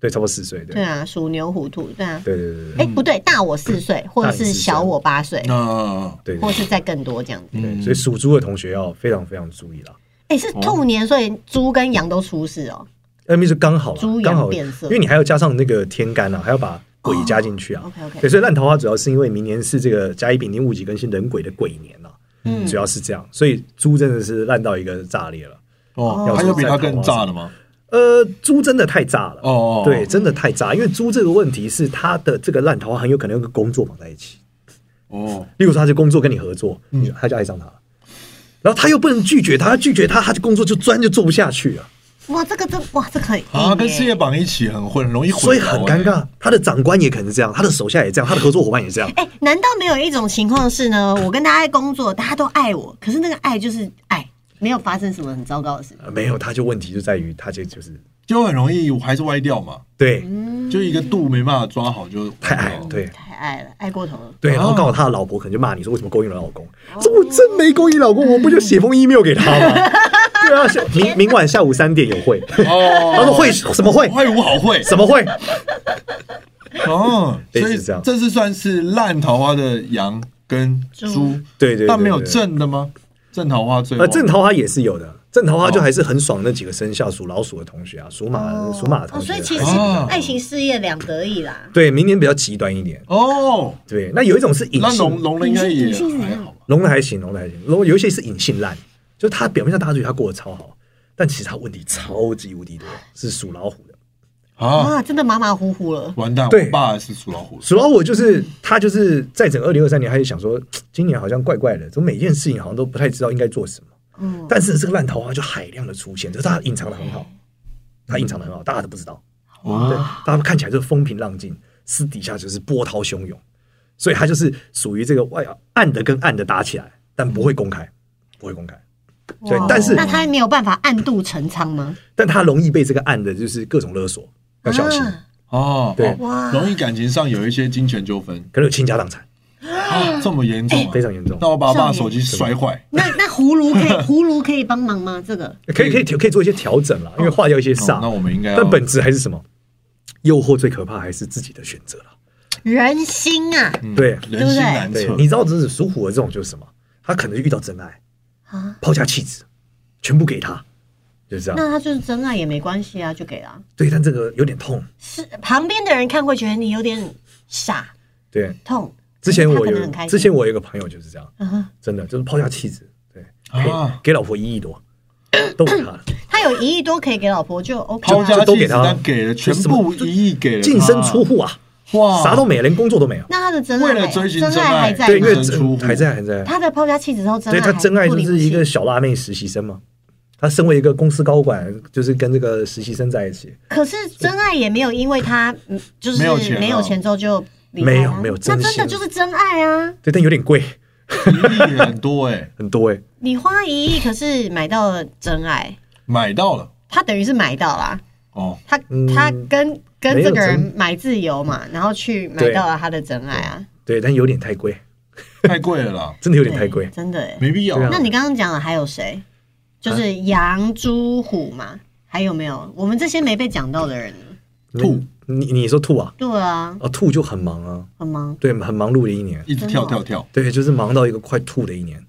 [SPEAKER 1] 对，差不多四岁，对
[SPEAKER 3] 对，啊，属牛虎兔，对啊，
[SPEAKER 1] 对对对对嗯
[SPEAKER 3] 哎、不对，大我四岁，或者
[SPEAKER 1] 大你
[SPEAKER 3] 是
[SPEAKER 1] 四岁
[SPEAKER 3] 小我八岁，
[SPEAKER 1] 嗯
[SPEAKER 2] 那
[SPEAKER 1] 对对
[SPEAKER 3] 或是再更多这样子。
[SPEAKER 1] 对对，所以属猪的同学要非常非常注意啦。
[SPEAKER 3] 哎、是
[SPEAKER 1] 哦
[SPEAKER 3] 兔年，所以猪跟羊都出事哦。
[SPEAKER 1] 那边是哎刚好啦
[SPEAKER 3] 猪羊
[SPEAKER 1] 刚好，
[SPEAKER 3] 变色
[SPEAKER 1] 因为你还要加上那个天干啊，还要把鬼加进去啊。
[SPEAKER 3] 哦 OK，OK
[SPEAKER 1] 对，所以烂桃花主要是因为明年是这个甲乙丙丁戊己庚辛壬癸的癸年啊，
[SPEAKER 3] 嗯
[SPEAKER 1] 主要是这样，所以猪真的是烂到一个炸裂了。
[SPEAKER 2] 哦，还有比他更炸的吗？
[SPEAKER 1] 呃，猪真的太炸了，
[SPEAKER 2] 哦，
[SPEAKER 1] 对，，真的太炸，因为猪这个问题是它的这个烂桃花很有可能跟工作绑在一起，
[SPEAKER 2] 哦，
[SPEAKER 1] 例如说他是工作跟你合作，
[SPEAKER 2] 嗯
[SPEAKER 1] 你就他就爱上他了，然后他又不能拒绝他，他拒绝他，他就工作就钻就做不下去了。
[SPEAKER 3] 哇，这个这哇，这个很硬欸
[SPEAKER 2] 啊，跟
[SPEAKER 3] 耶
[SPEAKER 2] 事业榜一起很混，容易混，啊哎
[SPEAKER 1] 所以很尴。尬，他的长官也可能是这样，他的手下也这样，他的合作伙伴也这样。
[SPEAKER 3] 哎、难道没有一种情况是呢？我跟大家在工作，大家都爱我，可是那个爱就是爱，没有发生什么很糟糕的事。
[SPEAKER 1] 呃没有，他就问题就在于他这就是
[SPEAKER 2] 就很容易还是歪掉嘛，
[SPEAKER 1] 对
[SPEAKER 3] 嗯
[SPEAKER 2] 就一个度没办法抓好就哦
[SPEAKER 1] 太爱对。
[SPEAKER 3] 太爱了，爱过头了。
[SPEAKER 1] 对，然后刚好他的老婆可能就骂你说为什么勾引了老公？
[SPEAKER 3] 哦
[SPEAKER 1] 这我真没勾引老公，我不就写封 email 给他 吗？对啊，下明明晚下午三点有会，
[SPEAKER 2] 哦，
[SPEAKER 1] 他说会什么会
[SPEAKER 2] 会无 好会
[SPEAKER 1] 什么会？
[SPEAKER 2] 哦，
[SPEAKER 1] 类
[SPEAKER 2] 所以
[SPEAKER 1] 似这样
[SPEAKER 2] 这是算是烂桃花的羊跟猪，
[SPEAKER 1] 对对，
[SPEAKER 2] 但
[SPEAKER 1] 对
[SPEAKER 2] 没有
[SPEAKER 1] 对
[SPEAKER 2] 正的吗？正桃花最
[SPEAKER 1] 呃
[SPEAKER 2] 旺
[SPEAKER 1] 正桃花也是有的，正桃花就还是很爽那几个生肖属老鼠的同学啊，属马属马的啊
[SPEAKER 3] 哦哦，
[SPEAKER 1] 同学还
[SPEAKER 3] 所
[SPEAKER 1] 是
[SPEAKER 3] 以其
[SPEAKER 1] 比
[SPEAKER 3] 实
[SPEAKER 1] 较，
[SPEAKER 2] 哦
[SPEAKER 3] 爱情事业两得意啦。
[SPEAKER 1] 对明年比较极端一点。
[SPEAKER 2] 哦，
[SPEAKER 1] 对，那有一种是隐
[SPEAKER 2] 那
[SPEAKER 1] 性
[SPEAKER 2] 龙龙的应该也
[SPEAKER 3] 隐性是怎
[SPEAKER 2] 还
[SPEAKER 3] 样
[SPEAKER 2] 好吧？
[SPEAKER 1] 龙的还行，龙的还行，龙有一些是隐性烂，就他表面上大家觉得他过得超好，但其实他问题超级无敌多，是属老虎的。
[SPEAKER 2] 啊，
[SPEAKER 3] 啊，真的马马虎虎了。
[SPEAKER 2] 完蛋，
[SPEAKER 1] 对
[SPEAKER 2] 我爸是属老虎的，
[SPEAKER 1] 属老虎就是他就是在整个二零二三年，他就想说，嘖今年好像怪怪的，怎么每件事情好像都不太知道应该做什么。
[SPEAKER 3] 嗯，
[SPEAKER 1] 但是这个烂桃花就海量的出现，就是他隐藏的很好，他隐藏的很好，大家都不知道。对
[SPEAKER 2] 哇，，
[SPEAKER 1] 大家看起来就是风平浪静，私底下就是波涛汹涌，所以哎他就是属于这个外暗的跟暗的打起来，但不会公开，不会公开。对
[SPEAKER 3] 哇
[SPEAKER 1] 但是
[SPEAKER 3] 那他没有办法暗度陈仓吗？
[SPEAKER 1] 但它容易被这个案的就是各种勒索，要小心，
[SPEAKER 3] 啊
[SPEAKER 2] 哦，
[SPEAKER 1] 对
[SPEAKER 2] 哦
[SPEAKER 3] 哇
[SPEAKER 2] 容易感情上有一些金钱纠纷
[SPEAKER 1] 可能有倾家荡产，
[SPEAKER 2] 啊，这么严重啊
[SPEAKER 1] 哎非常严重
[SPEAKER 2] 那。我把我爸的手机摔坏，
[SPEAKER 3] 那那葫芦 可以葫芦可以帮忙吗？这个
[SPEAKER 1] 可以可以可以做一些调整啦，因为化掉一些
[SPEAKER 2] 哦
[SPEAKER 1] 煞。
[SPEAKER 2] 那我们应该要
[SPEAKER 1] 但本质还是什么？诱惑最可怕还是自己的选择啦。
[SPEAKER 3] 人心啊
[SPEAKER 2] 嗯
[SPEAKER 1] 对
[SPEAKER 2] 人心难
[SPEAKER 1] 对
[SPEAKER 2] 测，，
[SPEAKER 1] 你知道，这是属虎的这种就是什么？他可能就遇到真爱，
[SPEAKER 3] 啊，
[SPEAKER 1] 抛家弃子，全部给他，就是这样。
[SPEAKER 3] 那他就是真爱也没关系啊，就给了啊。
[SPEAKER 1] 对，但这个有点痛。
[SPEAKER 3] 是旁边的人看会觉得你有点傻
[SPEAKER 1] 对，
[SPEAKER 3] 痛。
[SPEAKER 1] 之前
[SPEAKER 3] 他
[SPEAKER 1] 我
[SPEAKER 3] 可能
[SPEAKER 1] 有
[SPEAKER 3] 很开心
[SPEAKER 1] 之前我有一个朋友就是这样，
[SPEAKER 3] 嗯哼
[SPEAKER 1] 真的就是抛家弃子，对，
[SPEAKER 2] 啊
[SPEAKER 1] 给给老婆一亿多，都给他了，
[SPEAKER 3] 他有一亿多可以给老婆就 OK
[SPEAKER 2] 抛
[SPEAKER 3] 啦。
[SPEAKER 2] 家
[SPEAKER 1] 就都
[SPEAKER 2] 弃
[SPEAKER 1] 给
[SPEAKER 2] 子，
[SPEAKER 1] 他
[SPEAKER 2] 但给了全
[SPEAKER 1] 就什
[SPEAKER 2] 部
[SPEAKER 1] 么
[SPEAKER 2] 一亿给了他，
[SPEAKER 1] 净身出户啊，
[SPEAKER 2] 哇，
[SPEAKER 1] 啥都没，连工作都没有。
[SPEAKER 3] 那他的真
[SPEAKER 2] 为了
[SPEAKER 3] 爱还
[SPEAKER 2] 追寻
[SPEAKER 3] 真
[SPEAKER 2] 真爱
[SPEAKER 3] 爱还在
[SPEAKER 1] 对，因为
[SPEAKER 2] 哦净
[SPEAKER 3] 吗？
[SPEAKER 2] 身出户
[SPEAKER 1] 这还在还在，
[SPEAKER 3] 他的抛家弃子之后，真
[SPEAKER 1] 所以
[SPEAKER 3] 爱
[SPEAKER 1] 他
[SPEAKER 3] 还
[SPEAKER 1] 真爱
[SPEAKER 3] 不
[SPEAKER 1] 就
[SPEAKER 3] 离
[SPEAKER 1] 是一
[SPEAKER 3] 不
[SPEAKER 1] 个
[SPEAKER 3] 弃。
[SPEAKER 1] 小辣妹实习生嘛。他身为一个公司高管，就是跟这个实习生在一起，
[SPEAKER 3] 可是真爱也没有因为他嗯就是
[SPEAKER 2] 没有钱啊
[SPEAKER 3] 没有钱之后就离开
[SPEAKER 1] 没有
[SPEAKER 3] 他
[SPEAKER 1] 没有
[SPEAKER 3] 那
[SPEAKER 1] 真
[SPEAKER 3] 真的
[SPEAKER 1] 心
[SPEAKER 3] 就是真爱啊！
[SPEAKER 1] 对，但有点贵，
[SPEAKER 2] 一亿很多哎，
[SPEAKER 1] 很多哎、
[SPEAKER 3] 你花一亿，可是买到了真爱，
[SPEAKER 2] 买到了
[SPEAKER 3] 他等于是买到啦，
[SPEAKER 2] 哦，
[SPEAKER 3] 他、
[SPEAKER 1] 嗯
[SPEAKER 3] 他跟跟
[SPEAKER 1] 没有
[SPEAKER 3] 这个人
[SPEAKER 1] 真
[SPEAKER 3] 买自由嘛，然后去买
[SPEAKER 1] 对
[SPEAKER 3] 到了他的真爱啊，
[SPEAKER 1] 对，但有点太贵，
[SPEAKER 2] 太贵了啦，
[SPEAKER 1] 真的有
[SPEAKER 3] 有
[SPEAKER 1] 点太贵。
[SPEAKER 3] 真的耶。
[SPEAKER 2] 没必要
[SPEAKER 1] 对。啊
[SPEAKER 3] 那你刚刚讲了还有谁？
[SPEAKER 1] 啊
[SPEAKER 3] 就是羊、猪、虎嘛，还有没有？我们这些没被讲到的人呢？
[SPEAKER 2] 吐
[SPEAKER 1] 你，你你说吐啊？
[SPEAKER 3] 对啊，
[SPEAKER 1] 啊，吐就很忙啊，
[SPEAKER 3] 很忙。
[SPEAKER 1] 对，很忙碌的一年，
[SPEAKER 2] 一直跳跳跳，
[SPEAKER 1] 对，就是忙到一个快吐的一年。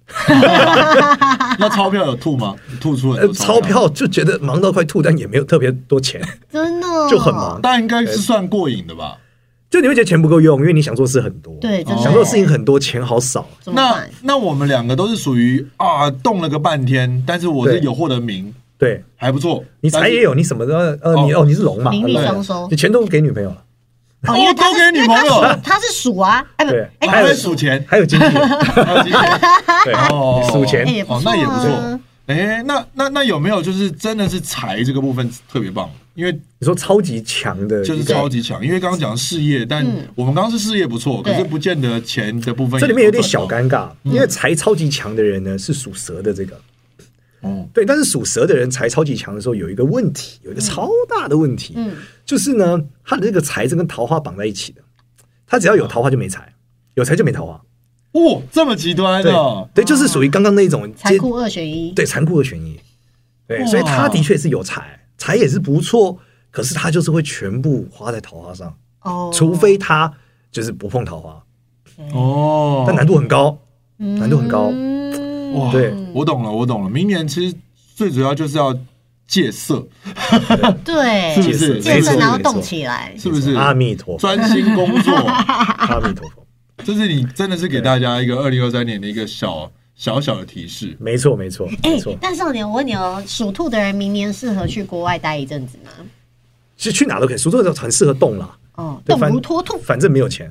[SPEAKER 2] 那钞票有吐吗？吐啊出很
[SPEAKER 1] 呃，
[SPEAKER 2] 多
[SPEAKER 1] 钞票就觉得忙到快吐，但也没有特别多钱，
[SPEAKER 3] 真的哦
[SPEAKER 1] 就很忙
[SPEAKER 2] 但应该是算过瘾的吧？
[SPEAKER 1] 就你会觉得钱不够用，因为你想做的事很多，哦
[SPEAKER 3] 对，真的
[SPEAKER 1] 想做的事情很多，钱好少。
[SPEAKER 3] 怎么
[SPEAKER 2] 那
[SPEAKER 3] 办？
[SPEAKER 2] 那我们两个都是属于啊动了个半天，但是我是
[SPEAKER 1] 对
[SPEAKER 2] 有获得名，
[SPEAKER 1] 对
[SPEAKER 2] 还不错。
[SPEAKER 1] 你
[SPEAKER 2] 但
[SPEAKER 1] 财
[SPEAKER 2] 是
[SPEAKER 1] 也有，你什么的，呃，你
[SPEAKER 2] 哦
[SPEAKER 1] 哦，你是龙嘛，
[SPEAKER 3] 名利
[SPEAKER 1] 对
[SPEAKER 3] 双收
[SPEAKER 1] 你钱都给女朋友了，
[SPEAKER 3] 哦，因为他
[SPEAKER 2] 都
[SPEAKER 3] 是
[SPEAKER 2] 给女
[SPEAKER 3] 因为他
[SPEAKER 2] 朋友
[SPEAKER 3] 是他是鼠啊，哎不
[SPEAKER 1] 对，
[SPEAKER 2] 还
[SPEAKER 3] 哎
[SPEAKER 1] 还
[SPEAKER 2] 会
[SPEAKER 1] 有
[SPEAKER 2] 数钱，
[SPEAKER 1] 还有经纪人，
[SPEAKER 2] 还有金钱
[SPEAKER 1] 对
[SPEAKER 2] 哦，
[SPEAKER 1] 数钱
[SPEAKER 3] 哎也不
[SPEAKER 2] 哦，
[SPEAKER 3] 错
[SPEAKER 2] 那也不错
[SPEAKER 3] 啊。
[SPEAKER 2] 哎，那那那有没有就是真的是财这个部分特别棒？因为
[SPEAKER 1] 你说超级强的，
[SPEAKER 2] 就是超。级强，因为刚刚讲事业，但
[SPEAKER 3] 嗯
[SPEAKER 2] 我们刚刚是事业不错，可
[SPEAKER 3] 对
[SPEAKER 2] 是不见得钱的部分
[SPEAKER 1] 这里面有点小
[SPEAKER 2] 感
[SPEAKER 1] 尴尬，因为财超级强的人呢是属蛇的这个，
[SPEAKER 2] 哦，
[SPEAKER 1] 对，但是属蛇的人财超级强的时候有一个问题，有一个超大的问题，
[SPEAKER 3] 嗯
[SPEAKER 1] 就是呢，他的这个财是跟桃花绑在一起的，他只要有桃花就没财，有财就没桃花，
[SPEAKER 2] 哦，这么极端
[SPEAKER 1] 对
[SPEAKER 2] 的，哦
[SPEAKER 1] 对，就是属于刚刚那种
[SPEAKER 3] 啊残
[SPEAKER 1] 接
[SPEAKER 3] 酷二选一，
[SPEAKER 1] 对残酷的悬疑，对
[SPEAKER 2] 哇，
[SPEAKER 1] 所以他的确是有财，财也是不错，可是他就是会全部花在桃花上，
[SPEAKER 3] 哦，
[SPEAKER 1] 除非他就是不碰桃花，
[SPEAKER 2] 哦，
[SPEAKER 1] 但难度很高，
[SPEAKER 3] 难
[SPEAKER 1] 难度很高
[SPEAKER 3] 嗯
[SPEAKER 2] 哇，
[SPEAKER 1] 对
[SPEAKER 2] 我懂了，我懂了。明年其实最主要就是要戒色，
[SPEAKER 3] 对，
[SPEAKER 2] 是不是？
[SPEAKER 1] 戒
[SPEAKER 3] 健
[SPEAKER 1] 色
[SPEAKER 3] 身
[SPEAKER 1] 没错
[SPEAKER 3] 然后
[SPEAKER 1] 没错
[SPEAKER 3] 动起来，
[SPEAKER 2] 是不是？
[SPEAKER 1] 阿弥陀 佛，
[SPEAKER 2] 专心工 作，
[SPEAKER 1] 阿弥陀佛，
[SPEAKER 2] 这是你真的是给大家一个二零二三年的一个小小小的提示。
[SPEAKER 1] 没错没错
[SPEAKER 3] 哎
[SPEAKER 1] 没错，，
[SPEAKER 3] 但少年，我问你哦，属兔的人明年适合去国外待一阵子吗？
[SPEAKER 1] 其实去哪都可以，苏州很适合动啦，
[SPEAKER 3] 哦，
[SPEAKER 1] 对
[SPEAKER 3] 动
[SPEAKER 1] 反
[SPEAKER 3] 如脱兔，
[SPEAKER 1] 反正没有钱，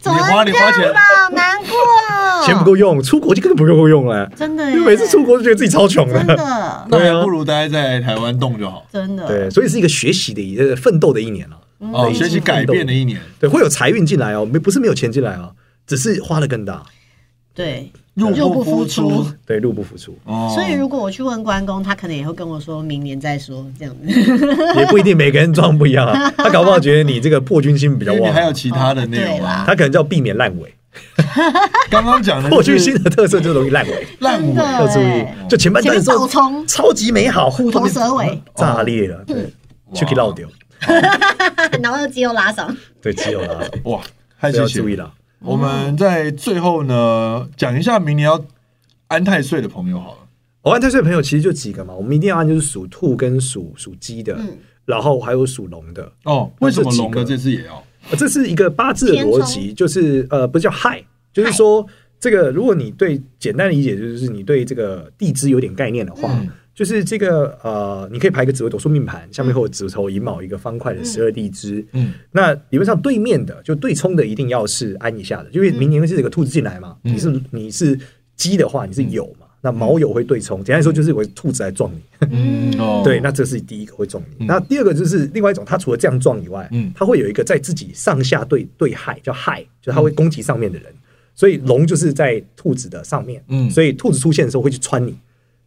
[SPEAKER 3] 怎么
[SPEAKER 2] 你花你花钱
[SPEAKER 3] 这样啊难过，
[SPEAKER 1] 钱不，够用，出国就更不够用了，
[SPEAKER 3] 真的耶，
[SPEAKER 1] 因为每次出国就觉得自己超穷
[SPEAKER 3] 真
[SPEAKER 1] 的，
[SPEAKER 3] 的
[SPEAKER 2] 那
[SPEAKER 1] 对啊
[SPEAKER 2] 还不如待在台湾动就好，
[SPEAKER 3] 真的，
[SPEAKER 1] 对，所以是一个学习的一呃奋斗的一年了。
[SPEAKER 3] 嗯
[SPEAKER 2] 哦，学习改变的一年，
[SPEAKER 1] 对，会有财运进来哦，没不是没有钱进来哦，只是花的更大，
[SPEAKER 3] 对
[SPEAKER 2] 入
[SPEAKER 3] 入
[SPEAKER 2] 不
[SPEAKER 3] 不
[SPEAKER 2] 敷
[SPEAKER 3] 敷
[SPEAKER 2] 出
[SPEAKER 3] 出。
[SPEAKER 1] 对，入不敷 出，
[SPEAKER 2] 哦，
[SPEAKER 3] 所以如果我去问关公，他可能也会跟我说明年再说 这样子。
[SPEAKER 1] 也不一定每个人状不一样啊，他搞不好觉得你这个破军心比
[SPEAKER 2] 因
[SPEAKER 1] 较
[SPEAKER 2] 为你
[SPEAKER 1] 旺啊
[SPEAKER 2] 还，有其他的内
[SPEAKER 3] 对
[SPEAKER 2] 容啊
[SPEAKER 3] 啦，
[SPEAKER 1] 他可能叫避免烂尾，
[SPEAKER 2] 刚刚讲的
[SPEAKER 1] 破
[SPEAKER 2] 就
[SPEAKER 1] 军
[SPEAKER 2] 是
[SPEAKER 1] 心的特色就是容易烂尾，
[SPEAKER 2] 烂尾
[SPEAKER 3] 真，的
[SPEAKER 1] 要注意
[SPEAKER 3] 对，
[SPEAKER 1] 就前半段的时
[SPEAKER 3] 前面
[SPEAKER 1] 候
[SPEAKER 3] 爆冲
[SPEAKER 1] 超级美好，
[SPEAKER 3] 虎头蛇
[SPEAKER 1] 后
[SPEAKER 3] 尾嗯
[SPEAKER 1] 面炸裂了，对，去给
[SPEAKER 2] 哇
[SPEAKER 1] 绕丢，
[SPEAKER 3] 然后肌肉拉伤，
[SPEAKER 1] 对，只有 啦，
[SPEAKER 2] 哇，太
[SPEAKER 1] 这要
[SPEAKER 2] 谢谢
[SPEAKER 1] 注意。了，
[SPEAKER 2] 我们在最后呢，讲一下明年要安太岁的朋友好了。
[SPEAKER 1] 我按太岁的朋友其实就几个嘛，我们一定要按就是属兔跟属属鸡的，然后还有属龙的，
[SPEAKER 2] 哦，
[SPEAKER 1] 那
[SPEAKER 2] 为什
[SPEAKER 1] 这
[SPEAKER 2] 么
[SPEAKER 1] 几
[SPEAKER 2] 龙的
[SPEAKER 1] 个
[SPEAKER 2] 这次也要？
[SPEAKER 1] 呃这是一个八字的逻辑，就是呃，不是叫亥，就是
[SPEAKER 3] 亥
[SPEAKER 1] 说这个，如果你对简单理解，就是你对这个地支有点概念的话，
[SPEAKER 2] 嗯
[SPEAKER 1] 就是这个呃，你可以排一个紫微斗数命盘，下面会有指头、寅卯一个方块的十二地支。
[SPEAKER 2] 嗯
[SPEAKER 1] 那理论上对面的就对冲的一定要是安一下的，因为明年是这个兔子进来嘛，你是你是鸡的话，你是酉嘛。那卯酉会对冲，简单来说就是我兔子来撞你，
[SPEAKER 2] 嗯，哦
[SPEAKER 1] 对，那这是第一个会撞你。那第二个就是另外一种，它除了这样撞以外，
[SPEAKER 2] 嗯嗯
[SPEAKER 1] 它会有一个在自己上下对对害，叫害，就是它会攻击上面的人。所以龙就是在兔子的上面，
[SPEAKER 2] 嗯
[SPEAKER 1] 所以兔子出现的时候会去穿你，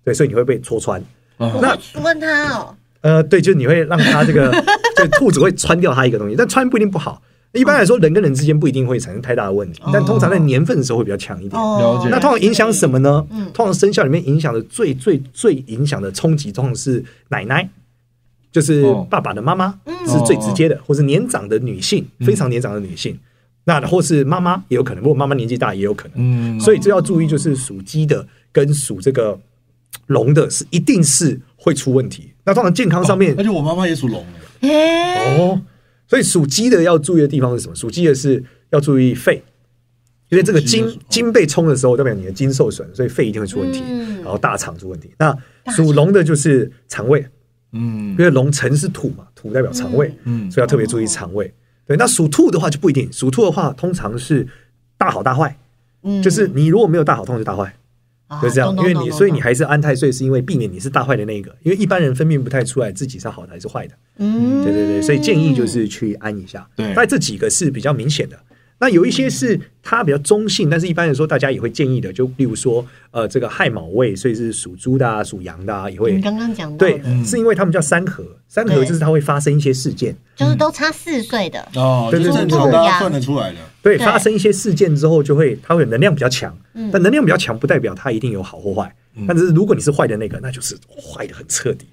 [SPEAKER 1] 对，所以你会被戳穿。
[SPEAKER 2] 啊
[SPEAKER 1] 那
[SPEAKER 3] 问他哦，
[SPEAKER 1] 呃，对，就是你会让它这个，就兔子会穿掉它一个东西，但穿不一定不好。一般来说，人跟人之间不一定会产生太大的问题，
[SPEAKER 2] 哦
[SPEAKER 1] 但通常在年份的时候会比较强一点。
[SPEAKER 2] 了
[SPEAKER 3] 哦
[SPEAKER 2] 解
[SPEAKER 1] 哦那通常影响什
[SPEAKER 3] 么？
[SPEAKER 1] 么呢
[SPEAKER 3] 嗯？
[SPEAKER 1] 通常生肖里面影响的最最最影响的冲击，通常是奶奶，就是
[SPEAKER 2] 哦
[SPEAKER 1] 爸爸的妈妈，
[SPEAKER 3] 嗯
[SPEAKER 1] 是最直接的，或是年长的女性，非常年长的女性。那或是妈妈也有可能，如果妈妈年纪大也有可能。
[SPEAKER 2] 嗯，
[SPEAKER 1] 所以这要注意，就是属鸡的跟属这个龙的是一定是会出问题。那通常健康上面
[SPEAKER 2] 嗯而且我妈妈也属龙，
[SPEAKER 3] 哎，
[SPEAKER 1] 哦，所以属鸡的要注意的地方是什么？属鸡的是要注意肺，因为这个
[SPEAKER 2] 属鸡的哦
[SPEAKER 1] 金
[SPEAKER 2] 是
[SPEAKER 1] 金被冲的时候，代表你的筋受损，所以肺一定会出问题，
[SPEAKER 3] 嗯
[SPEAKER 1] 然后大肠出问题。那属龙的就是肠胃，
[SPEAKER 2] 嗯
[SPEAKER 1] 因为龙辰是土嘛，土代表哦肠胃，
[SPEAKER 2] 嗯
[SPEAKER 1] 所以要特别注意肠胃。
[SPEAKER 3] 哦
[SPEAKER 1] 对，那属兔的话就不一定，属兔的话通常是大好大坏，
[SPEAKER 3] 嗯
[SPEAKER 1] 就是你如果没有大好，通常就大坏。
[SPEAKER 3] 啊
[SPEAKER 1] 就这样，
[SPEAKER 3] 懂
[SPEAKER 1] 因为
[SPEAKER 3] 懂懂
[SPEAKER 1] 你，
[SPEAKER 3] 懂
[SPEAKER 1] 所以你
[SPEAKER 3] 懂
[SPEAKER 1] 还是安太岁，是因为避免你是大坏的那一个，因为一般人分辨不太出来自己是好的还是坏的。
[SPEAKER 3] 嗯，
[SPEAKER 1] 对对对，所以建议就是去安一下。
[SPEAKER 2] 对
[SPEAKER 1] 但这几个是比较明显的。那有一
[SPEAKER 3] 嗯
[SPEAKER 1] 些是它比较中性，但是一般来说大家也会建议的，就例如说，呃，这个亥卯未，所以是属猪的啊，属羊的啊，也会
[SPEAKER 3] 你刚刚讲到
[SPEAKER 1] 对
[SPEAKER 3] 的，，
[SPEAKER 1] 是因为他们叫三合，三合
[SPEAKER 3] 对
[SPEAKER 1] 就是它会发生一些事件，
[SPEAKER 3] 就是都差四岁的，
[SPEAKER 2] 哦，
[SPEAKER 1] 对
[SPEAKER 2] 就
[SPEAKER 1] 对
[SPEAKER 2] 正
[SPEAKER 1] 对
[SPEAKER 2] 常
[SPEAKER 1] 对
[SPEAKER 2] 大
[SPEAKER 3] 对
[SPEAKER 2] 家算得出来的，
[SPEAKER 1] 对，
[SPEAKER 3] 对
[SPEAKER 1] 发生一些事件之后，就会它会能量比较强，
[SPEAKER 3] 嗯
[SPEAKER 1] 但能量比较强不代表它一定有好或坏，但是如果你是坏的那个，那就是坏的很彻底，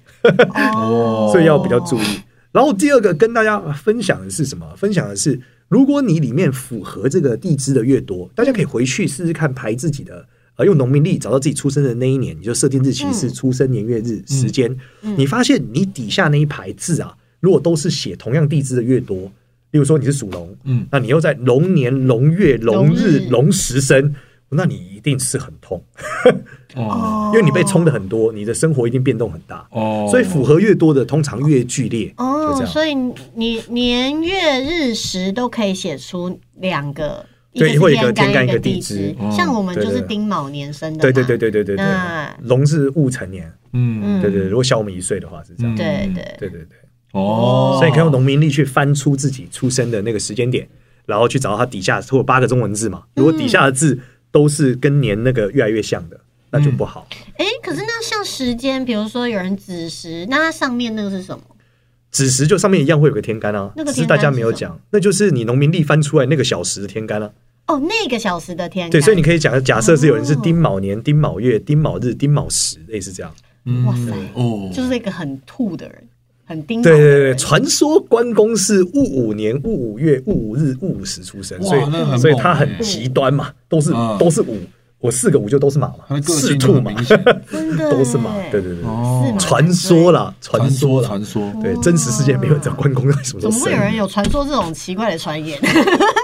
[SPEAKER 2] 哦
[SPEAKER 1] 所以要比较注意。然后第二个跟大家分享的是什么？分享的是，如果你里面符合这个地支的越多，大家可以回去试试看排自己的，呃，用农民历找到自己出生的那一年，你就设定日期是
[SPEAKER 3] 嗯
[SPEAKER 1] 出生年月日、时间。
[SPEAKER 3] 嗯
[SPEAKER 1] 你发现你底下那一排字啊，如果都是写同样地支的越多，例如说你是属龙，
[SPEAKER 2] 嗯，
[SPEAKER 1] 那你又在龙年、龙月、龙日
[SPEAKER 3] 龙日、
[SPEAKER 1] 龙时生，那你一定是很痛，
[SPEAKER 2] 哦
[SPEAKER 3] 哦，
[SPEAKER 1] 因为你被冲的很多，你的生活一定变动很大。
[SPEAKER 2] 哦
[SPEAKER 1] 所以符合越多的，通常越剧烈。就这
[SPEAKER 3] 哦，
[SPEAKER 1] 样。
[SPEAKER 3] 所以你年月日时都可以写出两个，
[SPEAKER 1] 对
[SPEAKER 3] 个
[SPEAKER 1] 会
[SPEAKER 3] 是
[SPEAKER 1] 有一个
[SPEAKER 3] 干
[SPEAKER 1] 天干
[SPEAKER 3] 一
[SPEAKER 1] 一
[SPEAKER 3] 个
[SPEAKER 1] 个地
[SPEAKER 3] 支
[SPEAKER 1] 支，
[SPEAKER 2] 嗯
[SPEAKER 3] 像我们就
[SPEAKER 1] 对
[SPEAKER 3] 是
[SPEAKER 1] 对对
[SPEAKER 3] 丁卯年生的，
[SPEAKER 1] 对对对，对对对对
[SPEAKER 3] 那，
[SPEAKER 1] 龙是戊辰年，
[SPEAKER 2] 嗯
[SPEAKER 3] 嗯
[SPEAKER 1] 对对，对如果小我们一岁的话是这样，
[SPEAKER 3] 对
[SPEAKER 2] 嗯
[SPEAKER 3] 对，
[SPEAKER 1] 对对对，
[SPEAKER 2] 哦，
[SPEAKER 1] 所以你可以用农民历去翻出自己出生的那个时间点，然后去找到它底下或有八个中文字
[SPEAKER 3] 嗯
[SPEAKER 1] 嘛，如果底下的字都是跟年那个越来越像的，那就不好。
[SPEAKER 3] 哎，可是那像时间，比如说有人子时，那它上面那个是什么？
[SPEAKER 1] 子时就上面一样会有个天干啊，
[SPEAKER 3] 那个
[SPEAKER 1] 只是
[SPEAKER 3] 天干
[SPEAKER 1] 大家没有
[SPEAKER 3] 是什
[SPEAKER 1] 讲，那就是你农民历翻出来那个小时的天干啊。
[SPEAKER 3] 哦，那个小时的天干，
[SPEAKER 1] 对，所以你可以讲，假设是有人是丁卯年、丁卯月、丁卯日、丁卯时，类似这样。
[SPEAKER 2] 嗯
[SPEAKER 3] 哇塞
[SPEAKER 2] 哦，
[SPEAKER 3] 就是一个很兔的人，很丁卯
[SPEAKER 1] 对
[SPEAKER 3] 的
[SPEAKER 1] 对对，对
[SPEAKER 3] 人
[SPEAKER 1] 传说关公是戊午年、戊午月、戊午日、戊午时出生，
[SPEAKER 2] 哇
[SPEAKER 1] 所以
[SPEAKER 2] 那很
[SPEAKER 1] 所以
[SPEAKER 2] 猛
[SPEAKER 1] 他
[SPEAKER 2] 欸
[SPEAKER 1] 很极端嘛，都是
[SPEAKER 2] 嗯
[SPEAKER 1] 都是午，我四个午就都是马
[SPEAKER 2] 他
[SPEAKER 1] 嘛，
[SPEAKER 2] 的个
[SPEAKER 1] 四
[SPEAKER 2] 性
[SPEAKER 1] 兔
[SPEAKER 2] 很
[SPEAKER 1] 嘛
[SPEAKER 2] 明，显，
[SPEAKER 3] 真的欸
[SPEAKER 1] 都是马，
[SPEAKER 3] 耶
[SPEAKER 1] 对对对对，
[SPEAKER 3] 是
[SPEAKER 2] 哦
[SPEAKER 3] 吗，
[SPEAKER 1] 传说啦，传
[SPEAKER 2] 传
[SPEAKER 1] 说
[SPEAKER 2] 说
[SPEAKER 1] 啦，
[SPEAKER 2] 传说，
[SPEAKER 1] 对，真实世界没有人知道关公在什么时
[SPEAKER 3] 怎
[SPEAKER 1] 候
[SPEAKER 3] 么会有人
[SPEAKER 1] 生，
[SPEAKER 3] 有传说这种奇怪的传言？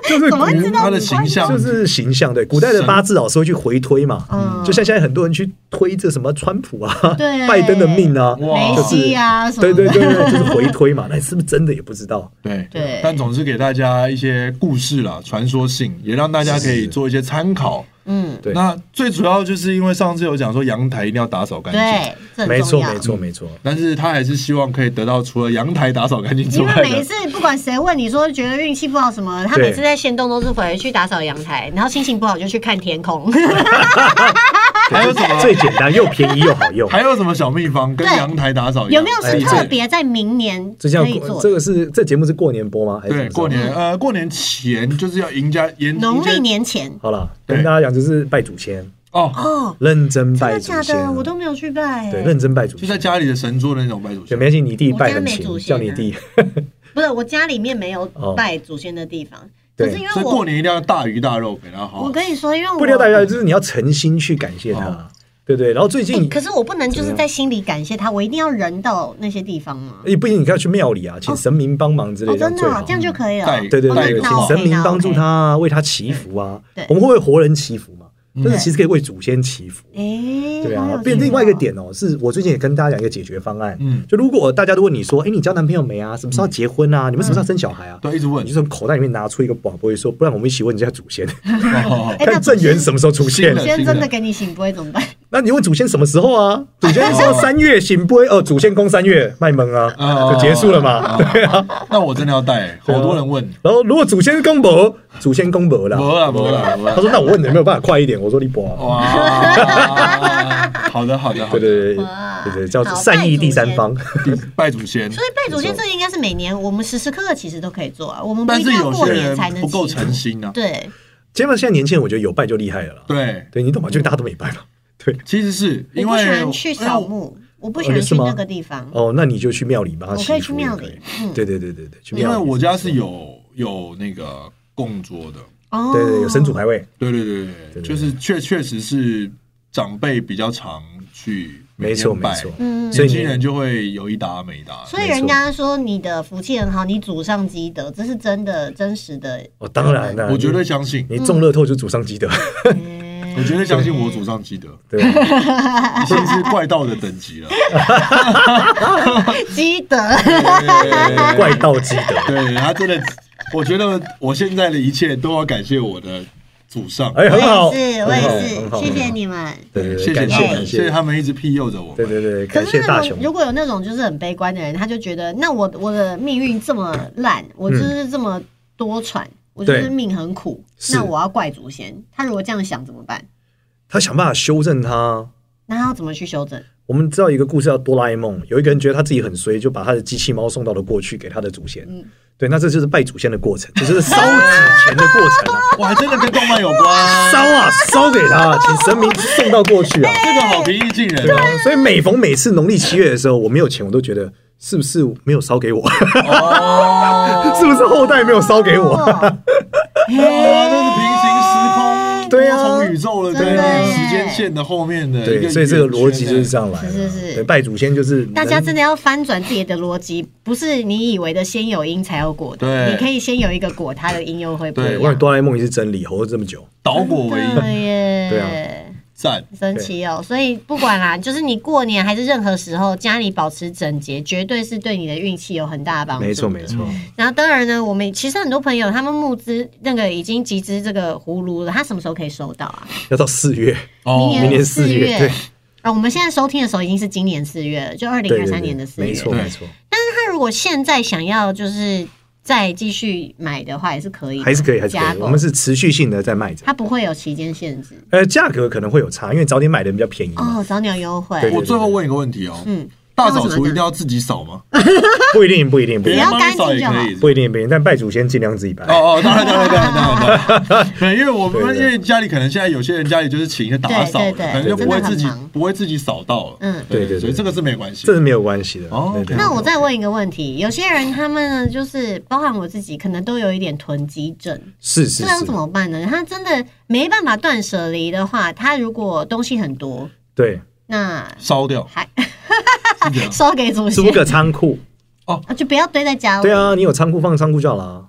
[SPEAKER 1] 就是
[SPEAKER 3] 怎么会知
[SPEAKER 1] 古
[SPEAKER 3] 道
[SPEAKER 2] 他的形象
[SPEAKER 1] 就是形象，对，古代的
[SPEAKER 2] 神
[SPEAKER 1] 八字老师会去回推嘛，
[SPEAKER 3] 嗯
[SPEAKER 1] 就像现在很多人去推这什么川普啊、
[SPEAKER 3] 对
[SPEAKER 1] 拜登的命啊，
[SPEAKER 2] 哇
[SPEAKER 3] 梅
[SPEAKER 2] 就是
[SPEAKER 3] 西啊什么
[SPEAKER 1] 对
[SPEAKER 3] 的，
[SPEAKER 1] 对对，对就是回推嘛，那 是不是真的也不知道。
[SPEAKER 2] 对
[SPEAKER 3] 对
[SPEAKER 2] 但总是给大家一些故事啦，传说性，也让大家可以做一些参考。
[SPEAKER 3] 嗯，
[SPEAKER 1] 对
[SPEAKER 2] 那最主要就是因为上次有讲说阳台一定要打扫干净，
[SPEAKER 3] 对，这很
[SPEAKER 1] 没
[SPEAKER 3] 重
[SPEAKER 1] 错，
[SPEAKER 3] 要嗯
[SPEAKER 1] 没。错，没错。
[SPEAKER 2] 但是他还是希望可以得到除了阳台打扫干净之
[SPEAKER 3] 因
[SPEAKER 2] 外
[SPEAKER 3] 为每一
[SPEAKER 2] 的，
[SPEAKER 3] 次不管谁问你说觉得运气不好什么，他
[SPEAKER 1] 对
[SPEAKER 3] 每次在线动都是回去打扫阳台，然后心情不好就去看天空。
[SPEAKER 2] 还有什么
[SPEAKER 1] 最简单又便宜又好用。
[SPEAKER 2] 还有什么小秘方跟
[SPEAKER 3] 对
[SPEAKER 2] 阳台打扫一
[SPEAKER 3] 有
[SPEAKER 2] 样
[SPEAKER 3] 没有是特？别在明年
[SPEAKER 1] 哎这叫
[SPEAKER 3] 可以做
[SPEAKER 1] 这
[SPEAKER 3] 的？
[SPEAKER 1] 个是这节目是过年播吗？还是什么
[SPEAKER 2] 对，
[SPEAKER 1] 时候
[SPEAKER 2] 过年呃，过年前就是要赢家迎
[SPEAKER 3] 农历
[SPEAKER 2] 迎接
[SPEAKER 3] 年前
[SPEAKER 1] 好了，
[SPEAKER 2] 对
[SPEAKER 1] 跟大家讲就是拜祖先，
[SPEAKER 2] 哦，
[SPEAKER 3] 哦，
[SPEAKER 1] 认真
[SPEAKER 3] 真
[SPEAKER 1] 拜
[SPEAKER 3] 的
[SPEAKER 1] 祖
[SPEAKER 3] 假
[SPEAKER 1] 先啊。
[SPEAKER 3] 的？我都没有去拜欸。
[SPEAKER 1] 对认真拜祖
[SPEAKER 2] 就
[SPEAKER 1] 先，
[SPEAKER 2] 在家里的神桌的那种拜祖
[SPEAKER 1] 对。
[SPEAKER 2] 先
[SPEAKER 1] 没。关系，你弟
[SPEAKER 3] 我
[SPEAKER 1] 拜
[SPEAKER 3] 家
[SPEAKER 1] 很
[SPEAKER 3] 没
[SPEAKER 1] 勤，
[SPEAKER 3] 祖
[SPEAKER 1] 叫
[SPEAKER 3] 先
[SPEAKER 1] 你
[SPEAKER 3] 啊
[SPEAKER 1] 弟。
[SPEAKER 3] 不是我家里面没有
[SPEAKER 1] 哦
[SPEAKER 3] 拜祖先的地方，可
[SPEAKER 1] 对
[SPEAKER 3] 是因
[SPEAKER 2] 所
[SPEAKER 3] 为
[SPEAKER 2] 以过
[SPEAKER 3] 我
[SPEAKER 2] 年一定要大鱼大肉给他好好。
[SPEAKER 3] 我跟你说，因为我
[SPEAKER 1] 不一定要大家就是你要诚心去感谢
[SPEAKER 2] 哦
[SPEAKER 1] 他，对不对？然后最
[SPEAKER 3] 哎
[SPEAKER 1] 近
[SPEAKER 3] 可是我不能就是在心里感谢他，我一定要人到那些地方吗？
[SPEAKER 1] 也不一定你要去庙里啊，请神明帮忙之
[SPEAKER 3] 哦，
[SPEAKER 1] 类
[SPEAKER 3] 真的
[SPEAKER 1] 最
[SPEAKER 3] 哦
[SPEAKER 1] 好
[SPEAKER 3] 这。样就可以了。
[SPEAKER 2] 带
[SPEAKER 1] 对对
[SPEAKER 2] 哦
[SPEAKER 1] 对，
[SPEAKER 2] 那
[SPEAKER 1] 请
[SPEAKER 2] 那
[SPEAKER 1] 神明帮助他，
[SPEAKER 3] 哦
[SPEAKER 1] 啊，为他祈福啊
[SPEAKER 3] 对对。
[SPEAKER 1] 我们会为活人祈福嘛？
[SPEAKER 2] 嗯
[SPEAKER 1] 但是
[SPEAKER 3] 对
[SPEAKER 1] 其实可以为祖先祈福。
[SPEAKER 3] 那 OK，OK 哎，
[SPEAKER 1] 对
[SPEAKER 3] 好
[SPEAKER 1] 啊
[SPEAKER 3] 有，
[SPEAKER 1] 变
[SPEAKER 3] 趣
[SPEAKER 1] 另外一个
[SPEAKER 3] 哦，
[SPEAKER 1] 点哦，是我最近也跟大家讲一个解决方案。
[SPEAKER 2] 嗯
[SPEAKER 1] 就如果大家都问你说，哎，你交男朋友没
[SPEAKER 3] 嗯
[SPEAKER 1] 啊？什么时候要结婚啊？你们什么时候要生小孩啊？
[SPEAKER 2] 对一直问
[SPEAKER 1] 你就，从口袋里面拿出一个宝贝，说，不然我们一起问一下祖先，
[SPEAKER 2] 哦
[SPEAKER 3] 哎那
[SPEAKER 1] 看正缘什么时候出现啊
[SPEAKER 2] 新。的
[SPEAKER 3] 先真的给你醒不会怎么办？
[SPEAKER 1] 那你问祖先什么时候 啊？祖先说三月行不？呃，祖先公三月卖萌 啊，
[SPEAKER 2] 哦
[SPEAKER 1] 就结束了嘛。
[SPEAKER 3] 哦
[SPEAKER 1] 对啊。
[SPEAKER 2] 那我真的要带，好多人问，
[SPEAKER 1] 然后如果祖先公伯，祖先公伯啦，
[SPEAKER 2] 没了没了没 了
[SPEAKER 1] 他说那我问你有没有办法快一点？我说你伯啊。
[SPEAKER 3] 哦
[SPEAKER 2] 哇，好的好的好
[SPEAKER 1] 对
[SPEAKER 2] 的，
[SPEAKER 1] 对对
[SPEAKER 3] 哇
[SPEAKER 1] 对对，叫
[SPEAKER 3] 好
[SPEAKER 1] 善意第三方。
[SPEAKER 2] 拜祖先。
[SPEAKER 3] 所以拜祖先这应该是每年我们时时刻刻其实都可以做啊，我们不
[SPEAKER 2] 但
[SPEAKER 3] 一
[SPEAKER 2] 是
[SPEAKER 3] 定要
[SPEAKER 2] 有
[SPEAKER 3] 过
[SPEAKER 2] 些
[SPEAKER 3] 年
[SPEAKER 2] 人
[SPEAKER 3] 才能
[SPEAKER 2] 不够
[SPEAKER 3] 祈
[SPEAKER 2] 诚
[SPEAKER 3] 福
[SPEAKER 2] 心啊，
[SPEAKER 3] 对，
[SPEAKER 1] 基本上现在年轻人，我觉得有拜就厉害了啦。
[SPEAKER 2] 对，
[SPEAKER 1] 对，你懂吗？就大家都没拜嘛。对，
[SPEAKER 2] 其实是因
[SPEAKER 3] 我不喜
[SPEAKER 2] 为
[SPEAKER 3] 欢去扫墓，我不喜
[SPEAKER 1] 哦
[SPEAKER 3] 欢
[SPEAKER 1] 也是
[SPEAKER 3] 去
[SPEAKER 1] 吗
[SPEAKER 3] 那个地方。
[SPEAKER 1] 哦，那你就去庙里帮他
[SPEAKER 3] 我
[SPEAKER 1] 祈
[SPEAKER 3] 可以去
[SPEAKER 1] 福也
[SPEAKER 3] 庙
[SPEAKER 1] 可
[SPEAKER 3] 里
[SPEAKER 1] 以
[SPEAKER 3] 嗯
[SPEAKER 1] 对对对对对，去
[SPEAKER 2] 因
[SPEAKER 1] 庙
[SPEAKER 2] 为
[SPEAKER 1] 里。
[SPEAKER 2] 我家是有有那个供桌的，
[SPEAKER 3] 哦，
[SPEAKER 1] 对对对有神主牌位，
[SPEAKER 2] 对对对对对，就是确确实是长辈比较常去每
[SPEAKER 1] 没错
[SPEAKER 2] 天
[SPEAKER 1] 没
[SPEAKER 2] 拜，
[SPEAKER 1] 错。
[SPEAKER 3] 嗯，
[SPEAKER 1] 所以
[SPEAKER 2] 年
[SPEAKER 1] 你
[SPEAKER 2] 轻人就会有一搭没一
[SPEAKER 1] 嗯
[SPEAKER 2] 搭。
[SPEAKER 3] 所以人家说你的福气很好，你祖上积德，这是真的真 实的。
[SPEAKER 1] 哦，当然啦，
[SPEAKER 2] 我绝对相信，
[SPEAKER 1] 你中乐透就祖上积 德，
[SPEAKER 3] 嗯
[SPEAKER 2] 我绝对相信我祖上积 德，
[SPEAKER 1] 对吧？
[SPEAKER 2] 已经是怪盗的等级了。
[SPEAKER 3] 积德，
[SPEAKER 2] 对
[SPEAKER 1] 怪盗积德。
[SPEAKER 2] 对他真的，我觉得我现在的一切都要感谢我的祖上。
[SPEAKER 1] 哎，
[SPEAKER 3] 我
[SPEAKER 1] 很好，
[SPEAKER 3] 也是，我
[SPEAKER 1] 很好
[SPEAKER 3] 也
[SPEAKER 1] 很
[SPEAKER 3] 是，
[SPEAKER 1] 好
[SPEAKER 3] 谢谢
[SPEAKER 1] 很好
[SPEAKER 3] 你们。
[SPEAKER 1] 对对对，
[SPEAKER 2] 谢谢
[SPEAKER 1] 感
[SPEAKER 2] 他
[SPEAKER 1] 谢
[SPEAKER 2] 们，
[SPEAKER 1] 感
[SPEAKER 2] 谢谢
[SPEAKER 1] 谢，
[SPEAKER 2] 他们一直庇佑着我
[SPEAKER 1] 对
[SPEAKER 2] 们。
[SPEAKER 1] 对对，
[SPEAKER 3] 可
[SPEAKER 1] 感
[SPEAKER 3] 是
[SPEAKER 1] 谢大
[SPEAKER 3] 那
[SPEAKER 1] 雄
[SPEAKER 3] 种。如果有那种就是很悲观的人，他就觉得那我我的命运这么烂，我
[SPEAKER 1] 嗯
[SPEAKER 3] 就是这么多舛，我就是
[SPEAKER 1] 对
[SPEAKER 3] 命很苦，
[SPEAKER 1] 是
[SPEAKER 3] 那我要怪祖先。他如果这样想怎么办？
[SPEAKER 1] 他想办法修正他。
[SPEAKER 3] 那他要怎么去修正？
[SPEAKER 1] 我们知道一个故事叫哆啦 A 梦，有一个人觉得他自己很衰，就把他的机器猫送到了过去给他的祖先。
[SPEAKER 3] 嗯
[SPEAKER 1] 对，那这就是拜祖先的过程，这就是烧纸钱的过程啊，
[SPEAKER 2] 哇，还真的跟动漫有关，
[SPEAKER 1] 烧啊烧给他，请神明送到过去啊。
[SPEAKER 2] 这个好平易近人
[SPEAKER 1] 对啊，所以每逢每次农历七月的时候，我没有钱，我都觉得是不是没有烧给我，
[SPEAKER 2] 哦。
[SPEAKER 1] 是不是后代没有烧给我？
[SPEAKER 3] 哦
[SPEAKER 2] 哇，那是平行时空，
[SPEAKER 1] 对啊
[SPEAKER 2] 多重宇宙了，
[SPEAKER 3] 真的
[SPEAKER 2] 对，时间线的后面的一
[SPEAKER 1] 对，
[SPEAKER 2] 个
[SPEAKER 1] 所以这个逻辑就是这样来的。
[SPEAKER 3] 是是是
[SPEAKER 1] 对，拜祖先就是
[SPEAKER 3] 大家真
[SPEAKER 1] 的
[SPEAKER 3] 的要翻转自己的逻辑，不是你以为的先有因才有果的，
[SPEAKER 2] 对
[SPEAKER 3] 你可以先有一个果，它的因又会不
[SPEAKER 2] 对
[SPEAKER 3] 一
[SPEAKER 1] 我感觉
[SPEAKER 3] 样。
[SPEAKER 1] 哆啦 A 梦也是真理，活了这么久。
[SPEAKER 2] 导果为
[SPEAKER 3] 真
[SPEAKER 2] 因，
[SPEAKER 3] 的耶，
[SPEAKER 1] 对啊
[SPEAKER 2] 赞。
[SPEAKER 3] 神奇哦！所以不管啦，就是你过年还是任何时候，家里保持整洁，绝对是对你的运气有很哦大的帮助。
[SPEAKER 1] 没错没。错，
[SPEAKER 3] 然后当然呢，我们其实很多朋友他们募资那个已经集资这个葫芦了，他什么时候可以收到啊？
[SPEAKER 1] 要到四月，
[SPEAKER 2] 哦
[SPEAKER 1] 明年
[SPEAKER 3] 四
[SPEAKER 1] 四月对
[SPEAKER 3] 啊，我们现在收听的时候已经是今年四月了，就二零
[SPEAKER 1] 对
[SPEAKER 3] 二
[SPEAKER 1] 对
[SPEAKER 3] 三
[SPEAKER 1] 对，
[SPEAKER 3] 年的四月。
[SPEAKER 1] 没错
[SPEAKER 2] 对
[SPEAKER 1] 没错，
[SPEAKER 3] 那如果现在想要就是再继续买的话，也是可以的，
[SPEAKER 1] 还是可以还是
[SPEAKER 3] 加
[SPEAKER 1] 可以，
[SPEAKER 3] 购
[SPEAKER 1] 我们是持续性的在卖着。
[SPEAKER 3] 它不会有期间限制
[SPEAKER 1] 呃，价格可能会有差，因为早点买的比较便宜嘛，
[SPEAKER 3] 哦，早鸟优惠。
[SPEAKER 1] 嗯对
[SPEAKER 2] 我最后问一个问题哦，
[SPEAKER 3] 嗯，
[SPEAKER 2] 大扫除一定要自己扫吗？
[SPEAKER 1] 不一定不一定不一定
[SPEAKER 2] 别人
[SPEAKER 3] 只要
[SPEAKER 2] 帮你
[SPEAKER 3] 干净
[SPEAKER 2] 扫也
[SPEAKER 3] 就
[SPEAKER 2] 可
[SPEAKER 3] 好
[SPEAKER 2] 以。
[SPEAKER 1] 不一定不一定，但拜祖先尽量自己拜。
[SPEAKER 2] 哦哦，当然当然当然当然当然，对，因为我
[SPEAKER 1] 对
[SPEAKER 2] 们
[SPEAKER 1] 对
[SPEAKER 2] 因为家里可能现在有些人家里就是请一个打扫的，
[SPEAKER 3] 对对对
[SPEAKER 2] 可能就不会自
[SPEAKER 3] 真
[SPEAKER 2] 己
[SPEAKER 3] 的很忙
[SPEAKER 2] 不会自己扫到了，
[SPEAKER 3] 嗯
[SPEAKER 1] 对对对
[SPEAKER 2] 所以这个是没关系
[SPEAKER 1] 这。是没有关系的。
[SPEAKER 2] 哦
[SPEAKER 1] 对对对
[SPEAKER 3] 那我再问一个问题，有些人他们呢，就是包含我自己，可能都有一点囤积症，
[SPEAKER 1] 是是
[SPEAKER 3] 这样
[SPEAKER 1] 是
[SPEAKER 3] 怎，么办呢？他真的没办法断舍离的话，他如果东西很多，
[SPEAKER 1] 对，
[SPEAKER 3] 那
[SPEAKER 2] 烧掉，
[SPEAKER 3] 还
[SPEAKER 2] 是 这样
[SPEAKER 3] 烧给祖先
[SPEAKER 1] 租，个仓库，
[SPEAKER 3] 啊就不要堆在家
[SPEAKER 2] 哦
[SPEAKER 3] 里。
[SPEAKER 1] 对，啊，你有仓库放仓库就好了啊。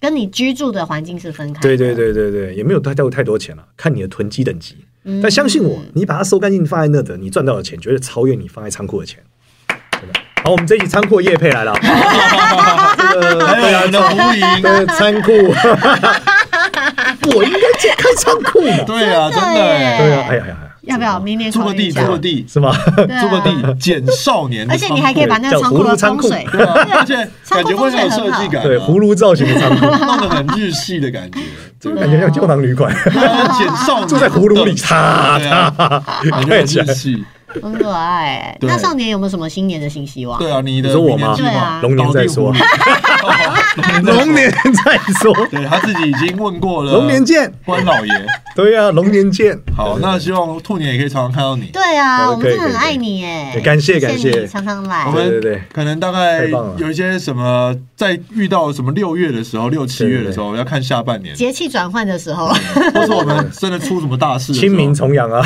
[SPEAKER 3] 跟你居住的环境是分
[SPEAKER 2] 嗯
[SPEAKER 3] 开。
[SPEAKER 1] 对对，对对对，也没有太太太多钱了，看你的囤积等级。
[SPEAKER 2] 嗯
[SPEAKER 1] 但相信我，
[SPEAKER 3] 嗯
[SPEAKER 1] 你把它收干净放在那的，你赚到的钱绝对超越你放在仓库的钱。真的好，我们这一期仓库的业配 来了，这个
[SPEAKER 2] 还有我们的服务营，
[SPEAKER 1] 对仓库，我应该去开仓库的。
[SPEAKER 2] 对啊，真的耶，
[SPEAKER 1] 对啊，哎呀哎呀，
[SPEAKER 3] 要不要明年
[SPEAKER 2] 租
[SPEAKER 3] 考
[SPEAKER 2] 个
[SPEAKER 3] 虑
[SPEAKER 2] 地，
[SPEAKER 3] 一
[SPEAKER 2] 租
[SPEAKER 3] 下？
[SPEAKER 2] 个地，
[SPEAKER 1] 是吗？
[SPEAKER 3] 对啊
[SPEAKER 2] 租个地，捡少年的
[SPEAKER 3] 而
[SPEAKER 2] 仓
[SPEAKER 3] 且
[SPEAKER 2] 库，
[SPEAKER 3] 你还可以把那个仓库的
[SPEAKER 1] 叫葫芦仓
[SPEAKER 3] 风
[SPEAKER 1] 库
[SPEAKER 3] 水，
[SPEAKER 2] 对啊，而且感觉会很有设计感啊，
[SPEAKER 1] 对，葫芦造型的 仓库，
[SPEAKER 2] 弄得很日系的感觉，
[SPEAKER 1] 就感觉像胶囊旅馆，
[SPEAKER 2] 捡少年
[SPEAKER 1] 住在葫芦里，
[SPEAKER 2] 对
[SPEAKER 1] 擦
[SPEAKER 2] 啊
[SPEAKER 1] 擦，
[SPEAKER 2] 感觉很日系。
[SPEAKER 3] 很可爱。
[SPEAKER 2] 对
[SPEAKER 3] 那少年有没有什么新年的新希望？
[SPEAKER 2] 对啊，你的
[SPEAKER 1] 你说我
[SPEAKER 2] 明年
[SPEAKER 1] 吗
[SPEAKER 2] 计
[SPEAKER 3] 对
[SPEAKER 2] 划
[SPEAKER 3] 啊
[SPEAKER 1] 龙年再说
[SPEAKER 2] 倒地 葫芦
[SPEAKER 1] 龙年再说，
[SPEAKER 2] 对他自己已经问过了，
[SPEAKER 1] 龙年见。
[SPEAKER 2] 关老爷。
[SPEAKER 1] 对呀、龙年见。
[SPEAKER 2] 嗯好，那希望兔年也可以常常看到你。
[SPEAKER 3] 对啊，
[SPEAKER 1] 好
[SPEAKER 3] 我
[SPEAKER 1] 的
[SPEAKER 3] 们
[SPEAKER 1] 可以
[SPEAKER 3] 真的很
[SPEAKER 1] 可以
[SPEAKER 3] 爱你耶
[SPEAKER 1] 对！感谢感
[SPEAKER 3] 谢
[SPEAKER 1] 谢
[SPEAKER 3] 你常常
[SPEAKER 2] 我
[SPEAKER 3] 来。
[SPEAKER 2] 们
[SPEAKER 1] 对对对
[SPEAKER 2] 可能大概
[SPEAKER 1] 太棒了
[SPEAKER 2] 有一些什么，在遇到什么六月的时候，六七月的时候，要看下半年，
[SPEAKER 3] 节气转换的时候，
[SPEAKER 2] 或是我们真的出什么大事的时候，
[SPEAKER 1] 清明重阳啊，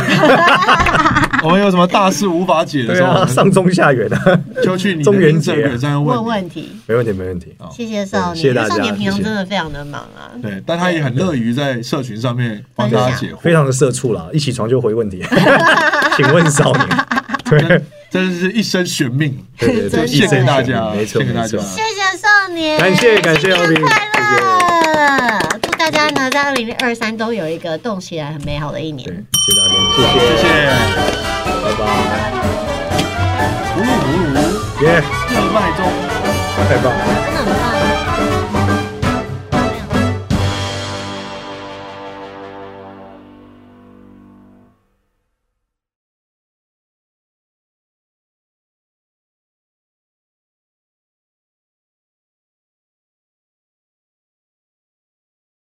[SPEAKER 2] 我们有什么大事无法解的
[SPEAKER 1] 对
[SPEAKER 2] 时候，我
[SPEAKER 1] 啊，
[SPEAKER 2] 们
[SPEAKER 1] 上中下元 啊，
[SPEAKER 2] 就去你的
[SPEAKER 1] 中元
[SPEAKER 2] Instagram
[SPEAKER 1] 节
[SPEAKER 2] 上面
[SPEAKER 3] 问
[SPEAKER 2] 问
[SPEAKER 3] 问
[SPEAKER 2] 你。
[SPEAKER 3] 题。
[SPEAKER 1] 没问题没问题。
[SPEAKER 2] 好
[SPEAKER 3] 谢谢少
[SPEAKER 1] 对
[SPEAKER 3] 年，
[SPEAKER 1] 谢谢
[SPEAKER 3] 因为
[SPEAKER 1] 大家
[SPEAKER 3] 少年平常
[SPEAKER 1] 谢嗯谢
[SPEAKER 3] 真的非常的忙啊。
[SPEAKER 2] 对，但他也很乐于在社群上面帮大家解惑
[SPEAKER 1] 非，常的社畜啦，一起床就回问 题，请问少年，
[SPEAKER 2] 真真的是一生悬命，
[SPEAKER 1] 对对
[SPEAKER 3] 真
[SPEAKER 1] 对，
[SPEAKER 3] 的
[SPEAKER 1] 一
[SPEAKER 2] 献
[SPEAKER 1] 生
[SPEAKER 2] 给大
[SPEAKER 1] 悬
[SPEAKER 2] 家，
[SPEAKER 1] 命没错
[SPEAKER 2] 献给大
[SPEAKER 1] 没
[SPEAKER 2] 家
[SPEAKER 1] 错。。
[SPEAKER 3] 谢谢少年，
[SPEAKER 1] 感谢感谢
[SPEAKER 3] 新
[SPEAKER 1] Robin，
[SPEAKER 3] 年快
[SPEAKER 1] 谢
[SPEAKER 3] 乐！祝大家呢在二零二三都有一个动起来很美好的一
[SPEAKER 1] 对，
[SPEAKER 3] 年。
[SPEAKER 1] 谢谢大家，谢谢。
[SPEAKER 2] 谢谢。
[SPEAKER 1] 太棒了！